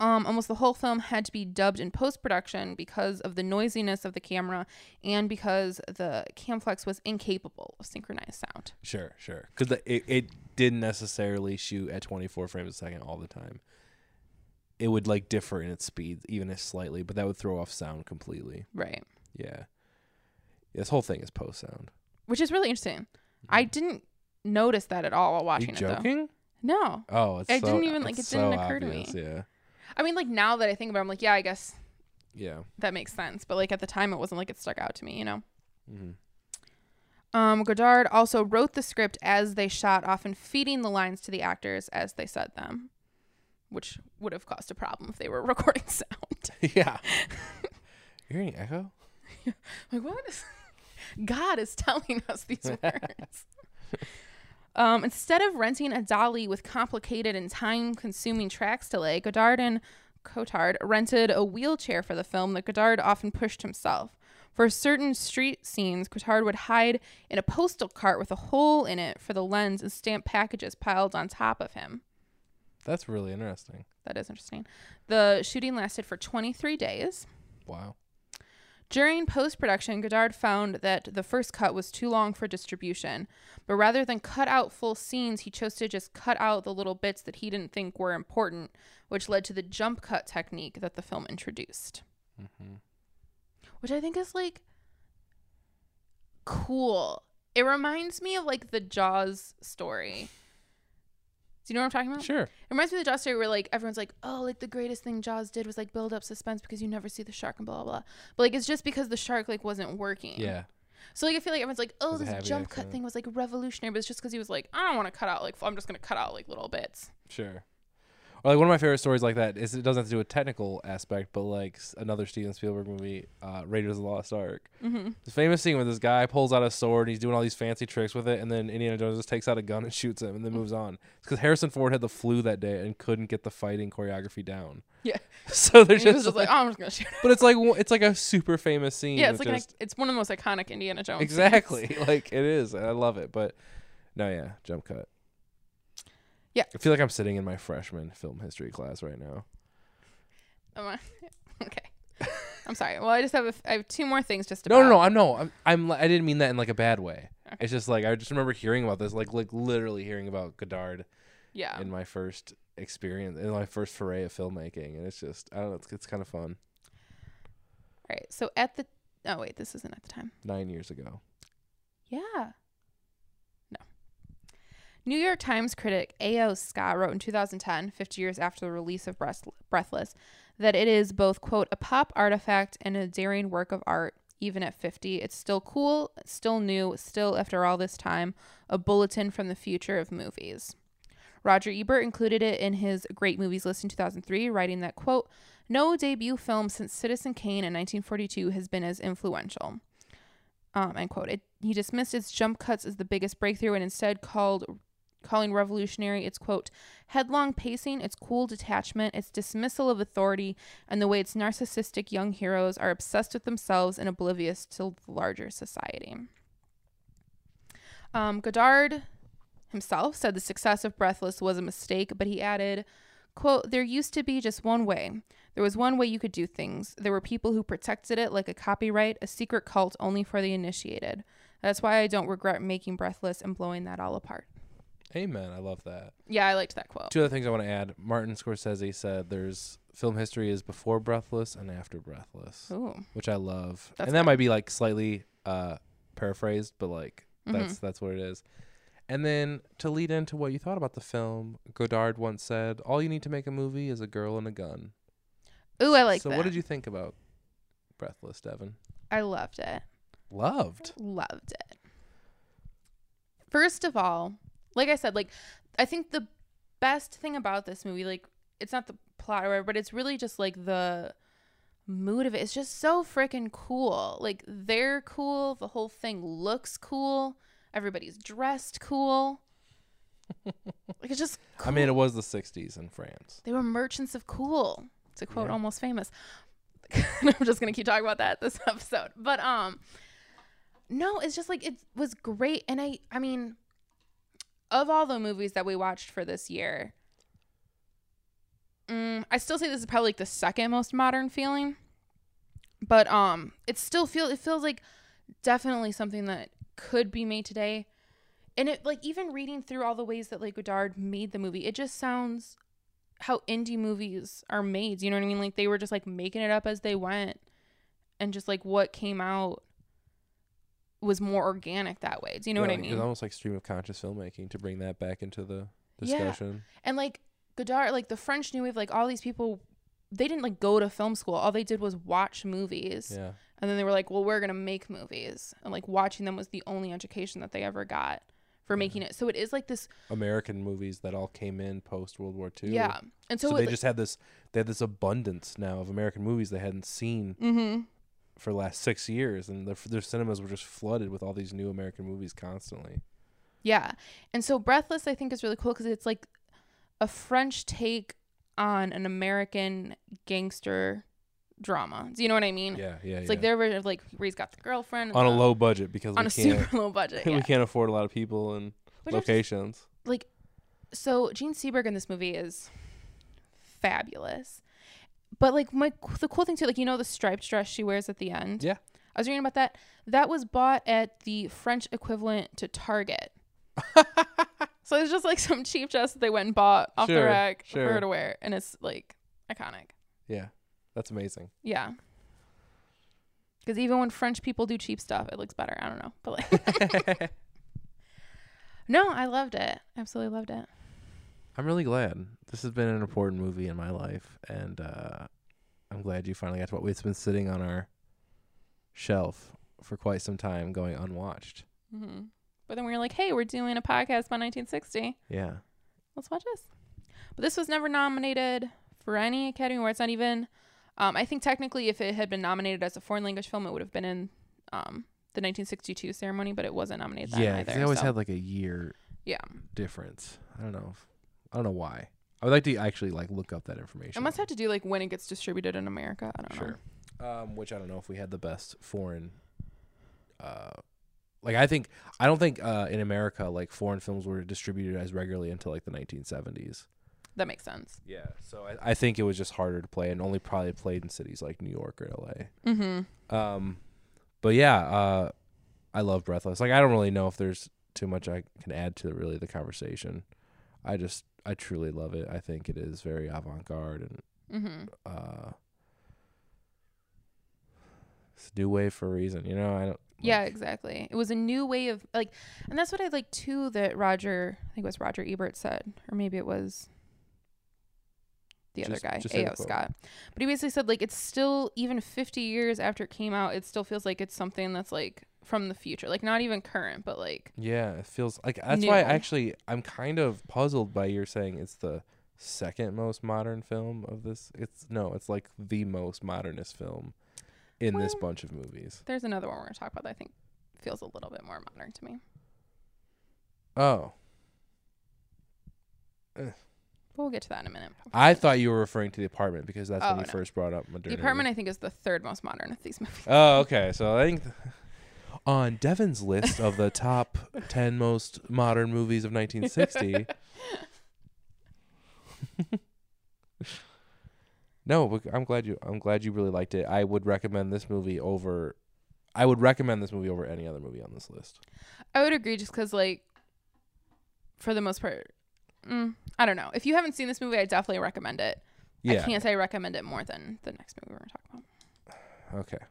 Speaker 1: Um, almost the whole film had to be dubbed in post production because of the noisiness of the camera and because the Camflex was incapable of synchronized sound.
Speaker 3: Sure, sure. Because it, it didn't necessarily shoot at 24 frames a second all the time. It would like differ in its speed, even if slightly, but that would throw off sound completely.
Speaker 1: Right.
Speaker 3: Yeah. This whole thing is post sound.
Speaker 1: Which is really interesting. I didn't notice that at all while
Speaker 3: Are you
Speaker 1: watching it, though.
Speaker 3: joking?
Speaker 1: No.
Speaker 3: Oh, it's
Speaker 1: I
Speaker 3: so-
Speaker 1: didn't even, like,
Speaker 3: it's
Speaker 1: it didn't
Speaker 3: so
Speaker 1: occur to me.
Speaker 3: obvious, Yeah,
Speaker 1: I mean, like, now that I think about it, I'm like, yeah, I guess
Speaker 3: yeah.
Speaker 1: that makes sense. But, like, at the time, it wasn't like it stuck out to me, you know? (laughs)
Speaker 3: hmm
Speaker 1: Um, Godard also wrote the script as they shot, often feeding the lines to the actors as they said them, which would have caused a problem if they were (laughs) recording sound.
Speaker 3: (laughs)
Speaker 1: (laughs)
Speaker 3: yeah. You're hearing echo?
Speaker 1: like, what? Is- (laughs) God is telling us these (laughs) words. um, instead of renting a dolly with complicated and time consuming tracks to lay, Godard and Cotard rented a wheelchair for the film that Godard often pushed himself. For certain street scenes, Cotard would hide in a postal cart with a hole in it for the lens and stamp packages piled on top of him.
Speaker 3: That's really interesting.
Speaker 1: That is interesting. The shooting lasted for 23 days.
Speaker 3: Wow.
Speaker 1: During post production, Godard found that the first cut was too long for distribution, but rather than cut out full scenes, he chose to just cut out the little bits that he didn't think were important, which led to the jump cut technique that the film introduced.
Speaker 3: Mm-hmm.
Speaker 1: Which I think is like cool. It reminds me of like the Jaws story. Do you know what I'm talking about?
Speaker 3: Sure.
Speaker 1: It reminds me of the Jaws story where like everyone's like, oh, like the greatest thing Jaws did was like build up suspense because you never see the shark and blah blah. blah. But like it's just because the shark like wasn't working.
Speaker 3: Yeah.
Speaker 1: So like I feel like everyone's like, oh,
Speaker 3: was a
Speaker 1: this
Speaker 3: happy
Speaker 1: jump
Speaker 3: accident.
Speaker 1: cut thing was like revolutionary, but it's just because he was like, I don't want to cut out like I'm just gonna cut out like little
Speaker 3: (laughs)
Speaker 1: bits.
Speaker 3: Sure. Or like one of my favorite stories like that is it doesn't have to do with technical aspect, but like s- another Steven Spielberg movie, uh, Raiders of the Lost Ark. Mm-hmm. This famous scene where this guy pulls out a sword and he's doing all these fancy tricks with it, and then Indiana Jones just takes out a gun and (laughs) shoots him, and
Speaker 1: Mm.
Speaker 3: then moves on. It's because Harrison Ford had the flu that day and couldn't get the fighting choreography down.
Speaker 1: Yeah.
Speaker 3: (laughs) So they're
Speaker 1: And he was
Speaker 3: just,
Speaker 1: just like,
Speaker 3: like,
Speaker 1: oh, I'm just gonna shoot.
Speaker 3: (laughs) but it's like w- it's like a super famous scene.
Speaker 1: yeah, it's
Speaker 3: with
Speaker 1: like an,
Speaker 3: just-
Speaker 1: it's one of the most iconic Indiana Jones. scenes.
Speaker 3: exactly (laughs) like it is, and I love it. But no, yeah, jump cut.
Speaker 1: Yeah.
Speaker 3: I feel like I'm sitting in my freshman film history class right now.
Speaker 1: Am I- (laughs) okay. I'm sorry. Well, I just have a f I have two more things just
Speaker 3: No,
Speaker 1: about.
Speaker 3: no, no. I'm no. I'm. I'm. li- I didn't mean that in like a bad way. It's just like I just remember hearing about this, like like literally hearing about Godard
Speaker 1: Yeah.
Speaker 3: in my first experience, in my first foray of filmmaking, and it's just I don't know. It's, it's kind of fun.
Speaker 1: All right. So at the oh wait, this isn't at the time.
Speaker 3: Nine years ago.
Speaker 1: Yeah. No. New York Times critic A.O. Scott wrote in 2010, 50 years after the release of Breath- Breathless, that it is both, quote, a pop artifact and a daring work of art. Even at 50, it's still cool, it's still new, it's still, after all this time, a bulletin from the future of movies. Roger Ebert included it in his Great Movies list in 2003, writing that, quote, no debut film since Citizen Kane in 1942 has been as influential um, end quote. It, he dismissed its jump cuts as the biggest breakthrough and instead called calling revolutionary its quote headlong pacing, its cool detachment, its dismissal of authority, and the way its narcissistic young heroes are obsessed with themselves and oblivious to the larger society. Um, Godard himself said the success of Breathless was a mistake, but he added, quote, There used to be just one way. There was one way you could do things. There were people who protected it like a copyright, a secret cult only for the initiated. That's why I don't regret making Breathless and blowing that all apart.
Speaker 3: Amen. I love that.
Speaker 1: Yeah, I liked that quote.
Speaker 3: Two other things I want to add. Martin Scorsese said there's film history is before Breathless and after Breathless,
Speaker 1: Ooh.
Speaker 3: which I love.
Speaker 1: That's
Speaker 3: and that might be like slightly uh paraphrased, but like
Speaker 1: Mm-hmm.
Speaker 3: that's that's what it is. And then to lead into what you thought about the film, Godard once said, "All you need to make a movie is a girl and a gun."
Speaker 1: Ooh, I like
Speaker 3: so
Speaker 1: that.
Speaker 3: what did you think about Breathless, Devin?
Speaker 1: I loved it.
Speaker 3: Loved.
Speaker 1: Loved it. First of all, like I said, like I think the best thing about this movie, like it's not the plot or whatever, but it's really just like the mood of it. It's just so freaking cool. Like they're cool. The whole thing looks cool. Everybody's dressed cool. like it's just cool.
Speaker 3: I mean, it was the '60s in France.
Speaker 1: They were merchants of cool. To quote
Speaker 3: Yeah.
Speaker 1: almost famous. (laughs) I'm just gonna keep talking about that this (laughs) episode. But um no, it's just like it was great. And I I mean, of all the movies that we watched for this year, mm, I still say this is probably like the second most modern feeling. But um it still feels it feels like definitely something that could be made today. And it like even reading through all the ways that like Godard made the movie, it just sounds how indie movies are made. You know what I mean? Like they were just like making it up as they went, and just like what came out was more organic that way. Do you know what I
Speaker 3: It's
Speaker 1: mean?
Speaker 3: almost like stream of conscious filmmaking to bring that back into the
Speaker 1: Yeah.
Speaker 3: discussion.
Speaker 1: And like Godard, like the French New Wave, like all these people, they didn't like go to film school. All they did was watch movies,
Speaker 3: yeah.
Speaker 1: and then they were like, "Well, we're gonna make movies," and like watching them was the only education that they ever got for making it. So it is like this,
Speaker 3: American movies that all came in post World War II.
Speaker 1: yeah. And so,
Speaker 3: So,
Speaker 1: it,
Speaker 3: they
Speaker 1: like-
Speaker 3: just had this they had this abundance now of American movies they hadn't seen
Speaker 1: Mm-hmm.
Speaker 3: for the last six years, and their, their cinemas were just flooded with all these new American movies constantly.
Speaker 1: Yeah. And so Breathless, I think, is really cool because it's like a French take on an American gangster drama. Do you know what I mean?
Speaker 3: Yeah, yeah,
Speaker 1: Mm. It's
Speaker 3: yeah.
Speaker 1: like their version of like where he's got the girlfriend.
Speaker 3: on a
Speaker 1: and
Speaker 3: low budget because
Speaker 1: on
Speaker 3: we
Speaker 1: a
Speaker 3: can't (laughs)
Speaker 1: super (laughs) low budget.
Speaker 3: we
Speaker 1: Yeah.
Speaker 3: can't afford a lot of people and
Speaker 1: Which I just- (laughs)
Speaker 3: locations.
Speaker 1: like so Gene Seberg in this movie is fabulous. But like my the cool thing too, like you know the striped dress she wears at the end.
Speaker 3: Yeah.
Speaker 1: I was reading about that. That was bought at the French equivalent to Target. so it's just like (laughs) some cheap dress that they went and bought off the
Speaker 3: Sure,
Speaker 1: rack for her
Speaker 3: sure.
Speaker 1: to wear, and it's like iconic.
Speaker 3: Yeah, that's amazing.
Speaker 1: Yeah. Because even when French people do cheap stuff, it looks better. I don't know, but like,
Speaker 3: (laughs)
Speaker 1: (laughs) no, I loved it. Absolutely loved it.
Speaker 3: I'm really glad this has been an important movie in my life, and uh, I'm glad you finally got to. It's been sitting on our shelf for quite some time, going unwatched.
Speaker 1: hmm But then we were like, hey, we're doing a podcast about 1960.
Speaker 3: Yeah.
Speaker 1: Let's watch this. But this was never nominated for any Academy Awards, not even. Um, I think technically, if it had been nominated as a foreign language film, it would have been in um, the 1962 ceremony, but it wasn't nominated that
Speaker 3: Yeah, 'cause
Speaker 1: either.
Speaker 3: they always
Speaker 1: so-
Speaker 3: had like a year
Speaker 1: yeah.
Speaker 3: difference. I don't know. If, I don't know why. I would like to actually like look up that information.
Speaker 1: I must have to do like when it gets distributed in America. I don't know.
Speaker 3: sure. Um, which I don't know if we had the best foreign. Uh, like I think I don't think uh, in America like foreign films were distributed as regularly until like the 1970s.
Speaker 1: That makes sense.
Speaker 3: Yeah. So I, I think it was just harder to play and only probably played in cities like New York or LA.
Speaker 1: Mm-hmm.
Speaker 3: Um, but yeah, uh, I love Breathless. Like, I don't really know if there's too much I can add to really the conversation. I just, I truly love it. I think it is very avant garde and
Speaker 1: Mm-hmm.
Speaker 3: uh, it's a new wave for a reason. You know, I don't.
Speaker 1: yeah,
Speaker 3: like,
Speaker 1: exactly. It was a new way of like, and that's what I like too. That Roger, I think it was Roger Ebert said, or maybe it was the
Speaker 3: Just-
Speaker 1: other guy,
Speaker 3: just say the
Speaker 1: A.O.
Speaker 3: quote.
Speaker 1: Scott. But he basically said like, it's still even 50 years after it came out, it still feels like it's something that's like from the future, like not even current, but like
Speaker 3: Yeah, it feels like that's why I
Speaker 1: New.
Speaker 3: actually I'm kind of puzzled by your saying it's the second most modern film of this. It's no, it's like the most modernist film in this
Speaker 1: Well-
Speaker 3: bunch of movies.
Speaker 1: there's another one we're gonna talk about that I think feels a little bit more modern to me.
Speaker 3: Oh,
Speaker 1: But we'll get to that in a minute.
Speaker 3: I thought you were referring to the apartment because that's
Speaker 1: Oh,
Speaker 3: when you
Speaker 1: no.
Speaker 3: first brought up
Speaker 1: (laughs)
Speaker 3: modernity.
Speaker 1: The apartment, I think, is the third most modern of these movies.
Speaker 3: Oh, okay. So I think (laughs) on Devin's list of the top
Speaker 1: (laughs)
Speaker 3: 10 most modern movies of 1960. no, but I'm glad you I'm glad you really liked it. I would recommend this movie over I would recommend this movie over any other movie on this list.
Speaker 1: I would agree just because, like, for the most part, mm, I don't know. If you haven't seen this movie, I definitely recommend it. I
Speaker 3: Yeah.
Speaker 1: can't say I recommend it more than the next movie we're going to talk
Speaker 3: Okay.
Speaker 1: about.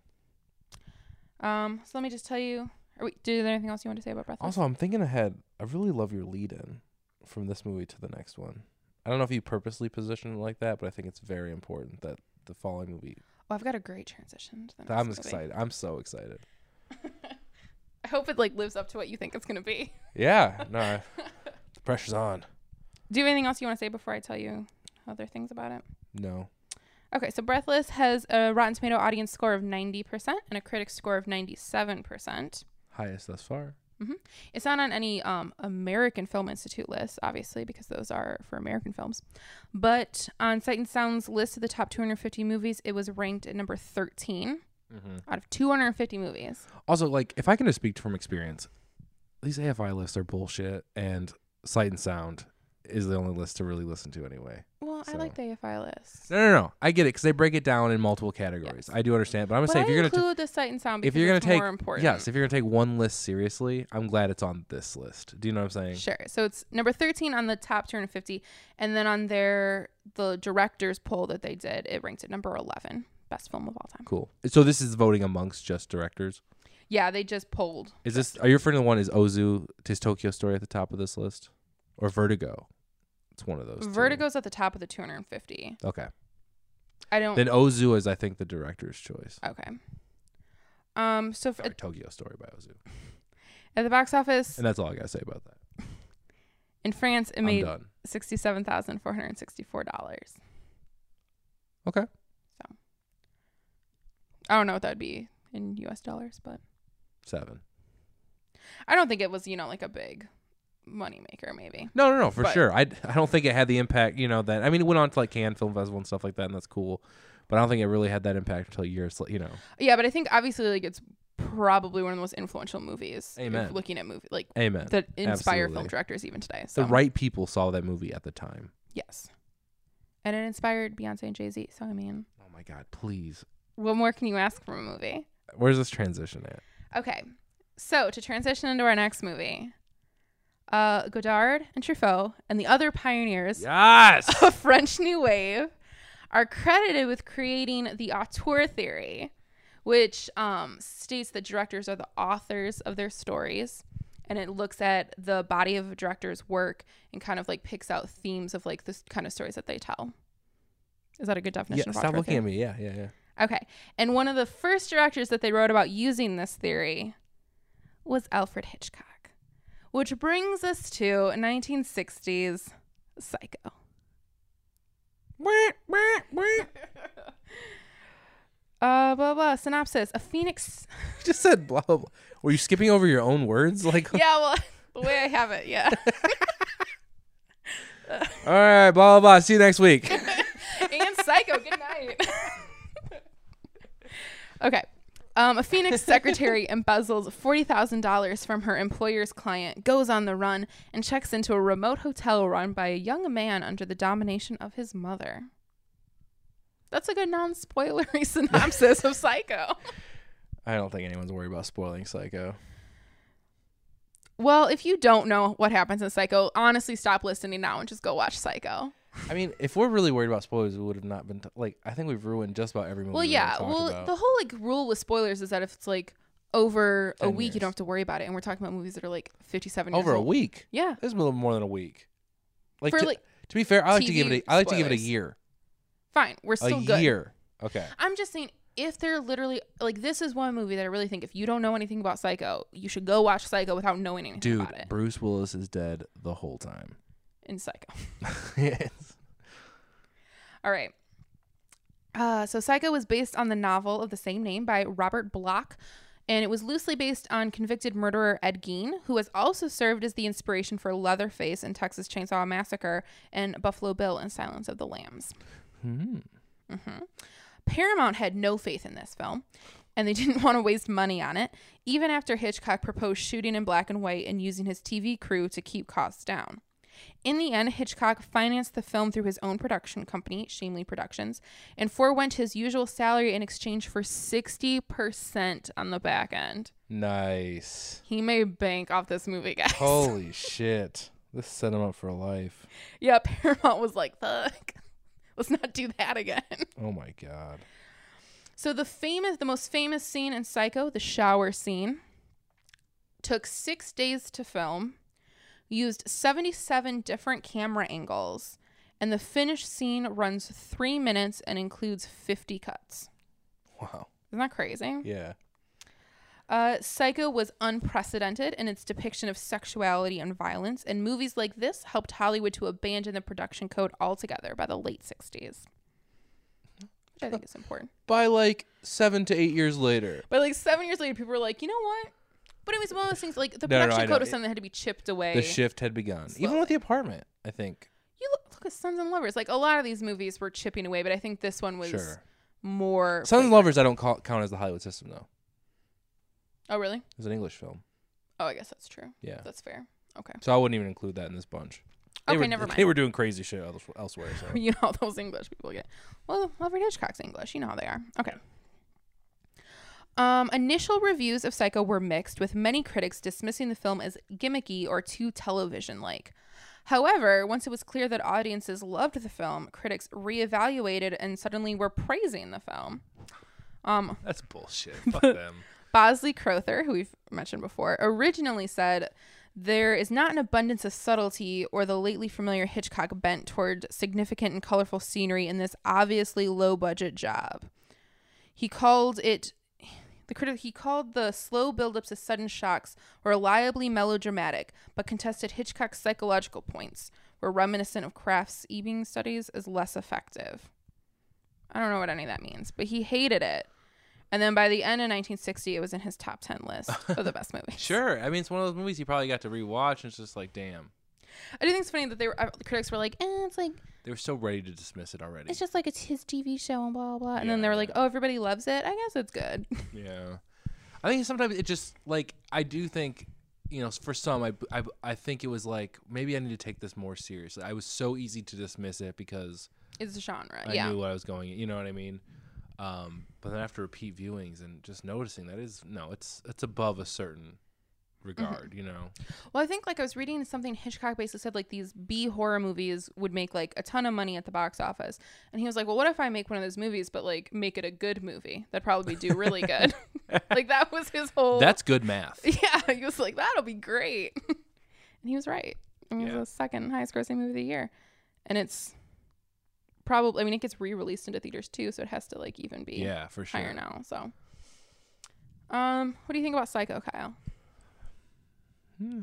Speaker 1: Um, so let me just tell you. Are we, did there anything else you want to say about Breathless?
Speaker 3: Also, I'm thinking ahead. I really love your lead in from this movie to the next one. I don't know if you purposely positioned it like that, but I think it's very important that the following movie.
Speaker 1: oh, I've got a great transition. To the next
Speaker 3: I'm
Speaker 1: movie.
Speaker 3: excited. I'm so excited.
Speaker 1: (laughs) I hope it like lives up to what you think it's going to be.
Speaker 3: Yeah.
Speaker 1: (laughs)
Speaker 3: No. I- the pressure's on.
Speaker 1: Do you have anything else you want to say before I tell you other things about it?
Speaker 3: No.
Speaker 1: Okay, so Breathless has a Rotten Tomato audience score of 90% and a critic score of 97%.
Speaker 3: Highest thus far.
Speaker 1: It's not on any um, American Film Institute list, obviously, because those are for American films. But on Sight and Sound's list of the top 250 movies, it was ranked at number 13
Speaker 3: Mm-hmm.
Speaker 1: out of 250 movies.
Speaker 3: Also, like, if I can just speak from experience, these AFI lists are bullshit, and Sight and Sound is the only list to really listen to anyway.
Speaker 1: Well, I
Speaker 3: So-
Speaker 1: like the AFI list.
Speaker 3: No, no, no. I get it because they break it down in multiple categories. I do understand, but I'm gonna
Speaker 1: But
Speaker 3: say
Speaker 1: I
Speaker 3: if you're gonna t-
Speaker 1: include the Sight and Sound because
Speaker 3: if you're gonna
Speaker 1: it's
Speaker 3: take
Speaker 1: more important.
Speaker 3: yes, if you're gonna take one list seriously, I'm glad it's on this list. Do you know what I'm saying?
Speaker 1: Sure. So it's number 13 on the top 250. And then on their, the director's poll that they did, it ranked at number 11, best film of all time.
Speaker 3: Cool. So this is voting amongst just directors.
Speaker 1: Yeah, they just polled.
Speaker 3: Is this are you referring to the one is Ozu Tis Tokyo Story at the top of this list, or Vertigo? It's one of those. two.
Speaker 1: Vertigo's at the top of the 250.
Speaker 3: Okay.
Speaker 1: I don't.
Speaker 3: Then Ozu is I think the director's choice.
Speaker 1: okay. Um. So f-
Speaker 3: Sorry, Tokyo Story by Ozu,
Speaker 1: at the box office
Speaker 3: and that's all I gotta say about that.
Speaker 1: in France, it
Speaker 3: I'm
Speaker 1: made
Speaker 3: done.
Speaker 1: sixty-seven thousand four hundred sixty-four dollars.
Speaker 3: Okay.
Speaker 1: I don't know what that would be in U.S. dollars, but
Speaker 3: Seven.
Speaker 1: I don't think it was you know like a big moneymaker. Maybe
Speaker 3: No, no, no, for
Speaker 1: But-
Speaker 3: sure. I, I don't think it had the impact, you know, that I mean, it went on to like Cannes Film Festival and stuff like that, and that's cool. But I don't think it really had that impact until years, la- you know.
Speaker 1: yeah, but I think obviously like it's probably one of the most influential movies. if
Speaker 3: Amen.
Speaker 1: Looking at movie like
Speaker 3: Amen.
Speaker 1: that inspire film
Speaker 3: Absolutely.
Speaker 1: directors even today. So
Speaker 3: the right people saw that movie at the time.
Speaker 1: yes, and it inspired Beyonce and Jay Z. So I mean,
Speaker 3: Oh my God, please.
Speaker 1: what more can you ask from a movie?
Speaker 3: Where's this transition at?
Speaker 1: Okay. So to transition into our next movie, uh, Godard and Truffaut and the other pioneers
Speaker 3: (laughs)
Speaker 1: (laughs)
Speaker 3: Yes!
Speaker 1: of French New Wave are credited with creating the auteur theory, which um, states that directors are the authors of their stories. And it looks at the body of a director's work and kind of like picks out themes of like this kind of stories that they tell. Is that a good definition?
Speaker 3: yeah,
Speaker 1: of
Speaker 3: stop
Speaker 1: auteur
Speaker 3: looking
Speaker 1: theory?
Speaker 3: at me. Yeah, yeah, yeah.
Speaker 1: Okay. And one of the first directors that they wrote about using this theory was Alfred Hitchcock, which brings us to 1960s Psycho. Uh, blah, blah. Synopsis A phoenix.
Speaker 3: (laughs)
Speaker 1: (laughs)
Speaker 3: You just said blah, blah, blah. Were you skipping over your own words? Like, (laughs)
Speaker 1: Yeah, well, (laughs) the way I have it, yeah.
Speaker 3: all right, blah, blah, blah. See you next week. (laughs)
Speaker 1: and Psycho. Good night. (laughs) okay. Um, a Phoenix secretary embezzles $40,000 from her employer's client, goes on the run, and checks into a remote hotel run by a young man under the domination of his mother. That's a good non spoilery (laughs) synopsis of Psycho.
Speaker 3: I don't think anyone's worried about spoiling Psycho.
Speaker 1: Well, if you don't know what happens in Psycho, honestly, stop listening now and just go watch Psycho.
Speaker 3: I mean, if we're really worried about spoilers, we would have not been t- like. I think we've ruined just about every movie.
Speaker 1: Well,
Speaker 3: we've
Speaker 1: yeah.
Speaker 3: ever talked
Speaker 1: Well,
Speaker 3: about.
Speaker 1: the whole like rule with spoilers is that if it's like over a
Speaker 3: 10
Speaker 1: week, you don't
Speaker 3: years.
Speaker 1: have to worry about it. And we're talking about movies that are like fifty-seven years
Speaker 3: over a
Speaker 1: old.
Speaker 3: week.
Speaker 1: Yeah,
Speaker 3: This is a little more than a week. Like,
Speaker 1: For,
Speaker 3: to,
Speaker 1: like,
Speaker 3: to be fair, I like to
Speaker 1: TV
Speaker 3: give it. A, I like to give it a
Speaker 1: spoilers.
Speaker 3: year.
Speaker 1: fine. We're still
Speaker 3: a
Speaker 1: good.
Speaker 3: year. Okay.
Speaker 1: I'm just saying, if they're literally like, this is one movie that I really think if you don't know anything about Psycho, you should go watch Psycho without knowing anything
Speaker 3: Dude,
Speaker 1: about it.
Speaker 3: Bruce Willis is dead the whole time. (laughs)
Speaker 1: in Psycho.
Speaker 3: yes.
Speaker 1: All right. Uh, so Psycho was based on the novel of the same name by Robert Bloch, and it was loosely based on convicted murderer Ed Gein, who has also served as the inspiration for Leatherface in Texas Chainsaw Massacre and Buffalo Bill in Silence of the Lambs.
Speaker 3: Hmm.
Speaker 1: Paramount had no faith in this film, and they (laughs) didn't want to waste money on it, even after Hitchcock proposed shooting in black and white and using his TV crew to keep costs down. In the end, Hitchcock financed the film through his own production company, Shamley Productions, and forewent his usual salary in exchange for 60% on the back end.
Speaker 3: (laughs) Nice.
Speaker 1: He made bank off this movie, guys.
Speaker 3: Holy shit. This set him up for life.
Speaker 1: (laughs) Yeah, Paramount was like, fuck, (laughs) let's not do that again.
Speaker 3: Oh my god.
Speaker 1: So the famous, the most famous scene in Psycho, the shower scene, took six days to film, used 77 different camera angles, and the finished scene runs three minutes and includes 50 cuts.
Speaker 3: Wow.
Speaker 1: Isn't that crazy?
Speaker 3: Yeah.
Speaker 1: Uh, Psycho was unprecedented in its depiction of sexuality and violence, and movies like this helped Hollywood to abandon the production code altogether by the late 60s, which I think is important.
Speaker 3: By like seven to eight years later.
Speaker 1: But like seven years later, people were like, you know what? But it was one of those things like the
Speaker 3: No, no, no,
Speaker 1: production
Speaker 3: I know.
Speaker 1: code was something that had to be chipped away.
Speaker 3: The shift had begun. Even with the apartment, I think.
Speaker 1: you look, look at Sons and Lovers. Like a lot of these movies were chipping away, but I think this one was
Speaker 3: Sure.
Speaker 1: more.
Speaker 3: Sons and
Speaker 1: flagrant.
Speaker 3: Lovers I don't call, count as the Hollywood system though.
Speaker 1: Oh really?
Speaker 3: It's an English film.
Speaker 1: Oh, I guess that's true.
Speaker 3: Yeah.
Speaker 1: That's fair. Okay.
Speaker 3: So I wouldn't even include that in this bunch. They
Speaker 1: Okay,
Speaker 3: were,
Speaker 1: never
Speaker 3: They
Speaker 1: mind.
Speaker 3: were doing crazy shit else- elsewhere. (laughs) So.
Speaker 1: (laughs) You know how those English people get. Well, Alfred Hitchcock's English. You know how they are. Okay. Um, initial reviews of Psycho were mixed, with many critics dismissing the film as gimmicky or too television like. However, once it was clear that audiences loved the film, critics reevaluated and suddenly were praising the film. Um,
Speaker 3: That's bullshit. (laughs) Fuck them.
Speaker 1: Bosley Crowther, who we've mentioned before, originally said there is not an abundance of subtlety or the lately familiar Hitchcock bent toward significant and colorful scenery in this obviously low budget job. He called it the critic he called the slow buildups of sudden shocks reliably melodramatic, but contested Hitchcock's psychological points were reminiscent of Kraft's Ebing studies as less effective. I don't know what any of that means, but he hated it. And then by the end of 1960, it was in his top 10 list of the best movies.
Speaker 3: Sure. I mean, it's one of those movies you probably got to rewatch, and it's just like, damn,
Speaker 1: I do think it's funny that they were, uh, the critics were like, eh, it's like,
Speaker 3: they were so ready to dismiss it already.
Speaker 1: it's just like it's his TV show and blah, blah, blah. And then
Speaker 3: Yeah,
Speaker 1: they were
Speaker 3: yeah.
Speaker 1: like, oh, everybody loves it. I guess it's good. (laughs)
Speaker 3: Yeah, I think sometimes it just like I do think you know for some I, I I think it was like maybe I need to take this more seriously. I was so easy to dismiss it because
Speaker 1: it's a genre.
Speaker 3: I
Speaker 1: Uh, yeah.
Speaker 3: knew what I was going. You know what I mean. Um, but then after repeat viewings and just noticing that is no, it's it's above a certain regard.
Speaker 1: Mm-hmm.
Speaker 3: You know.
Speaker 1: Well, I think like I was reading something Hitchcock basically said like these B horror movies would make like a ton of money at the box office, and he was like, "Well, what if I make one of those movies, but like make it a good movie? That'd probably do really
Speaker 3: (laughs)
Speaker 1: good." (laughs) like that was his whole.
Speaker 3: That's good math.
Speaker 1: (laughs) yeah. He was like, "That'll be great," (laughs) and he was right. I mean, It
Speaker 3: Yeah.
Speaker 1: was the second highest grossing movie of the year, and it's probably. I mean, it gets re released into theaters too, so it has to like even be
Speaker 3: Yeah, for sure.
Speaker 1: higher now. So, um, what do you think about Psycho, Kyle?
Speaker 3: Hmm.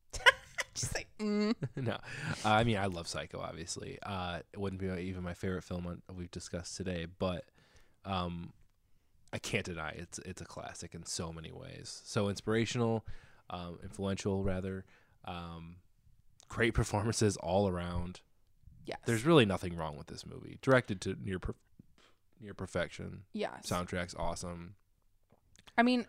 Speaker 1: (laughs) Just like. Mm.
Speaker 3: (laughs) no, uh, I mean I love Psycho. Obviously, uh, it wouldn't be even my favorite film on, we've discussed today, but um, I can't deny it's it's a classic in so many ways. So inspirational, um, influential rather. Um, great performances all around.
Speaker 1: Yes.
Speaker 3: There's really nothing wrong with this movie. Directed to near per- near perfection.
Speaker 1: Yes.
Speaker 3: Soundtrack's awesome.
Speaker 1: I mean,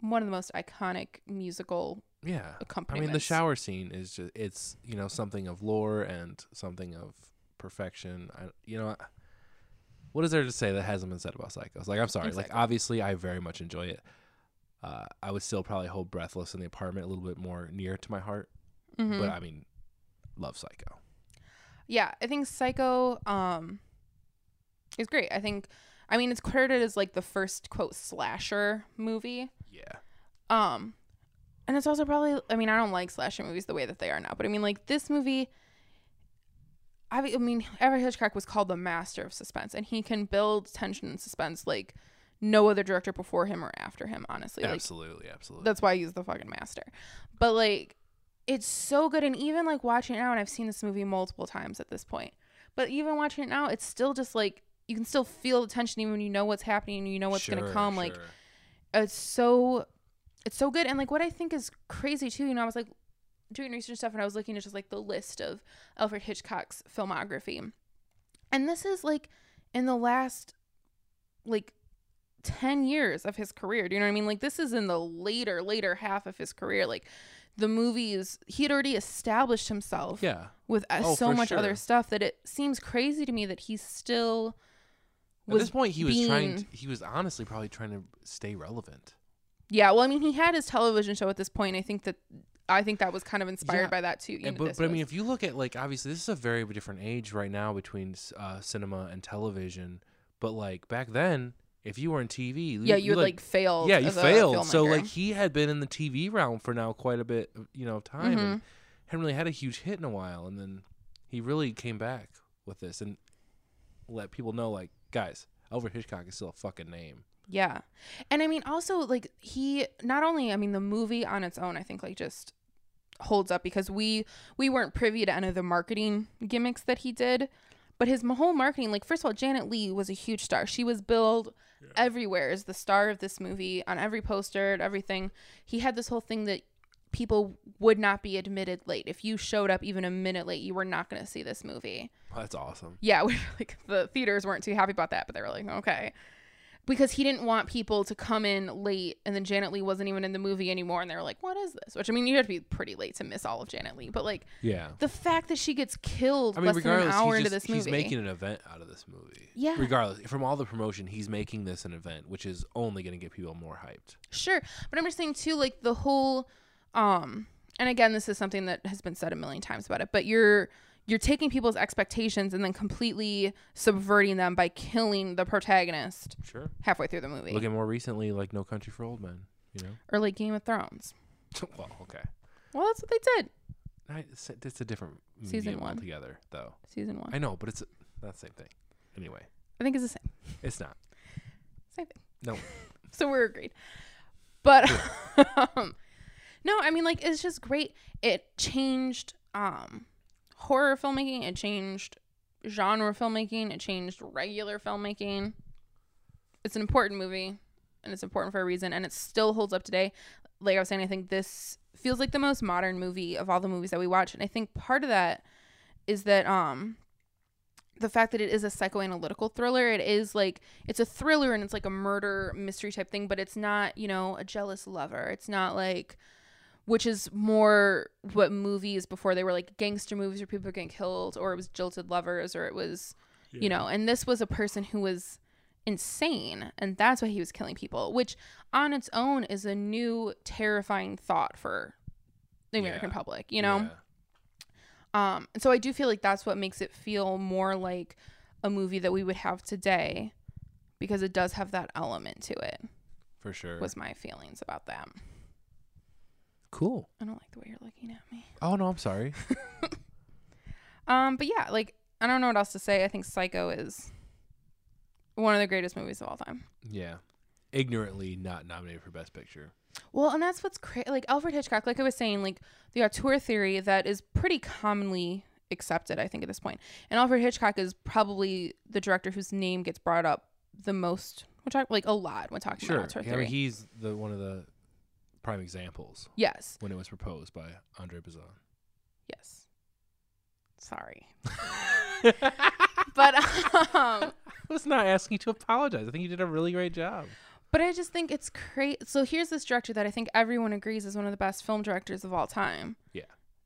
Speaker 1: one of the most iconic musical
Speaker 3: Yeah. I
Speaker 1: accompaniments.
Speaker 3: mean, the shower scene is just, it's, you know, something of lore and something of perfection. I, you know, I- what is there to say that hasn't been said about Psychos? Like, I'm sorry. Like,
Speaker 1: Exactly.
Speaker 3: obviously, I very much enjoy it. Uh, I would still probably hold Breathless in the apartment a little bit more near to my heart.
Speaker 1: Mhm.
Speaker 3: But I mean, love Psycho.
Speaker 1: yeah, I think Psycho um, is great. I think, I mean, it's credited as like the first quote slasher movie.
Speaker 3: Yeah.
Speaker 1: Um, and it's also probably, I mean, I don't like slasher movies the way that they are now, but I mean, like this movie, I mean- I mean, Alfred Hitchcock was called the master of suspense, and he can build tension and suspense like no other director before him or after him, honestly. Like,
Speaker 3: absolutely. Absolutely.
Speaker 1: That's why I use the fucking master. But like, it's so good. And even like watching it now, and I've seen this movie multiple times at this point. But even watching it now, it's still just like you can still feel the tension even when you know what's happening and you know what's gonna
Speaker 3: Sure,
Speaker 1: come. Like
Speaker 3: sure.
Speaker 1: it's so it's so good. And like what I think is crazy too, you know, I was like doing research stuff and I was looking at just like the list of Alfred Hitchcock's filmography. And this is like in the last like 10 years of his career. Do you know what I mean? Like this is in the later later half of his career. Like the movies he had already established himself
Speaker 3: Yeah.
Speaker 1: with uh,
Speaker 3: Oh,
Speaker 1: so
Speaker 3: for
Speaker 1: much
Speaker 3: sure.
Speaker 1: other stuff that it seems crazy to me that he still
Speaker 3: At
Speaker 1: was
Speaker 3: this point, he was trying.
Speaker 1: being-
Speaker 3: To, he was honestly probably trying to stay relevant.
Speaker 1: Yeah, well, I mean, he had his television show at this point. I think that I think that was kind of inspired
Speaker 3: Yeah,
Speaker 1: by that too. You
Speaker 3: And
Speaker 1: know,
Speaker 3: but
Speaker 1: this
Speaker 3: but I
Speaker 1: was.
Speaker 3: mean, if you look at like obviously this is a very different age right now between s- uh, cinema and television. But like back then, if you were in TV, you-
Speaker 1: yeah, you,
Speaker 3: you
Speaker 1: had like, failed.
Speaker 3: yeah you
Speaker 1: as a
Speaker 3: failed. So
Speaker 1: filmmaker.
Speaker 3: like he had been in the TV realm for now quite a bit uh, you know of time
Speaker 1: Mm-hmm.
Speaker 3: and hadn't really had a huge hit in a while. And then he really came back with this and let people know like guys, Alfred Hitchcock is still a fucking name.
Speaker 1: yeah, and I mean, also like he not only I mean the movie on its own, I think like just holds up because we we weren't privy to any of the marketing gimmicks that he did. But his m- whole marketing, like first of all, Janet Lee was a huge star. She was billed everywhere as the star of this movie on every poster, and everything. He had this whole thing that people would not be admitted late. If you showed up even a minute late, you were not going to see this movie.
Speaker 3: That's awesome.
Speaker 1: Yeah, (laughs) we were like the theaters weren't too happy about that, but they were like, okay. Because he didn't want people to come in late and then Janet Lee wasn't even in the movie anymore and they were like, What is this? Which I mean you have to be pretty late to miss all of Janet Lee, but like
Speaker 3: Yeah.
Speaker 1: the fact that she gets killed
Speaker 3: I mean,
Speaker 1: less than an
Speaker 3: regardless,
Speaker 1: hour
Speaker 3: he's,
Speaker 1: into
Speaker 3: just-
Speaker 1: this movie.
Speaker 3: he's making an event out of this movie.
Speaker 1: Yeah.
Speaker 3: Regardless, from all the promotion, he's making this an event, which is only going to get people more hyped.
Speaker 1: Sure, but I'm just saying too, like the whole, um, and again, this is something that has been said a million times about it, but you're you're taking people's expectations and then completely subverting them by killing the protagonist
Speaker 3: Sure.
Speaker 1: halfway through the movie,
Speaker 3: Look at more recently, like No Country for Old Men. You know.
Speaker 1: or like Game of Thrones.
Speaker 3: well, okay.
Speaker 1: (laughs) Well, that's what they did,
Speaker 3: I, it's, it's a different
Speaker 1: Season
Speaker 3: medium
Speaker 1: one.
Speaker 3: altogether, though.
Speaker 1: season one.
Speaker 3: I know, but it's not the same thing. Anyway,
Speaker 1: I think it's the same
Speaker 3: it's not.
Speaker 1: same thing.
Speaker 3: No.
Speaker 1: so we're agreed. But (laughs) um, no, I mean like it's just great. It changed um horror filmmaking, it changed genre filmmaking, it changed regular filmmaking. It's an important movie and it's important for a reason and it still holds up today. Like I was saying, I think this feels like the most modern movie of all the movies that we watch and I think part of that is that um the fact that it is a psychoanalytical thriller it is like it's a thriller and it's like a murder mystery type thing but it's not you know a jealous lover it's not like which is more what movies before they were like gangster movies where people were getting killed or it was jilted lovers or it was you know and this was a person who was insane and that's why he was killing people which on its own is a new terrifying thought for the american
Speaker 3: Yeah.
Speaker 1: public (laughs) you know
Speaker 3: Yeah.
Speaker 1: um, and so I do feel like that's what makes it feel more like a movie that we would have today because it does have that element to it,
Speaker 3: for sure.
Speaker 1: was my feelings about that.
Speaker 3: cool.
Speaker 1: I don't like the way you're looking at me.
Speaker 3: Oh no, I'm sorry. (laughs)
Speaker 1: Um, but yeah, like, I don't know what else to say. I think Psycho is one of the greatest movies of all time.
Speaker 3: yeah. Ignorantly not nominated for Best Picture.
Speaker 1: Well, and that's what's crazy. Like Alfred Hitchcock, like I was saying, like the auteur theory that is pretty commonly accepted, I think, at this point. And Alfred Hitchcock is probably the director whose name gets brought up the most. We talk like a lot when talking
Speaker 3: Sure.
Speaker 1: about auteur
Speaker 3: I
Speaker 1: theory.
Speaker 3: mean, he's the one of the prime examples
Speaker 1: yes,
Speaker 3: when it was proposed by Andre
Speaker 1: (laughs)
Speaker 3: (laughs) Bazin.
Speaker 1: yes.
Speaker 3: (laughs)
Speaker 1: Sorry, but um,
Speaker 3: (laughs) I was not asking you to apologize. I think you did a really great job.
Speaker 1: but I just think it's crazy. So here's this director that I think everyone agrees is one of the best film directors of all time.
Speaker 3: Yeah.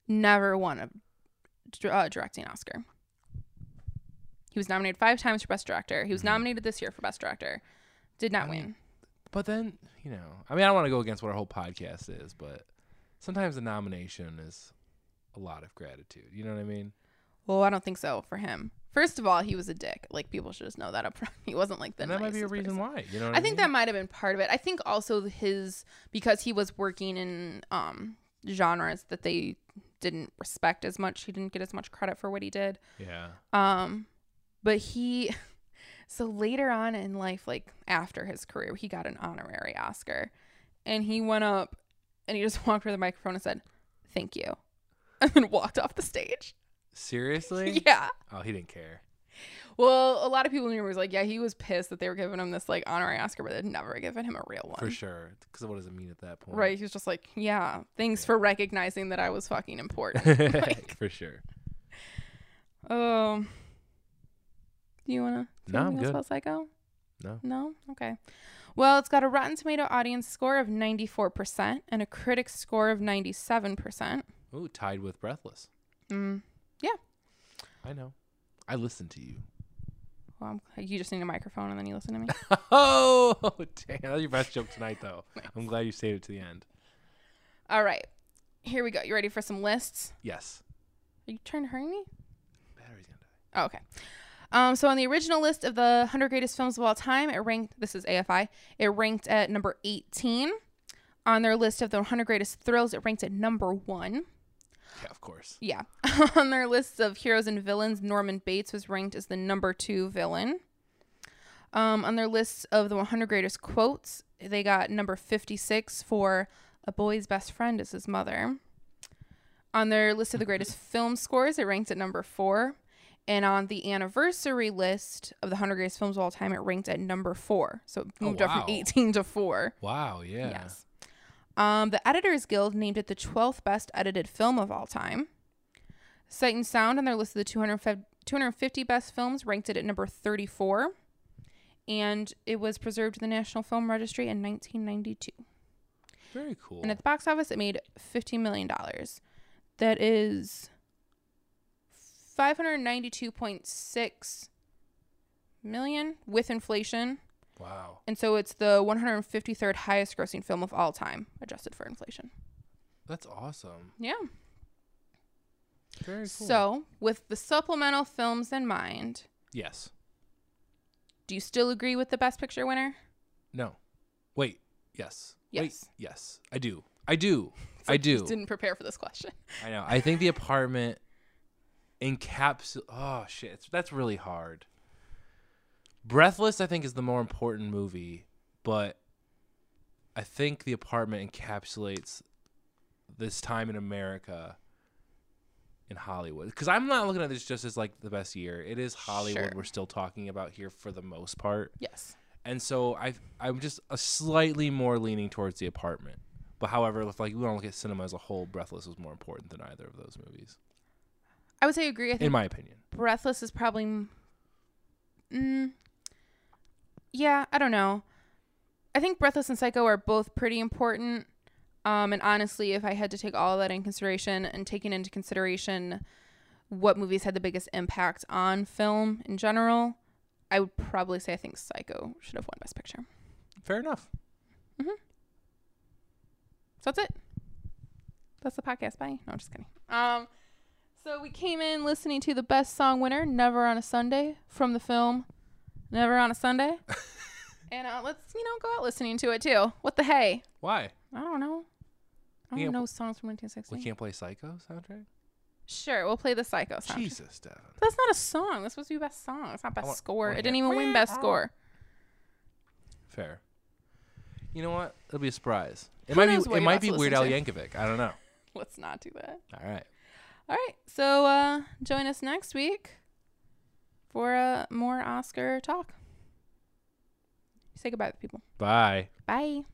Speaker 1: never won a dir- uh, directing Oscar. He was nominated five times for Best Director. He
Speaker 3: Mm-hmm.
Speaker 1: was nominated this year for Best Director. Did not win.
Speaker 3: But then, you know, I mean, I don't want to go against what our whole podcast is, but sometimes the nomination is a lot of gratitude. You know what I mean?
Speaker 1: Well, I don't think so for him. First of all, he was a dick. Like people should just know that up front. (laughs) He wasn't like the
Speaker 3: and that might be a
Speaker 1: nicest
Speaker 3: reason
Speaker 1: person.
Speaker 3: why. You know what I
Speaker 1: I think
Speaker 3: mean?
Speaker 1: that might have been part of it. I think also his because he was working in um genres that they didn't respect as much. He didn't get as much credit for what he did.
Speaker 3: Yeah.
Speaker 1: Um, but he, (laughs) so later on in life, like after his career, he got an honorary Oscar, and he went up and he just (laughs) walked over the microphone and said, "Thank you," (laughs) and then walked off the stage. (laughs)
Speaker 3: Seriously?
Speaker 1: Yeah.
Speaker 3: Oh, he didn't care.
Speaker 1: Well, a lot of people knew was like, yeah, he was pissed that they were giving him this like honorary Oscar, but they'd never given him a real one.
Speaker 3: For sure. Because what does it mean at that point? (laughs)
Speaker 1: Right? He was just like, yeah, thanks for recognizing that I was fucking
Speaker 3: (laughs)
Speaker 1: important. like,
Speaker 3: For sure.
Speaker 1: um, do you wanna? say
Speaker 3: No, I'm
Speaker 1: anything else
Speaker 3: good.
Speaker 1: About Psycho?
Speaker 3: No.
Speaker 1: No? Okay. Well, it's got a Rotten Tomato audience score of 94% and a critic score of 97%.
Speaker 3: Ooh, tied with Breathless.
Speaker 1: Mm.
Speaker 3: I know. I listen
Speaker 1: (laughs)
Speaker 3: to you.
Speaker 1: Well, I'm, you just need a microphone and then you listen to me.
Speaker 3: Oh, (laughs) damn. That was your best joke tonight,
Speaker 1: (laughs)
Speaker 3: though. I'm glad you saved it to the end.
Speaker 1: All right. Here we go. You ready for some lists?
Speaker 3: Yes.
Speaker 1: Are you trying to hurry me?
Speaker 3: Battery's gonna die.
Speaker 1: Oh, okay. Um, so on the original list of the 100 greatest films of all time, it ranked, this is AFI, it ranked at number 18. On their list of the 100 greatest thrills, it ranked at number one.
Speaker 3: Yeah, of course.
Speaker 1: Yeah. (laughs) on their list of heroes and villains, Norman Bates was ranked as the number two villain. Um, on their list of the 100 greatest quotes, they got number 56 for A Boy's Best Friend is His Mother. On their list of the greatest film scores, it ranked at number four. And on the anniversary list of the 100 greatest films of all time, it ranked at number four. So it moved up
Speaker 3: wow.
Speaker 1: from 18 to four.
Speaker 3: Wow. Yeah.
Speaker 1: Yes. Um, the Editors Guild named it the 12th best edited film of all time. Sight and Sound on their list of the 250 250 best films ranked it at number 34. And it was preserved in the National Film Registry in 1992.
Speaker 3: Very cool.
Speaker 1: And at the box office, it made $50 million. That is 592.6 million with inflation.
Speaker 3: wow.
Speaker 1: And so it's the 153rd highest grossing film of all time, adjusted for inflation.
Speaker 3: That's awesome.
Speaker 1: Yeah.
Speaker 3: Very cool.
Speaker 1: So, with the supplemental films in mind,
Speaker 3: yes.
Speaker 1: do you still agree with the Best Picture winner?
Speaker 3: No. Wait. Yes.
Speaker 1: Yes.
Speaker 3: Wait. Yes. I do. I
Speaker 1: (laughs)
Speaker 3: do. I
Speaker 1: You
Speaker 3: do.
Speaker 1: just didn't prepare for this question. (laughs)
Speaker 3: I know. I think the apartment encapsul. Oh shit, it's- that's really hard. Breathless, I think, is the more important movie, but I think the apartment encapsulates this time in America in Hollywood. Because I'm not looking at this just as like the best year. It is Hollywood
Speaker 1: Sure.
Speaker 3: we're still talking about here for the most part
Speaker 1: Yes.
Speaker 3: and so I I'm just a slightly more leaning towards the apartment. But however, if like we want to look at cinema as a whole, Breathless was more important than either of those movies,
Speaker 1: I would say agree. I think
Speaker 3: in my opinion.
Speaker 1: Breathless is probably. m- Mm, yeah, I don't know. I think Breathless and Psycho are both pretty important. Um, and honestly, if I had to take all that in consideration and taking into consideration what movies had the biggest impact on film in general, I would probably say I think Psycho should have won Best Picture.
Speaker 3: Fair enough.
Speaker 1: So that's it. That's the podcast. Bye. No, I'm just kidding. Um, so we came in listening to the best song winner, "Never on a Sunday," from the film "Never on a
Speaker 3: (laughs)
Speaker 1: Sunday," and uh, let's you know go out listening to it too. What the hey?
Speaker 3: Why
Speaker 1: I don't know. I don't
Speaker 3: Yeah,
Speaker 1: know songs from
Speaker 3: we
Speaker 1: 1960.
Speaker 3: can't play Psycho soundtrack?
Speaker 1: Sure, we'll play the Psycho soundtrack.
Speaker 3: Jesus, Devin.
Speaker 1: That's not a song. That's supposed to be best song. It's not best
Speaker 3: want-
Speaker 1: score.
Speaker 3: wanna
Speaker 1: It didn't
Speaker 3: hear-
Speaker 1: even win best score.
Speaker 3: Fair. You know what? It'll be a surprise. It
Speaker 1: Who
Speaker 3: might
Speaker 1: knows
Speaker 3: be.
Speaker 1: what
Speaker 3: It
Speaker 1: you're
Speaker 3: might
Speaker 1: about
Speaker 3: be
Speaker 1: to
Speaker 3: Weird Al
Speaker 1: listen
Speaker 3: Yankovic. I don't know.
Speaker 1: Let's not do that.
Speaker 3: All right.
Speaker 1: All right. So uh, join us next week for uh, more Oscar talk. Say goodbye to the people.
Speaker 3: Bye.
Speaker 1: Bye.